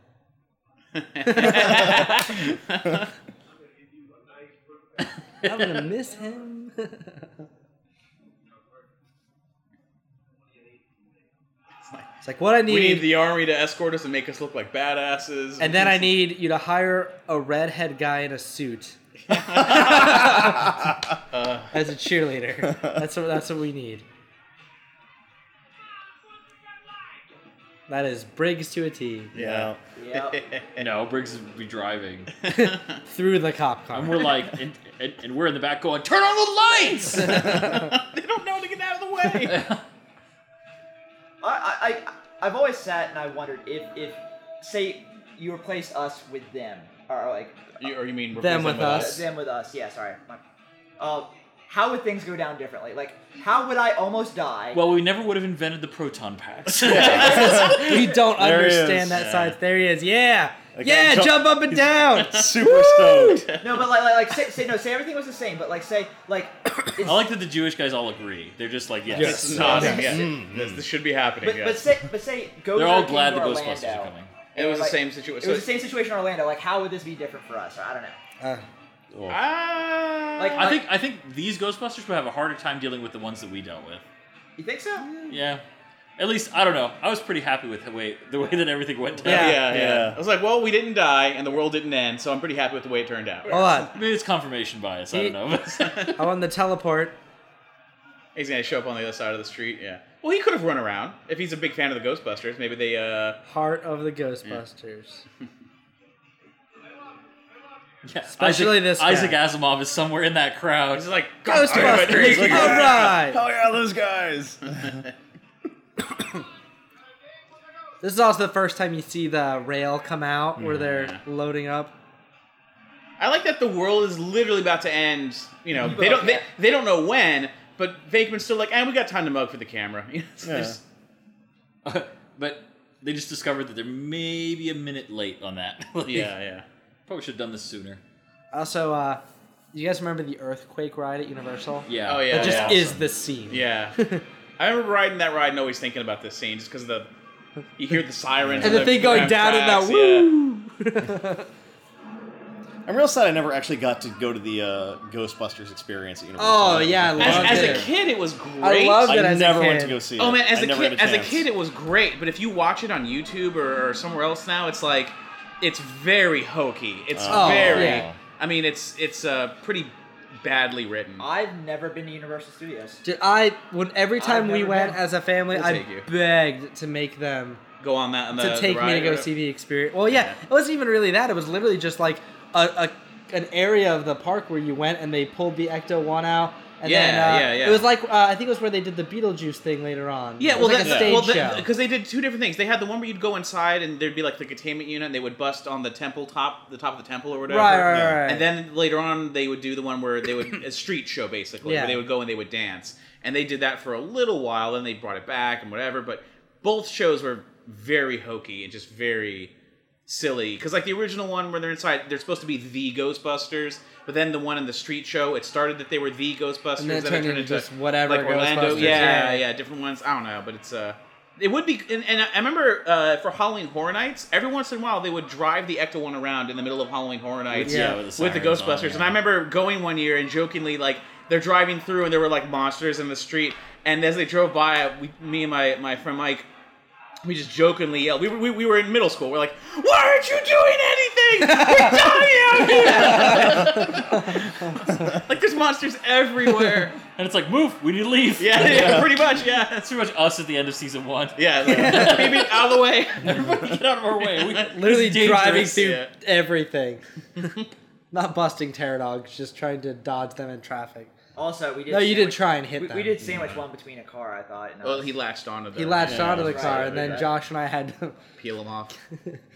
B: I'm gonna miss him. it's like what I need,
D: We need the army to escort us and make us look like badasses.
B: and then I need you to hire a redhead guy in
G: <laughs>
B: a suit as a cheerleader. That's what that's what we need. That is Briggs to a T
G: Yeah.
E: Yep.
F: No, Briggs would be driving,
B: through the cop car.
F: and we're like, and, and, and we're in the back going, "Turn on the lights!"
D: <laughs> they don't know how to get out of the way.
E: <laughs>
B: <laughs>
E: I, I, I, I've always sat and I wondered if, if, say, you replace us with them, or like
D: You, or you mean replace
B: Them with us.
E: them with us. Yeah, sorry. My, uh, how would things go down differently? Like, how would I almost die?
F: <laughs> well, we never would have invented the proton <laughs>
B: <laughs>
F: packs.
B: we don't
G: There he is.
B: understand that side. There he is. Yeah.
G: Okay,
B: yeah,
G: jump-
B: jump, up
G: <laughs>
B: and down.
G: Super stoked.
E: no, but like, like, like say, say, no, say everything was the same, but like, say, like,
F: <coughs>
E: it's,
F: I like that the Jewish guys all agree. They're just like, yes.
D: Yes, nodding. Yes. This, this should be happening.
E: but,
D: yes.
E: but say, but say, go.
F: They're all glad the
E: Orlando,
F: Ghostbusters are coming.
D: It was the
E: like-
D: same situa-
E: It
D: so-
E: was the same situation in Orlando. Like, how would this be different for us? I don't know.
D: Ah,
E: Like,
F: I think I think these Ghostbusters would have a harder time dealing with the ones that we dealt with.
E: You think so?
F: Yeah. At least I don't know. I was pretty happy with the way the way that everything went down.
D: yeah,
B: Yeah.
D: yeah,
G: Yeah.
D: I was like, well, we didn't die, and the world didn't end, so I'm pretty happy with the way it turned out.
B: Hold on.
F: Maybe it's confirmation bias. I don't know. <laughs>
B: I want the teleport.
D: He's gonna show up on the other side of the street. Yeah. Well, he could have run around if he's a big fan of the Ghostbusters. Maybe they. uh
B: Heart of the Ghostbusters.
F: yeah,
B: Especially
F: Isaac,
B: this guy.
F: Isaac Asimov is somewhere in that crowd.
D: He's like
B: Ghostbusters.
D: Ghostbusters.
B: All right.
G: Hell yeah, those guys.
B: This is also the first time you see the rail come out
D: Mm,
B: where they're loading up.
D: I like that the world is literally about to end. You know, they
E: But-
D: don't. They, they don't know when, but Vakeman's still like, and we got time to mug for the camera. <laughs> You know, it's just-
F: <laughs> but they just discovered that they're maybe a minute late on that. <laughs> Like,
D: yeah, yeah.
F: Probably should have done this sooner.
B: Also, uh, you guys remember the earthquake ride at Universal?
F: Yeah.
D: Oh, yeah.
B: That just
D: yeah.
B: is the scene. <laughs>
D: Yeah. I remember riding that ride and always thinking about this scene just because the you hear the
B: <laughs>
D: sirens
B: And the thing going
D: tram
B: down and
D: tracks,
B: that
D: yeah.
B: woo. <laughs>
G: I'm real sad I never actually got to go to the uh, Ghostbusters experience at Universal.
B: Oh yeah, I loved
D: As,
B: it.
D: as a kid, it was great.
B: love it.
G: I
B: as a
G: never went
B: kid.
G: to go see it.
D: Oh man, as
G: I
D: a
G: never
D: kid,
G: had
D: as a
G: chance.
D: kid, it was great. But if you watch it on YouTube or, or somewhere else now, it's like it's very hokey. It's
G: Oh,
D: very.
B: yeah.
D: I mean, it's it's uh, pretty badly written.
E: I've never been to Universal Studios.
B: Dude, I when every time
E: I've
B: we
E: never
B: went
E: been.
B: as a family,
D: We'll
B: I
D: take you.
B: begged to make them
D: Go on that. On the,
B: to
D: the
B: take me to
D: ride.
B: go see the experience. Well, yeah, it wasn't even really that. It was literally just like a, a an area of the park where you went and they pulled the Ecto One out. And
D: Yeah,
B: then, uh,
D: yeah, yeah.
B: It was like uh, I think it was where they did the Beetlejuice thing later on.
D: Yeah,
B: It
D: well,
B: was
D: that
B: like a stage
D: well,
B: show.
D: because they did two different things. They had the one where you'd go inside and there'd be like the containment unit, and they would bust on the temple top, the top of the temple or whatever.
B: right, right, right, right.
D: And then later on, they would do the one where they would a street show basically,
B: Yeah.
D: where they would go and they would dance, and they did that for a little while, then they brought it back and whatever. But both shows were very hokey and just very silly because like the original one where they're inside they're supposed to be the ghostbusters but then the one in the street show it started that they were the ghostbusters
B: And then it
D: then
B: turned
D: it turned
B: into
D: into
B: just whatever
D: like orlando
B: Ghostbusters,
D: yeah, yeah
B: yeah.
D: different ones i don't know but it's uh it would be and, and i remember uh, for halloween horror nights every once in a while they would drive the ecto one around in the middle of halloween horror nights
F: Yeah,
D: with,
F: with
D: the
F: the sirens on,
D: ghostbusters
F: yeah.
D: and i remember going one year and jokingly like they're driving through and there were like monsters in the street and as they drove by we, me and my, my friend mike we just jokingly yelled. We, were- we, we were in middle school. We're like, "Why aren't you doing anything? We're dying out
F: <laughs>
D: here!" like there's monsters everywhere.
F: And it's like, move. We need to leave.
D: Yeah, <laughs> yeah, pretty much. Yeah,
F: <laughs> That's pretty much us at the end of season
D: <laughs>
F: one.
D: yeah. Like,
E: <laughs>
D: baby, out of the way.
F: Everybody get out of our way. We,
B: literally
F: <laughs> this is
B: driving
F: dangerous.
B: through
D: yeah. <laughs>
B: everything. Not busting pterodogs, just trying to dodge them in traffic.
E: Also, we did.
B: No, you did
E: sandwich-
B: try and hit
E: We,
B: them.
E: we did sandwich one between a car. I thought. and I
D: Well,
E: was-
D: he latched onto the.
B: He latched onto the
E: that's
B: car,
E: right,
B: and then
E: right.
B: Josh and I had to <laughs>
D: Peel him
F: <laughs>
D: off.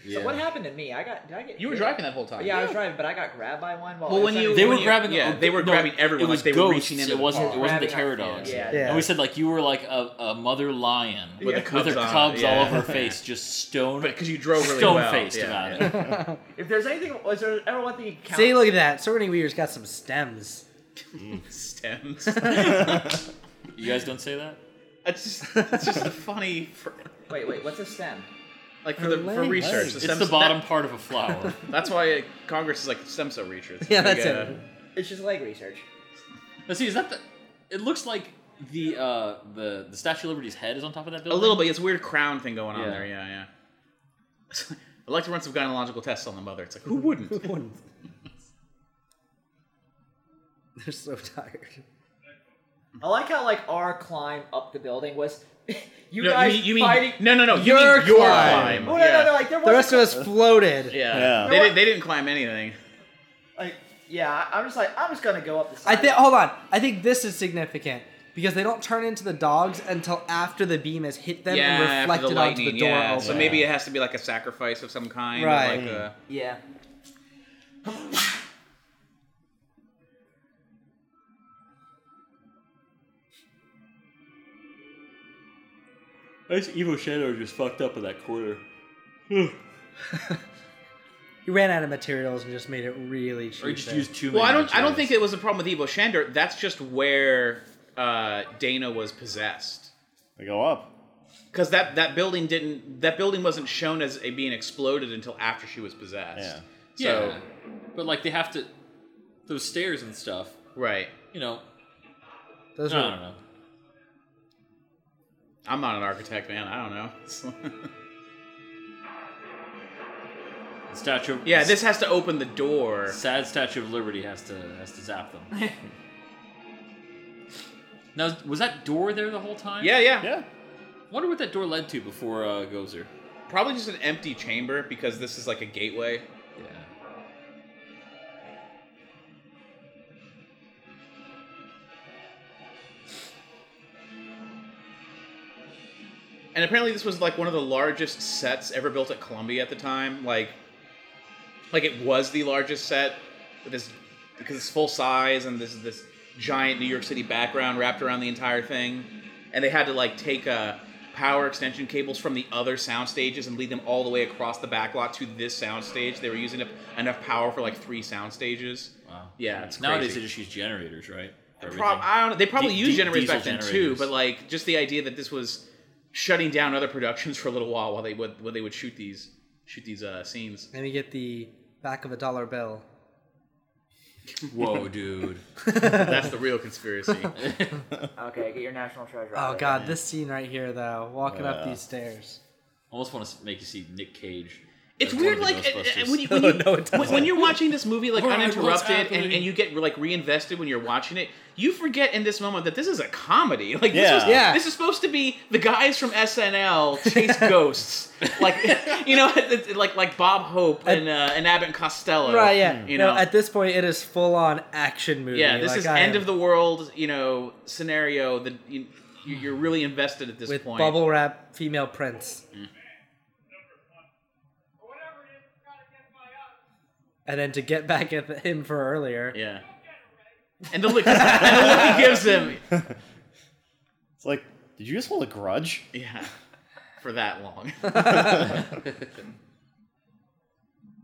E: So what happened to me? I got. Did I get?
D: You were
E: hit?
D: driving that whole time. <laughs>
E: Yeah, I was driving, but I got grabbed by one. While
D: Well,
E: I
D: when
E: was
D: you-
E: under-
F: They were
E: when you-
F: grabbing.
D: yeah, they were grabbing everyone,
F: It was
D: like they were
F: ghosts.
D: reaching into
F: It
D: the
F: wasn't.
D: car.
F: It wasn't the
E: Grabbing our-
F: pterodogs.
E: yeah,
B: yeah.
F: And we said like you were like a, a mother lion
D: With the
F: with
D: cubs
F: her
D: on it,
F: cubs
D: yeah.
F: all over her face, just stone.
D: because you drove really
F: stone
D: well.
F: faced
D: yeah,
F: about
D: yeah.
F: it.
D: <laughs>
E: If there's anything, was there ever one thing you count?
B: see. Look at that! So many Weaver's got some stems. <laughs>
E: <laughs>
D: Stems. <laughs>
F: You guys don't say that.
D: It's just, it's just a funny. fr-
E: Wait, wait. What's a stem?
D: like for the
B: Her
D: for
B: legs.
D: research. The
F: It's
D: stem-
F: the bottom
D: that-
F: part of a
D: <laughs>
F: flower.
D: that's why uh, Congress is like stem cell research. It's
B: Yeah,
D: like,
B: that's
D: uh,
B: it.
E: It's just leg research.
F: Let's see, is that the? It looks like the uh the the Statue of Liberty's head is on top of that
D: A
F: building.
D: little bit. It's a weird crown thing going on
F: Yeah.
D: there. Yeah, yeah. <laughs> I'd like to run some gynecological tests on the mother. It's like
B: <laughs>
D: who
E: <laughs>
D: wouldn't?
B: They're so tired.
E: I like how like our climb up the building was <laughs> you
D: No, you
E: guys
D: mean, you mean
E: fighting.
D: no, no, no. You
B: Your
D: mean your
B: climb.
D: climb.
E: oh no,
D: yeah.
E: no, no! Like there was
B: The rest of us floated.
D: yeah.
G: Yeah.
D: They, did, they didn't climb anything.
E: Like yeah, I- I'm just like I'm just gonna go up the
B: I
E: side.
B: think. Hold on. I think this is significant because they don't turn into the dogs until after the beam has hit them
D: yeah,
B: and
D: after
B: reflected
D: the
B: onto
D: lightning.
B: the door.
D: yeah.
B: open.
D: So maybe it has to be like a sacrifice of some kind. or
B: Right.
D: Like a,
E: yeah.
F: Nice evil shadow just fucked up in that corner.
B: He ran out of materials and just made it really cheap.
F: Or you just
B: there.
F: used too many.
D: Well, I don't. I don't
F: materials.
D: think it was a problem with Evo Shander. That's just where uh, Dana was possessed.
G: They go up.
D: Because that, that building didn't. That building wasn't shown as it being exploded until after she was possessed.
G: Yeah.
D: So
F: Yeah, but like they have to those stairs and stuff.
D: right.
F: You know, I
B: Those
F: don't
B: are
F: know.
D: I'm not an architect, man. I don't know. <laughs>
F: The statue. Of,
D: yeah, this has to open the door.
F: sad Statue of Liberty has to has to zap
D: <laughs>
F: them. now, was that door there the whole time?
D: Yeah, yeah,
G: Yeah.
F: Wonder what that door led to before uh, Gozer.
D: Probably just an empty chamber because this is like a gateway.
F: Yeah.
D: And apparently, this was like one of the largest sets ever built at Columbia at the time. Like, like it was the largest set with this because it's full size and this this giant New York City background wrapped around the entire thing. And they had to like take uh, power extension cables from the other sound stages and lead them all the way across the back lot to this sound stage. They were using up enough power for like three sound stages.
F: Wow.
D: Yeah, it's
F: Nowadays
D: crazy.
F: they just use generators, right? For
D: Prob-
F: everything.
D: I don't know. They probably
F: Di-
D: used
F: di-
D: generators
F: diesel
D: back then too,
F: generators.
D: but like just the idea that this was shutting down other productions for a little while while they would while they would shoot these shoot these
B: <laughs>
D: uh, scenes.
B: Let me get the back of a dollar bill.
F: Whoa, dude. <laughs>
D: That's the real conspiracy.
E: Okay, get your national treasure.
B: Oh god, this scene right here though, walking up
G: Yeah.
B: these stairs.
F: Almost want to make you see Nick Cage.
D: It's
F: as
D: weird,
F: one of
D: like
F: the
D: uh, uh,
F: Ghostbusters.
D: when you, when, you
B: <laughs> No, it
D: when, when you're watching this movie like
F: Alright, what's
D: uninterrupted and,
F: happening?
D: and you get like reinvested when you're watching it, you forget in this moment that this is a comedy. Like this
G: Yeah.
D: was
B: Yeah.
D: this is supposed to be the guys from
B: <laughs>
D: SNL chase ghosts, like <laughs> you know, like like Bob Hope and uh, and Abbott and Costello.
B: Right, yeah.
D: Oh, hmm, You
B: no,
D: know,
B: at this point it is full on action movie.
D: Yeah, this
B: like
D: is
B: I
D: end
B: am-
D: of the world, you know, scenario that you, you- you're really invested at this
B: with
D: point.
B: bubble wrap female prints.
H: Whatever it is, it's gotta get by us.
B: And then to get back at the- him for earlier.
D: Yeah. And the look, <laughs> and the look he gives him,
G: It's like, did you just hold a grudge?
D: yeah, for that long. <laughs>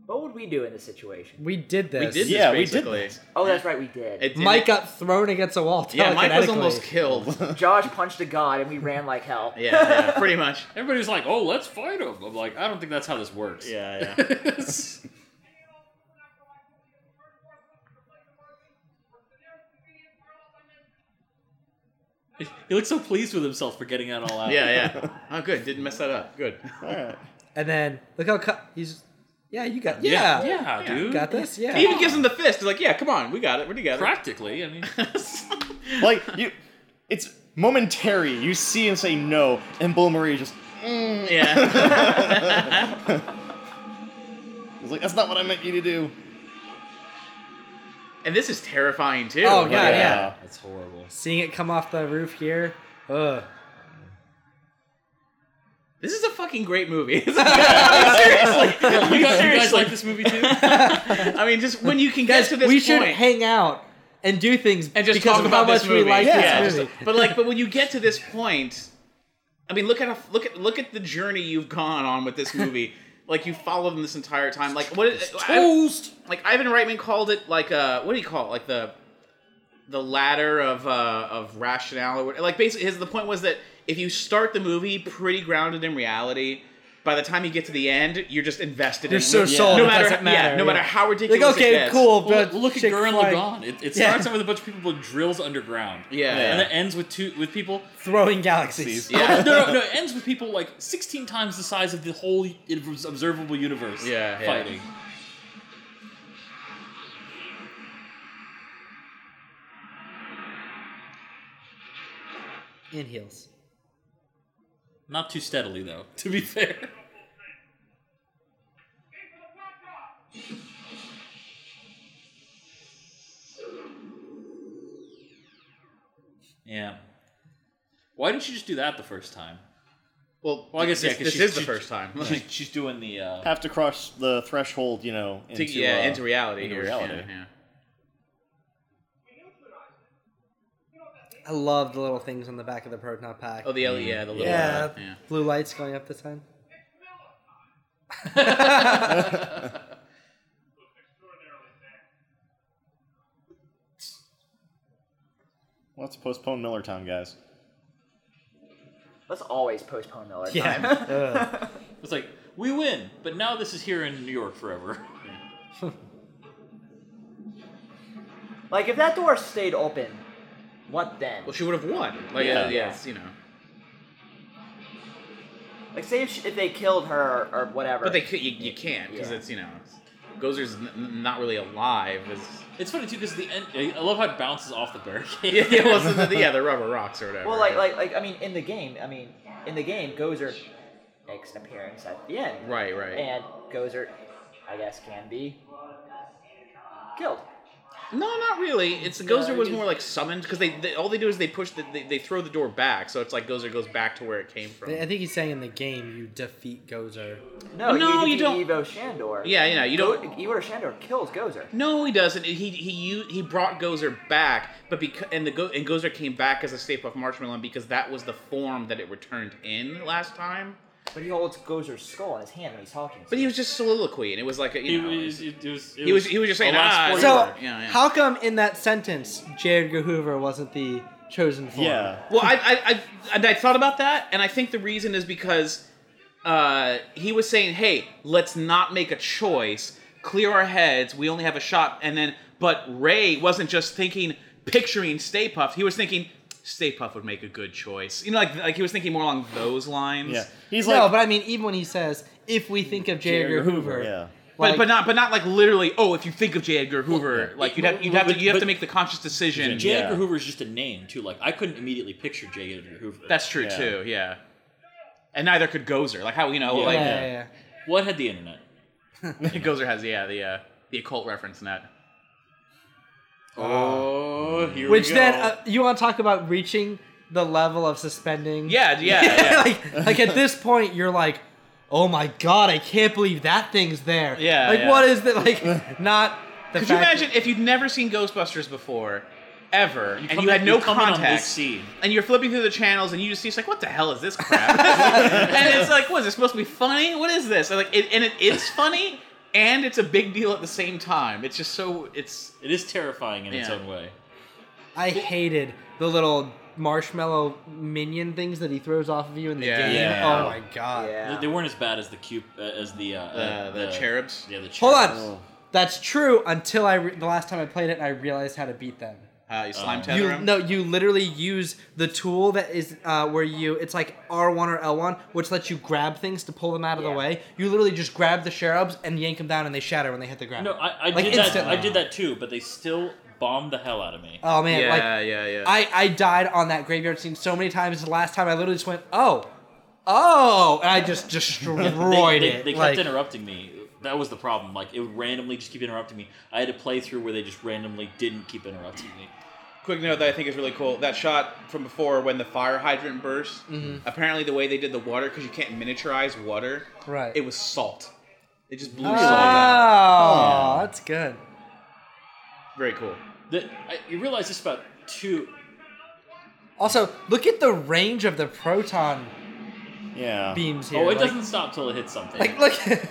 E: What would we do in this situation?
B: We did this.
D: We did
G: Yeah, we did
D: this basically.
G: this.
E: Oh, that's right, we did.
D: It-
B: Mike
D: and it-
B: got thrown against a wall.
D: yeah, Mike was
B: telekinetically.
D: almost killed.
B: <laughs>
D: Yeah,
E: Josh punched a god, and we ran like hell.
D: <laughs> yeah, pretty much.
F: Everybody was like, "Oh, let's fight him." I'm like, I don't think that's how this works.
D: Yeah, yeah.
F: It's- <laughs> he looks so pleased with himself for getting that all out.
D: Yeah, yeah. Oh, good. Didn't mess that up. Good.
G: All right.
B: And then look how cu- he's. Yeah, you got. Yeah,
F: yeah, yeah,
D: Yeah.
F: dude.
B: Got this. Yeah.
D: He even gives him the fist. He's like, yeah, come on. We got it. We're together.
F: Practically, I mean,
G: Like you, it's momentary. You see him say no, and Bill Murray just
D: <laughs> yeah.
G: is like, that's not what I meant you to do.
D: And this is terrifying, too.
B: Oh god, yeah.
G: Yeah.
F: that's horrible.
B: Seeing it come off the roof here. Ugh.
D: This is a fucking great movie.
B: <laughs>
D: <laughs> seriously.
F: You guys, you guys <laughs>
D: seriously.
F: like this movie too?
D: I mean, just when you can
B: Guys,
D: get to this
B: we
D: point
B: should hang out and do things
D: and just
B: because
D: talk
B: of
D: about
B: how much
D: this movie.
B: we like
D: yeah,
B: this
D: just-
B: movie.
D: but like, but when you get to this point, I mean, look at how- look at look at the journey you've gone on with this movie. like you followed them this entire time. Like what? Is, I,
B: Toast.
D: like Ivan Reitman called it like uh, what do you call it? Like the the ladder of uh, of rationale or what, like basically his the point was that if you start the movie pretty grounded in reality. By by the time you get to the end, you're just invested.
B: You're
D: in
B: so
D: it.
B: sold,
D: No
B: it
D: matter,
B: doesn't matter,
D: yeah, no
B: yeah.
D: matter how
B: Like,
D: ridiculous. it
B: okay,
D: gets.
B: cool.
F: Well,
B: But
F: look at
B: Chick
F: Gurren
B: Fly
F: Lagann. It, it
B: Yeah.
F: starts out with a bunch of people that drills underground.
D: Yeah.
F: And it ends with two with people.
B: throwing galaxies.
D: Yeah.
F: no, no, no. It ends with people like 16 times the size of the whole observable universe.
D: Yeah, yeah.
F: Fighting.
B: In heels.
F: Not too steadily though. <laughs> To be fair. Yeah. Why didn't you just do that the first time?
D: Well,
F: Well, I guess
D: this,
F: yeah, 'cause
D: this
F: she's-
D: is the
F: she's- <laughs>
D: first time.
F: She's, she's doing the. Uh,
G: Have to cross the threshold, you know, into,
D: Take- yeah,
G: uh,
D: into reality
G: into
D: here.
G: reality.
D: Yeah, yeah.
B: I love the little things on the back of the Proton pack.
D: Oh, the L- yeah, the little
B: yeah,
D: uh, yeah.
B: blue lights going up this time.
G: Let's postpone Millertown, guys.
E: <laughs> Let's always postpone Miller.
B: Yeah.
E: Time.
B: Ugh.
F: it's like we win, but now this is here in New York forever. <laughs>
E: like if that door stayed open, what then?
D: Well, she would have won. Like,
G: Yeah.
D: yeah, yes, you know.
E: Like say if, she, if they killed her or, or whatever.
D: But they c- you, you can't because
E: Yeah.
D: it's you know, Gozer's n- n- not really alive. As
G: <laughs>
F: It's funny too because the end. I love how it bounces off the barricade.
D: <laughs> yeah, yeah, well, so the, yeah, the rubber rocks or whatever.
E: Well, like like like I mean, in the game, I mean, in the game, Gozer makes an appearance at the end,
D: right, right.
E: and Gozer, I guess, can be killed.
D: No, not really. It's the Gozer was more like summoned because they, they all they do is they push the, they, they throw the door back, so it's like Gozer goes back to where it came
B: <laughs>
D: from.
B: I think he's saying in the game you defeat Gozer.
E: No,
D: No,
E: you,
D: you don't-
E: Evo Shandor.
D: Yeah, you know, you don't.
E: Go- Evo Shandor kills Gozer.
D: No, he doesn't. He he u- he brought Gozer back, but because and the Go- and Gozer came back as a Stay Puft Marshmallow because that was the form that it returned in last time.
E: But he holds Gozer's skull in his hand when he's talking. to
D: But he
E: him.
D: was just soliloquy, and it was like
F: <laughs>
D: a,
F: It
D: you know,
F: was, it was, it
D: He was- he was just saying,
F: a last
D: ah,
F: word.
B: So,
D: Yeah, yeah.
B: how come in that sentence Jared Hoover wasn't the chosen form?
G: Yeah.
D: Well, I, I, I, and I thought about that, and I think the reason is because uh, he was saying, "Hey, let's not make a choice. Clear our heads. We only have a shot." And then, but Ray wasn't just thinking, picturing Stay Puft. He was thinking, "Stay Puft would make a good choice." You know, like like he was thinking more along those lines.
G: Yeah. He's
B: no,
G: like,
B: but I mean, even when he says, "If we think of J. Edgar Hoover,"
G: yeah.
D: But,
B: like-
D: but not but not like literally. Oh, if you think of J. Edgar Hoover, like you'd have you'd have to you have
F: But-
D: to make the conscious decision.
F: J. Edgar
G: Yeah.
F: Hoover is just a name too. Like I couldn't immediately picture J. Edgar Hoover.
D: That's true
G: Yeah.
D: too. Yeah. And neither could Gozer. Like how you know
F: Yeah.
D: like
B: yeah, yeah, yeah.
F: what had the internet.
D: <laughs> Gozer has yeah the uh, the occult reference in that.
F: Oh, here
B: Which then uh, you want to talk about reaching the level of suspending? <laughs>
D: Yeah, yeah, yeah.
B: like, like at this point, you're like, oh my god, I can't believe that thing's there.
D: Yeah,
B: Like,
D: yeah.
B: what is that? Like, not. The
D: Could you
B: fact that-
D: imagine if you'd never seen Ghostbusters before, ever, and
F: come
D: you
F: in-
D: had no
F: you come in on this
D: contact,
F: scene.
D: and you're flipping through the channels, and you just see it's like, what the hell is this crap? <laughs> and it's like, what is this supposed to be funny? What is this? And like, it, and it is funny, and it's a big deal at the same time. It's just so it's
F: It is terrifying in its
D: Yeah.
F: own way.
B: I hated the little marshmallow minion things that he throws off of you in the
D: Yeah.
B: game.
G: Yeah.
B: Oh my god.
E: Yeah.
F: They, they weren't as bad as the cube uh, as the uh,
D: uh,
F: uh,
D: the, cherubs.
F: Yeah, the cherubs.
B: Hold on.
D: Oh.
B: That's true until I re- the last time I played it, I realized how to beat them.
D: Uh, you slime
F: Um,
D: tether
B: You
D: 'em.
B: no, you literally use the tool that is uh, where you it's like R one or L one, which lets you grab things to pull them out of the
E: Yeah.
B: way. You literally just grab the cherubs and yank them down, and they shatter when they hit the ground.
F: No, I, I
B: Like,
F: did that.
B: instantly.
F: I did that too, but they still bombed the hell out of me.
B: oh man,
D: yeah,
B: like
D: yeah, yeah.
B: I I died on that graveyard scene so many times. The last time I literally just went oh. Oh, and I
F: <laughs>
B: just
F: They-
B: destroyed
F: they,
B: it.
F: they kept
B: like,
F: interrupting me. That was the problem. Like it would randomly just keep interrupting me. I had a playthrough where they just randomly didn't keep interrupting me.
D: Quick note that I think is really cool. That shot from before when the fire hydrant burst.
F: Mm-hmm.
D: Apparently, the way they did the water, because you can't miniaturize water,
B: Right.
D: It was salt. They just blew
B: oh,
D: salt. Down.
B: that's good.
D: Very cool.
F: The, I, you realize this about two.
B: Also, look at the range of the proton
G: Yeah.
B: beams here.
F: Oh,
B: like,
F: it doesn't stop till it hits something.
B: Like, look. <laughs>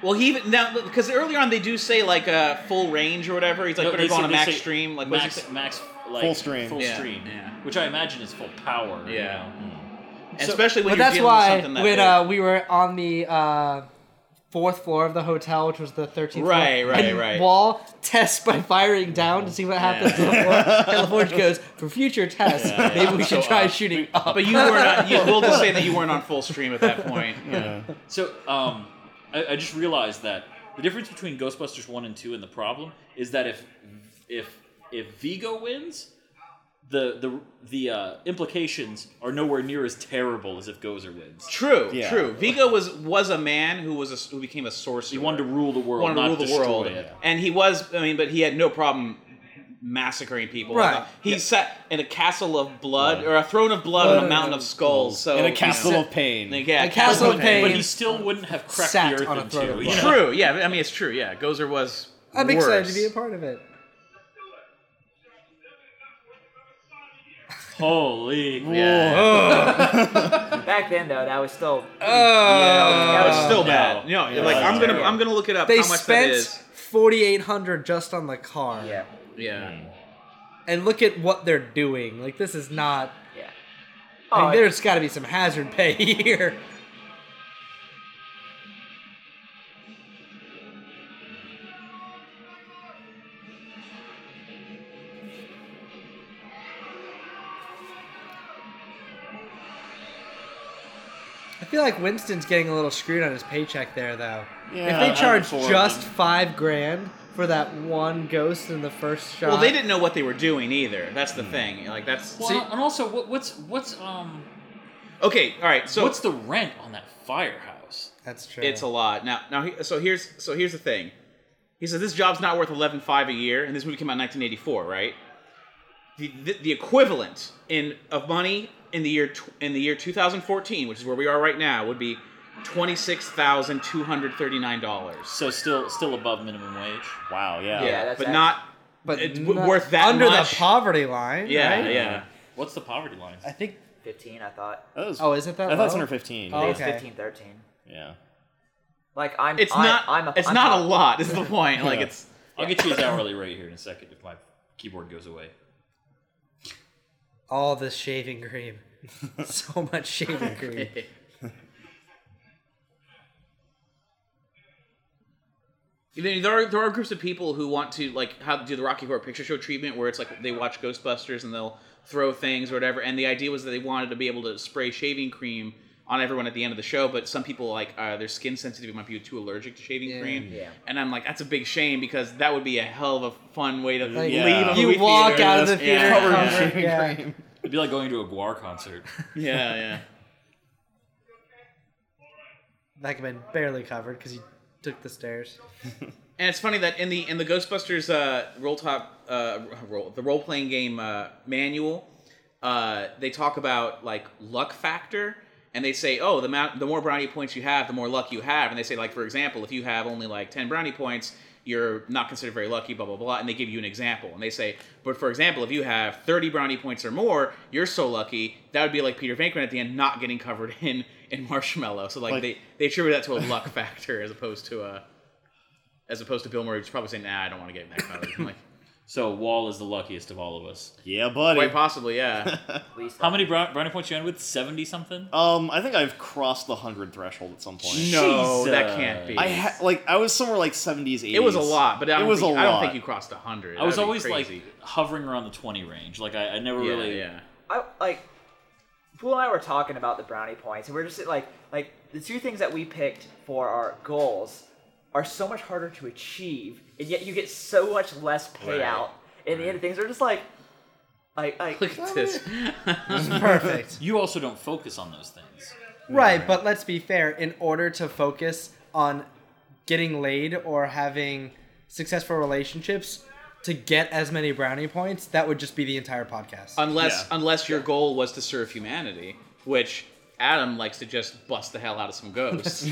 D: Well, he even now because earlier on they do say like uh, full range or whatever. He's like
F: No,
D: better
F: they
D: go on
F: say-
D: a
F: they
D: max
F: say
D: stream. Like what does he
F: max, max,
D: say?
F: like
G: Full stream.
F: full
D: Yeah,
F: stream,
D: yeah.
F: which I imagine is full power. you
D: Yeah.
F: know.
D: especially when
B: but
D: you're
B: that's
D: dealing
B: why
D: with something that
B: when
D: big.
B: uh, we were on the uh, fourth floor of the hotel, which was the 13th
D: Right,
B: floor,
D: right,
B: and
D: right.
B: Wall tests by firing down to see what happens. to the floor. And LaForge goes for future tests. Maybe we should
D: uh,
B: try shooting up.
D: But you were not. You, we'll just say that you weren't on full stream at that
F: <laughs>
D: point.
F: So, um, I, I just realized that the difference between Ghostbusters one and two and the problem is that if if if Vigo wins, the the the uh, implications are nowhere near as terrible as if Gozer wins.
D: True,
G: Yeah.
D: true. Vigo was was a man who was a, who became a sorcerer.
F: He wanted to rule the world,
D: wanted to
F: not
D: rule the
F: destroy
D: world,
F: it.
D: and he was. I mean, but he had no problem massacring people.
B: Right.
D: He sat in a castle of blood or a throne of blood on a mountain of skulls. So
G: in a
D: he
G: castle
D: sat-
G: of pain.
D: Like, yeah,
B: A castle of pain.
F: But he still wouldn't have cracked
B: Sat
F: the earth
B: on a
F: in
B: throne of
F: two.
B: blood.
F: you know?
D: True. Yeah. I mean, it's true. Yeah. Gozer was.
B: I'm
D: worse.
B: excited to be a part of it.
F: Holy.
D: Yeah.
E: Back then, though, that was still.
B: Oh.
D: That was still
F: Uh, No.
D: bad. No.
F: Yeah,
D: like
F: that
D: I'm
F: was
D: gonna
F: terrible.
D: I'm gonna look it up.
B: They
D: how much that
B: spent
D: is.
B: 4,800 just on the car.
E: Yeah,
F: Mm.
D: Yeah.
B: And look at what they're doing. Like this is not.
E: yeah.
B: I
E: Oh,
B: mean, there's got to be some hazard pay <laughs> here. I feel like Winston's getting a little screwed on his paycheck there, though.
G: Yeah,
B: if
G: I'm
B: they charge
G: for
B: just
G: them.
B: five grand for that one ghost in the first shot,
D: Well, they didn't know what they were doing either. That's the thing. Like that's
F: Mm. Well, and also, what, what's what's um
D: okay. All right. So
F: what's the rent on that firehouse?
B: That's true.
D: It's a lot. Now, now, he- so here's so here's the thing. He said this job's not worth eleven five a year, and this movie came out in 1984, right? The, the, the equivalent in of money in the year tw- in the year 2014, which is where we are right now, would be twenty six thousand two hundred thirty nine dollars.
F: So still still above minimum wage.
G: Wow, yeah.
E: Yeah. that's
D: but
E: actually-
D: not.
B: but
D: it's
B: not-
D: worth that
B: under
D: much?
B: the poverty line.
D: Yeah,
B: right?
D: yeah.
F: What's the poverty line?
B: I think.
E: 15, I thought.
G: That was-
B: Oh, is it that
G: I thought it's
B: low?
G: under 15.
B: Oh.
E: I think it's
B: Okay.
E: 15, 13.
G: Yeah.
E: Like I'm.
D: It's
E: I'm,
D: not.
E: I'm a,
D: it's
E: I'm
D: not
E: top.
D: a lot.
E: <laughs>
D: Is the point? Like it's.
F: I'll get you his hourly rate here in a second if my keyboard goes away.
B: All this shaving cream. so much shaving cream. <laughs>
D: You know, There are, there are groups of people who want to like how do the Rocky Horror Picture Show treatment, where it's like they watch Ghostbusters and they'll throw things or whatever. And the idea was that they wanted to be able to spray shaving cream on everyone at the end of the show, but some people like uh, their skin sensitive might be too allergic to shaving
B: Yeah.
D: cream.
E: Yeah.
D: And I'm like, that's a big shame because that would be a hell of a fun way to
B: Like,
D: leave.
G: Yeah.
D: a
B: You
D: movie
B: walk
D: theater.
B: out of the
D: Yeah.
B: theater
D: Yeah.
B: covered-
D: Yeah.
B: yeah.
F: It'd be like going to a Guar
D: <laughs>
F: concert.
D: yeah, yeah.
B: That could have been barely covered because he took the stairs.
D: And it's funny that in the in the Ghostbusters uh, roll top uh, roll the role playing game uh, manual, uh, they talk about like luck factor, and they say, oh, the amount the more brownie points you have, the more luck you have. And they say like for example, if you have only like ten brownie points, you're not considered very lucky, blah blah blah. And they give you an example, and they say, but for example, if you have thirty brownie points or more, you're so lucky. That would be like Peter Venkman at the end not getting covered <laughs> in in marshmallow. So like,
G: Like-
D: they they attribute that to a luck <laughs> factor as opposed to a as opposed to Bill Murray, who's probably saying, "Nah, I don't want to get <laughs> in that crowd." I'm like,
F: So Wall is the luckiest of all of us.
G: <laughs> Yeah, buddy.
D: quite possibly, <laughs> yeah.
E: At least
F: How many brown, brownie points you end with? Seventy something.
D: Oh,
G: Um, I think I've crossed the 100 threshold at some point.
D: no,
F: Jesus.
D: that can't be.
G: I ha- like I was somewhere like 70s, 80s.
D: it was a lot, but I
G: it
D: don't,
G: was
D: think,
G: a
D: I
G: lot.
D: don't think you crossed hundred.
F: I was always like hovering around the twenty range. Like I, I never
D: yeah,
F: really.
D: yeah.
E: I like. Poole and I were talking about the brownie points, and we are just like, like the two things that we picked for our goals are so much harder to achieve, and yet you get so much less payout. In the end, things are just like, like, like
D: Look at this.
B: Perfect.
F: You also don't focus on those things.
B: right, but let's be fair. In order to focus on getting laid or having successful relationships, to get as many brownie points, that would just be the entire podcast.
D: unless
G: Yeah.
D: unless your goal was to serve humanity, which Adam likes to just bust the hell out of some ghosts.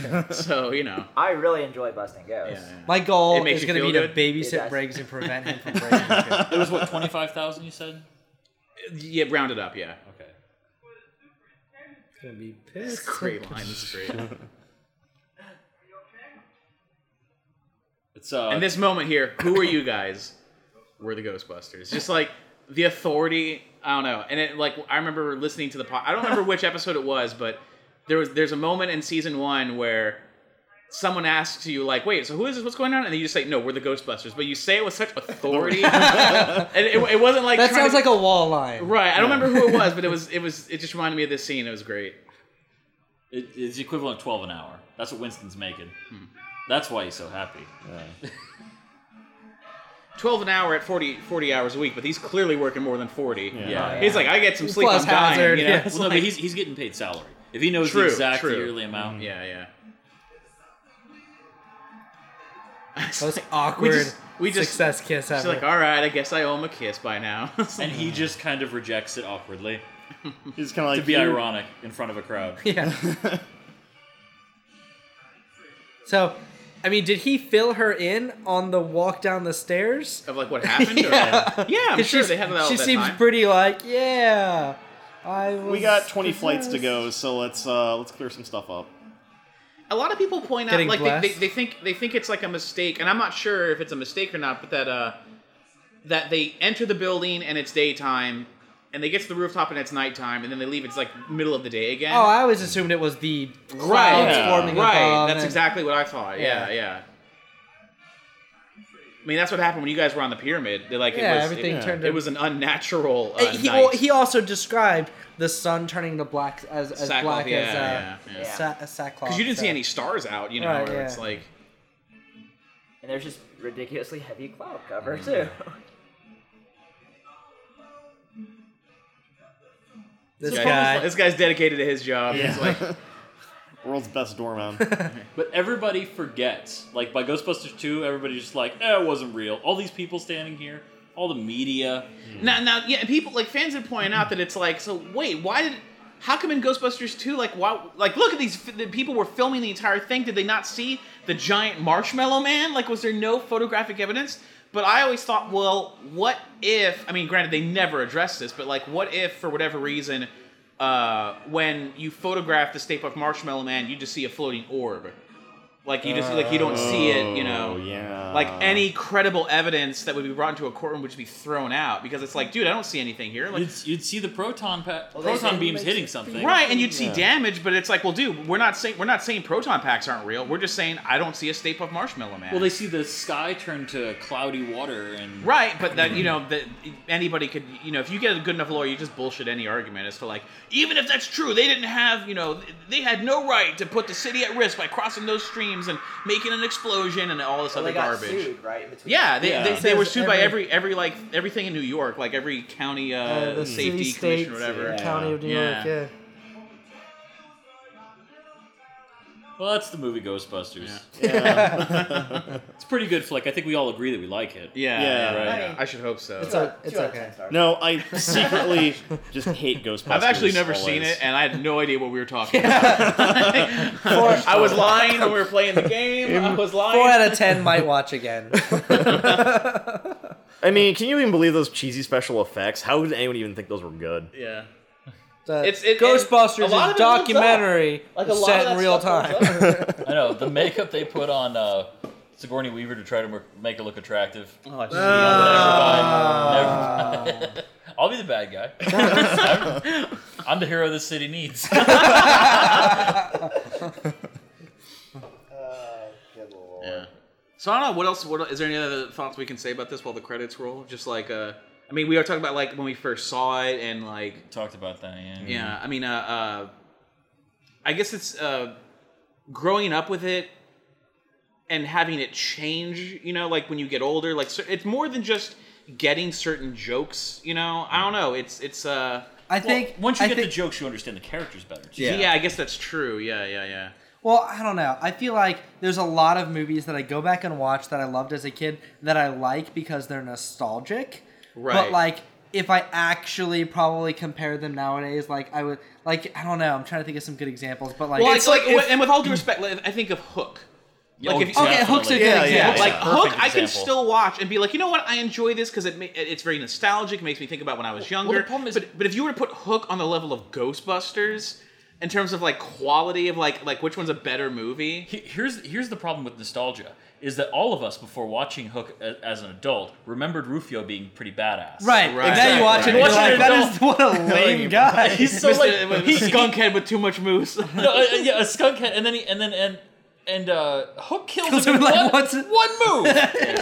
D: so you know,
E: I really enjoy busting ghosts.
D: yeah.
B: My
D: It
B: goal
D: makes
B: is
D: you
B: going to be
D: feel
B: to
D: good?
E: It
B: babysit
E: does.
B: Briggs and prevent him from breaking shit.
F: It was what twenty five thousand. You
D: <laughs>
F: said.
D: yeah, round it up, yeah.
F: Okay.
B: Gonna be pissed.
D: Great line, this is great.
F: It's uh. uh,
D: And this moment here, who are you guys? We're the Ghostbusters. Just like the authority i don't know and it like i remember listening to the pod i don't remember which episode it was but there was there's a moment in season one where someone asks you like wait so who is this what's going on and then you just say no we're the ghostbusters but you say it with such authority <laughs> and it, it wasn't like
B: That
D: trying
B: sounds
D: to-
B: like a wall line.
D: right i don't remember who it was but it was it was it just reminded me of this scene it was great
F: It, it's the equivalent of twelve an hour. That's what Winston's making. That's why he's so happy.
D: 12 an hour at 40 40 hours a week but he's clearly working more than 40
G: Yeah.
F: Yeah.
D: he's like i get some sleep
B: Plus
D: i'm dying
B: hazard,
D: you know?
B: yeah.
D: <laughs>
F: Well, no, but he's, he's getting paid salary. If he knows
D: True,
F: the exact
D: true. Hmm.
F: yearly
B: Mm.
F: amount,
D: yeah yeah
B: That was awkward.
D: <laughs> We just- we just-
B: success kiss
D: She's
B: ever.
D: like, all right, I guess I owe him a kiss by now. <laughs> It's like,
F: and he just kind of rejects it awkwardly
G: He's kind of like
F: to be
G: "You-
F: ironic in front of a crowd.
B: yeah.
G: <laughs>
B: so, I mean, did he fill her in on the walk down the stairs?
D: of like what
B: <laughs>
D: happened?
B: Yeah.
D: Or, yeah, I'm
B: 'Cause
D: sure
B: she's-
D: they had that all
B: She
D: that
B: seems
D: time.
B: pretty like, yeah. I was
G: We got 20 flights to
B: possessed."
G: go, so let's uh let's clear some stuff up.
D: a lot of people point out
B: Getting
D: like they, they,
B: blessed.
D: they think they think it's like a mistake, and I'm not sure if it's a mistake or not, but that uh that they enter the building and it's daytime, and they get to the rooftop and it's nighttime, and then they leave. It's like middle of the day again.
B: Oh, I always assumed it was the clouds
D: right,
G: yeah.
B: forming
D: right.
B: above
D: That's
B: and-
D: exactly what I thought. Yeah,
B: Yeah.
D: yeah. I mean, that's what happened when you guys were on the pyramid. They're like,
B: Yeah,
D: it was,
B: everything
D: it,
B: turned
D: It was an unnatural. Uh,
B: Uh, he,
D: night.
B: well, he also described the sun turning to black as, as
D: Sackcloth,
B: black
D: yeah,
B: as uh,
D: yeah, yeah.
E: Yeah.
B: sa- a sackcloth.
D: Because you didn't
B: so-
D: see any stars out, you know,
B: Right,
D: where it's
B: yeah.
D: like
E: And there's just ridiculously heavy cloud
D: Mm,
E: cover too. <laughs>
B: This
D: this,
B: guy.
D: guy's, this guy's dedicated to his job. He's like,
G: World's best
D: <laughs>
G: doorman.
F: But everybody forgets. Like by Ghostbusters 2, everybody's just like, eh, it wasn't real. All these people standing here, all the media.
D: now, now, yeah, people like fans had pointed out that it's like, so wait, why did? How come in Ghostbusters 2, like, why, like, look at these, f- the people were filming the entire thing. Did they not see the giant marshmallow man? Like, was there no photographic evidence? But I always thought, well, what if? I mean, granted, they never addressed this, but like, what if for whatever reason, uh, when you photograph the Stay Puft Marshmallow Man, you just see a floating orb, like you just like you don't see it, you know?
G: Oh, yeah.
D: like
F: Uh.
D: any credible evidence that would be brought into a courtroom would just be thrown out because it's like, dude, I don't see anything here. Like,
F: You'd, you'd see the proton pa-
E: they-
F: proton
E: they
F: beams
E: make
F: hitting
E: it
F: something.
D: right, and you'd see damage, but it's like, well, dude, we're not saying we're not saying proton packs aren't real. We're just saying I don't see a Stay Puft Marshmallow Man.
F: Well, they see the sky turn to cloudy water and
D: Right, but that you know that anybody could you know if you get a good enough lawyer, you just bullshit any argument as to like even if that's true, they didn't have you know they had no right to put the city at risk by crossing those streams and making an explosion and all this
E: Well,
D: other
E: they got
D: garbage.
E: sued, right? Between
D: Yeah, they,
F: Yeah.
D: they, they were
B: Says
D: sued by
B: every-
D: every every like everything in New York, like every county uh,
B: Uh, the
D: safety
B: city,
D: commission or
B: states,
D: whatever.
B: uh, County of New
D: Yeah.
B: York.
F: Well, that's the movie Ghostbusters.
G: Yeah.
F: <laughs> It's a pretty good flick. I think we all agree that we like it.
D: Yeah,
G: Yeah,
D: yeah,
G: right.
D: yeah. I should hope so.
B: It's
E: Two
B: a-
E: out- two
B: it's
E: out of
B: okay.
E: ten stars.
G: no, I
A: <laughs>
G: secretly just hate Ghostbusters.
D: I've actually never
G: always.
D: seen it, and I had no idea what we were talking about. I was lying when we were playing the game. I was
B: Yeah. Four
D: lying.
B: out
D: <laughs>
B: of ten might watch again.
G: I mean, can you even believe those cheesy special effects? How could anyone even think those were good?
D: Yeah.
B: The
D: It's- it-
B: Ghostbusters
D: a lot
B: is
D: of it holds up.
B: documentary
E: Like a
B: is
E: lot
B: set
E: of
B: in
E: that
B: real
E: stuff
B: time.
E: holds up.
F: I know the makeup they put on uh, Sigourney Weaver to try to mer- make her look attractive.
D: <laughs> Oh, geez. Uh,
B: Ah.
F: Never mind. Never mind. <laughs> I'll be the bad guy.
B: <laughs>
F: I'm, I'm the hero this city needs.
D: Yeah. So I don't know what else. What is there any other thoughts we can say about this while the credits roll? Just like, uh, I mean, we are talking about like when we first saw it and like
F: Talked about that. Yeah.
D: Yeah, I mean, uh, uh, I guess it's uh, growing up with it and having it change. You know, like when you get older, like cer- it's more than just getting certain jokes. You know, I don't know. It's it's uh,
B: I
F: Well,
B: think
F: once you
B: I
F: get
B: think,
F: the jokes, you understand the characters better. too.
D: yeah. I guess that's true. Yeah, yeah, yeah.
B: Well, I don't know. I feel like there's a lot of movies that I go back and watch that I loved as a kid that I like because they're nostalgic. But
D: Right.
B: like if I actually probably compare them nowadays, like I would like I don't know, I'm trying to think of some good examples, but like
D: Well,
B: it's
D: it's like, and with all due respect, like, I think of Hook.
F: Yeah,
D: Like,
F: oh,
D: if-
F: exactly.
B: Okay, Hook's a good
G: Yeah, yeah,
B: example.
G: yeah.
D: like
G: a
D: Hook,
F: perfect
D: I can
F: example.
D: still watch and be like, you know what? I enjoy this because it ma- it's very nostalgic. Makes me think about when I was younger.
F: problem is-
D: but, but if you were to put Hook on the level of Ghostbusters, in terms of like quality of like like which one's a better movie.
F: He- Here's here's the problem with nostalgia is that all of us before watching Hook a- as an adult remembered Rufio being pretty badass.
B: Right.
D: Right.
B: Now you watch it and you're
F: Watching
B: like,
F: it
B: that
F: all-
B: is <laughs> what a lame guy. <laughs>
F: He's so
D: Mr.
F: like
D: with skunkhead with too much
F: <laughs>
D: moose.
F: no, uh, uh, yeah, a skunk head, and then he, and then and and uh, Hook kills
B: Kills
F: him
B: him
F: in
B: like
F: one,
B: what's- <laughs>
F: one move.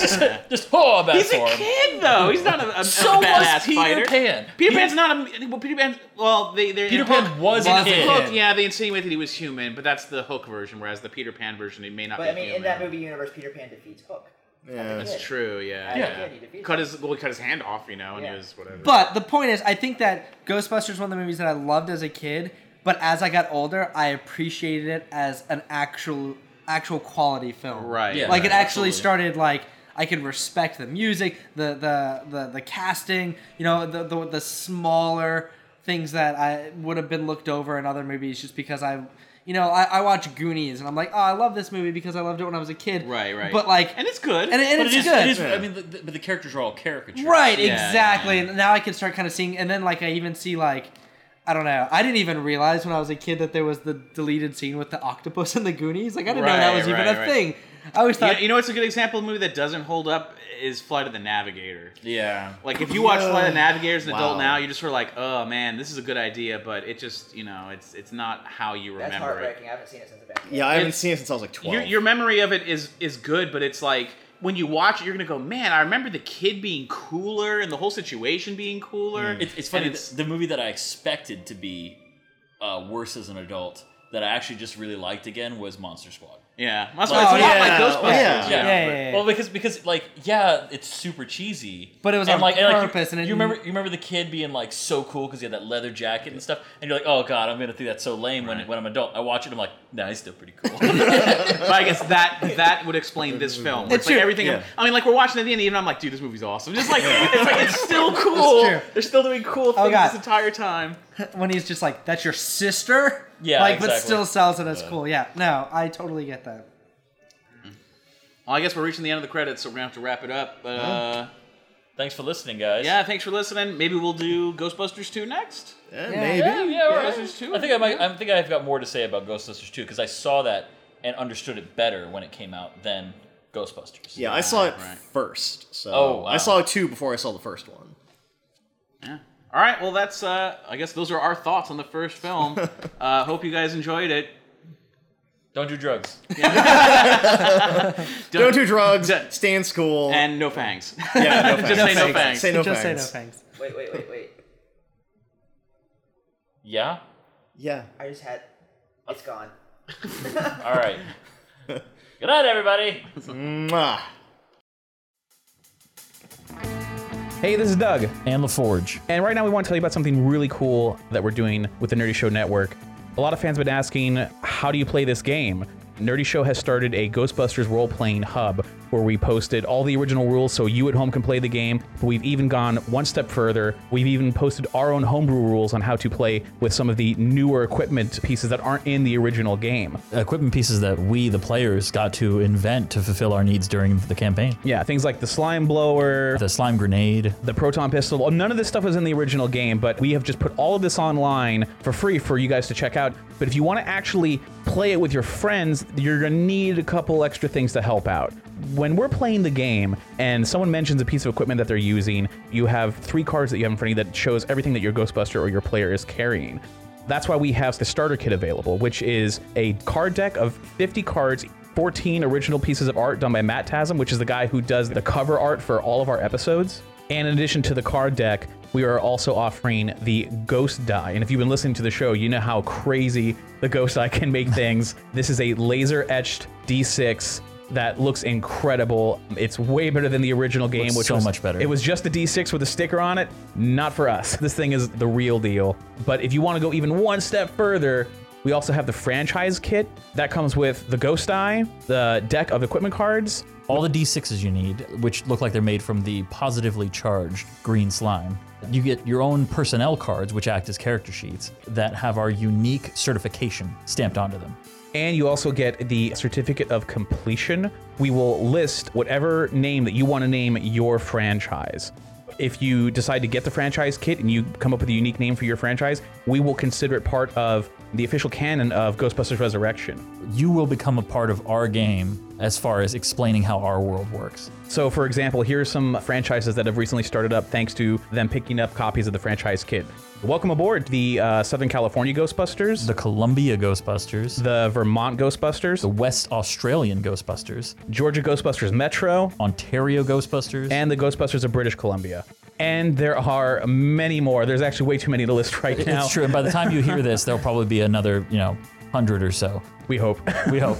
F: just just oh, back
D: He's a
F: for him.
D: kid though. He's not a, a,
F: So
D: a badass
F: was Peter
D: fighter.
F: Pan.
D: Peter Pan's not a well, Peter Pan. Well, they they
F: Peter
D: in Hook-
F: Pan was a
B: was a
F: kid.
B: kid.
D: Hook, yeah, they insinuated he was human, but that's the Hook version, whereas the Peter Pan version, he may not
E: But
D: be
E: I mean,
D: human.
E: in that movie universe, Peter Pan defeats Hook.
A: Yeah.
D: That's true, yeah.
E: As a
F: Yeah.
E: kid, he defeats
D: Cut
E: him.
D: his well, he cut his hand off, you know, and
E: Yeah.
D: he was whatever.
B: But the point is, I think that Ghostbusters was one of the movies that I loved as a kid, but as I got older, I appreciated it as an actual actual quality film.
D: right,
F: Yeah.
B: Like it actually
F: absolutely.
B: started like I could respect the music, the the the, the casting, you know, the, the the smaller things that I would have been looked over in other movies just because I you know, I, I watch Goonies and I'm like, oh, I love this movie because I loved it when I was a kid.
D: right, right.
B: But like,
D: and it's good.
B: and, and
F: But
B: it's
F: it is,
B: good.
F: It is, I mean, the, the, but the characters are all caricatures.
B: Right,
D: Yeah,
B: exactly. And now I can start kind of seeing, and then like I even see like, I don't know. I didn't even realize when I was a kid that there was the deleted scene with the octopus and the Goonies. Like I didn't know that
D: Right,
B: was even
D: right,
B: a
D: right.
B: thing. I always
D: you,
B: thought,
D: know, you know what's a good example of a movie that doesn't hold up is Flight of the Navigator.
F: Yeah.
D: Like if you watch
G: Yeah.
D: Flight of the Navigator as an adult
G: Wow.
D: now, you're just sort of like, oh man, this is a good idea, but it just you know, it's it's not how you
E: That's
D: remember it.
E: heartbreaking. I haven't seen it since I've been.
G: Yeah, I haven't
D: It's-
G: seen it since I was like twelve.
D: Your, your memory of it is is good, but it's like when you watch it, you're gonna go, man, I remember the kid being cooler and the whole situation being cooler.
F: It's, it's
D: And
F: funny. th- the movie that I expected to be uh, worse as an adult that I actually just really liked again was Monster Squad.
D: yeah, that's
B: Oh,
D: why it's a lot
B: yeah.
D: like Ghostbusters.
G: Oh, yeah.
D: you know,
B: Yeah,
D: but-
B: yeah, yeah.
F: Well, because because like yeah, it's super cheesy,
B: But it was
F: and
B: on
F: like, and, like, you-
B: purpose, and it
F: you remember you remember the kid being like so cool because he had that leather jacket and stuff, and you're like, oh god, I'm gonna think that's so lame when when I'm an adult. I watch it, I'm like, nah, he's still pretty
B: <laughs>
F: cool. <laughs>
D: But I guess that that would explain this film. It's,
B: It's
D: like
B: true.
D: everything.
G: Yeah.
D: I mean, like we're watching it at the end, and I'm like, dude, this movie's awesome. Just like it's like it's still cool.
B: true.
D: They're still doing cool
B: Oh,
D: things
B: God.
D: this entire time.
B: when he's just like, "That's your sister,"
F: Yeah,
B: like, but
F: exactly.
B: still sells it as cool. Yeah, no, I totally get that.
D: Well, I guess we're reaching the end of the credits, so we're gonna have to wrap it up. But uh,
F: Thanks for listening, guys.
D: yeah, thanks for listening. Maybe we'll do Ghostbusters 2 next.
G: Eh, maybe.
F: Yeah, yeah, all right.
D: Ghostbusters 2,
F: I think I might. I think I've got more to say about Ghostbusters 2 because I saw that and understood it better when it came out than Ghostbusters.
G: Yeah, I saw it
D: Right.
G: first. So
F: Oh, wow.
G: I saw two before I saw the first one.
D: Yeah. All right. Well, that's. Uh, I guess those are our thoughts on the first
B: <laughs>
D: film. uh, hope you guys enjoyed it.
F: Don't do drugs.
G: Don't do drugs.
D: Don't-
G: Stay in school.
D: And no fangs. <laughs>
G: yeah, no
D: Just
G: thanks.
D: say no thanks.
G: Say no
B: just
G: thanks.
B: say no thanks.
E: Wait, wait, wait, wait.
F: Yeah.
G: Yeah.
E: I just had. It's gone.
G: <laughs>
F: All right. Good night, everybody.
G: Mwah.
I: Hey, this is Doug.
C: And LaForge.
I: And right now, we want to tell you about something really cool that we're doing with the Nerdy Show Network. A lot of fans have been asking, how do you play this game? Nerdy Show has started a Ghostbusters role playing hub where we posted all the original rules so you at home can play the game. But we've even gone one step further. We've even posted our own homebrew rules on how to play with some of the newer equipment pieces that aren't in the original game.
J: equipment pieces that we, the players, got to invent to fulfill our needs during the campaign.
I: Yeah, things like the slime blower,
J: The slime grenade.
I: the proton pistol. None of this stuff was in the original game, but we have just put all of this online for free for you guys to check out. But if you want to actually play it with your friends, you're going to need a couple extra things to help out. When we're playing the game and someone mentions a piece of equipment that they're using, you have three cards that you have in front of you that shows everything that your Ghostbuster or your player is carrying. That's why we have the starter kit available, which is a card deck of 50 cards, 14 original pieces of art done by Matt Tasm, which is the guy who does the cover art for all of our episodes. And in addition to the card deck, we are also offering the ghost die. And if you've been listening to the show, you know how crazy the ghost die can make things. This is a laser etched D6 that looks incredible. It's way better than the original game,
J: Looks
I: which
J: so
I: was
J: much better.
I: It was was just a D6 with a sticker on it, not for us. <laughs> This thing is the real deal. But if you want to go even one step further, we also have the franchise kit that comes with the ghost eye, the deck of equipment cards,
J: All the D6s you need, which look like they're made from the positively charged green slime. You get your own personnel cards, which act as character sheets, that have our unique certification stamped onto them.
I: and you also get the certificate of completion. We will list whatever name that you want to name your franchise. If you decide to get the franchise kit and you come up with a unique name for your franchise, we will consider it part of the official canon of Ghostbusters Resurrection.
J: You will become a part of our game as far as explaining how our world works.
I: So, for example, here are some franchises that have recently started up thanks to them picking up copies of the franchise kit. Welcome aboard the uh, Southern California Ghostbusters,
J: The Columbia Ghostbusters, the
I: the Vermont Ghostbusters,
J: West Australian Ghostbusters,
I: Georgia Ghostbusters Metro,
J: Ontario Ghostbusters,
I: and the Ghostbusters of British Columbia. And there are many more. There's actually way too many to list right now.
J: it's true. And by the time you hear this, there'll probably be another, you know, hundred or so.
I: We
J: <laughs>
I: hope.
J: We hope.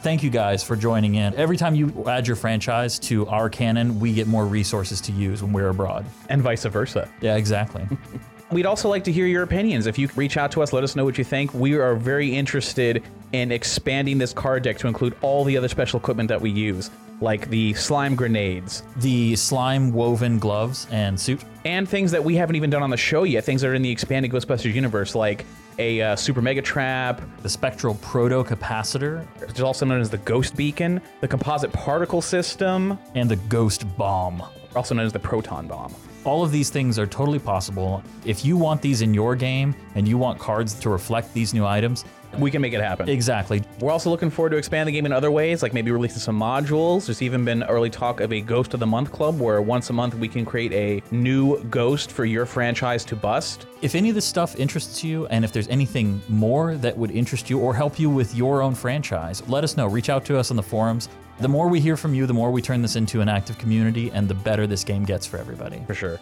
J: Thank you guys for joining in. Every time you add your franchise to our canon, we get more resources to use when we're abroad.
I: and vice versa.
J: Yeah, exactly.
I: <laughs> We'd also like to hear your opinions. If you reach out to us, let us know what you think. We are very interested in expanding this card deck to include all the other special equipment that we use, like the slime grenades
J: the slime woven gloves and suit.
I: and things that we haven't even done on the show yet, things that are in the expanded Ghostbusters universe, like a uh, super mega trap,
J: The spectral proto capacitor
I: which is also known as the ghost beacon, the composite particle system,
J: and the ghost bomb.
I: also known as the proton bomb.
J: All of these things are totally possible. If you want these in your game and you want cards to reflect these new items,
I: We can make it happen.
J: exactly.
I: We're also looking forward to expanding the game in other ways, like maybe releasing some modules. There's even been early talk of a Ghost of the Month club, where once a month we can create a new ghost for your franchise to bust.
J: If any of this stuff interests you and if there's anything more that would interest you or help you with your own franchise, let us know. Reach out to us on the forums. The more we hear from you, the more we turn this into an active community and the better this game gets for everybody.
I: For sure.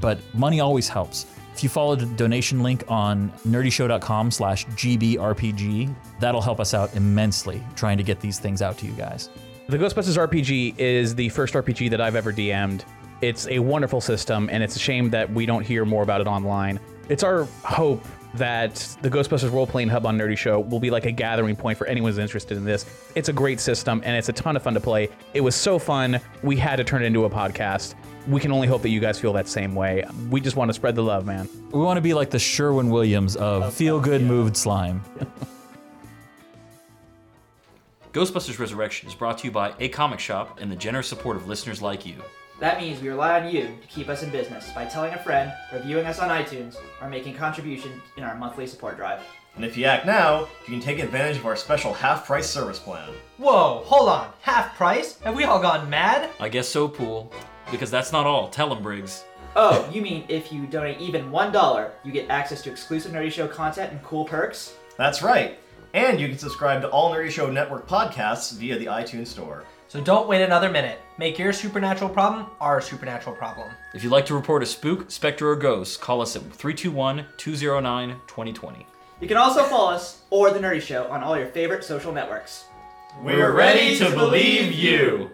J: but money always helps. If you follow the donation link on nerdyshow.com slash gbrpg, that'll help us out immensely trying to get these things out to you guys.
I: The Ghostbusters RPG is the first RPG that I've ever DM'd. It's a wonderful system, and it's a shame that we don't hear more about it online. It's our hope that the Ghostbusters role playing hub on Nerdy Show will be like a gathering point for anyone who's interested in this. It's a great system, and it's a ton of fun to play. It was so fun, we had to turn it into a podcast. We can only hope that you guys feel that same way. We just want to spread the love, man.
J: We want to be like the Sherwin Williams of feel good moved slime.
C: Ghostbusters Resurrection is brought to you by A Comic Shop and the generous support of listeners like you.
E: That means we rely on you to keep us in business by telling a friend, reviewing us on iTunes, or making contribution in our monthly support drive.
A: And if you act now, you can take advantage of our special half price service plan.
B: Whoa, hold on. Half price? Have we all gone mad?
C: I guess so, Pool. Because that's not all. Tell them, Briggs.
E: Oh, you mean if you donate even one dollar, you get access to exclusive Nerdy Show content and cool perks?
A: That's right. And you can subscribe to all Nerdy Show Network podcasts via the iTunes Store.
B: So don't wait another minute. Make your supernatural problem our supernatural problem.
C: If you'd like to report a spook, specter, or ghost, call us at 321 209 2020.
E: You can also follow us or The Nerdy Show on all your favorite social networks.
A: We're
E: ready to believe
C: you!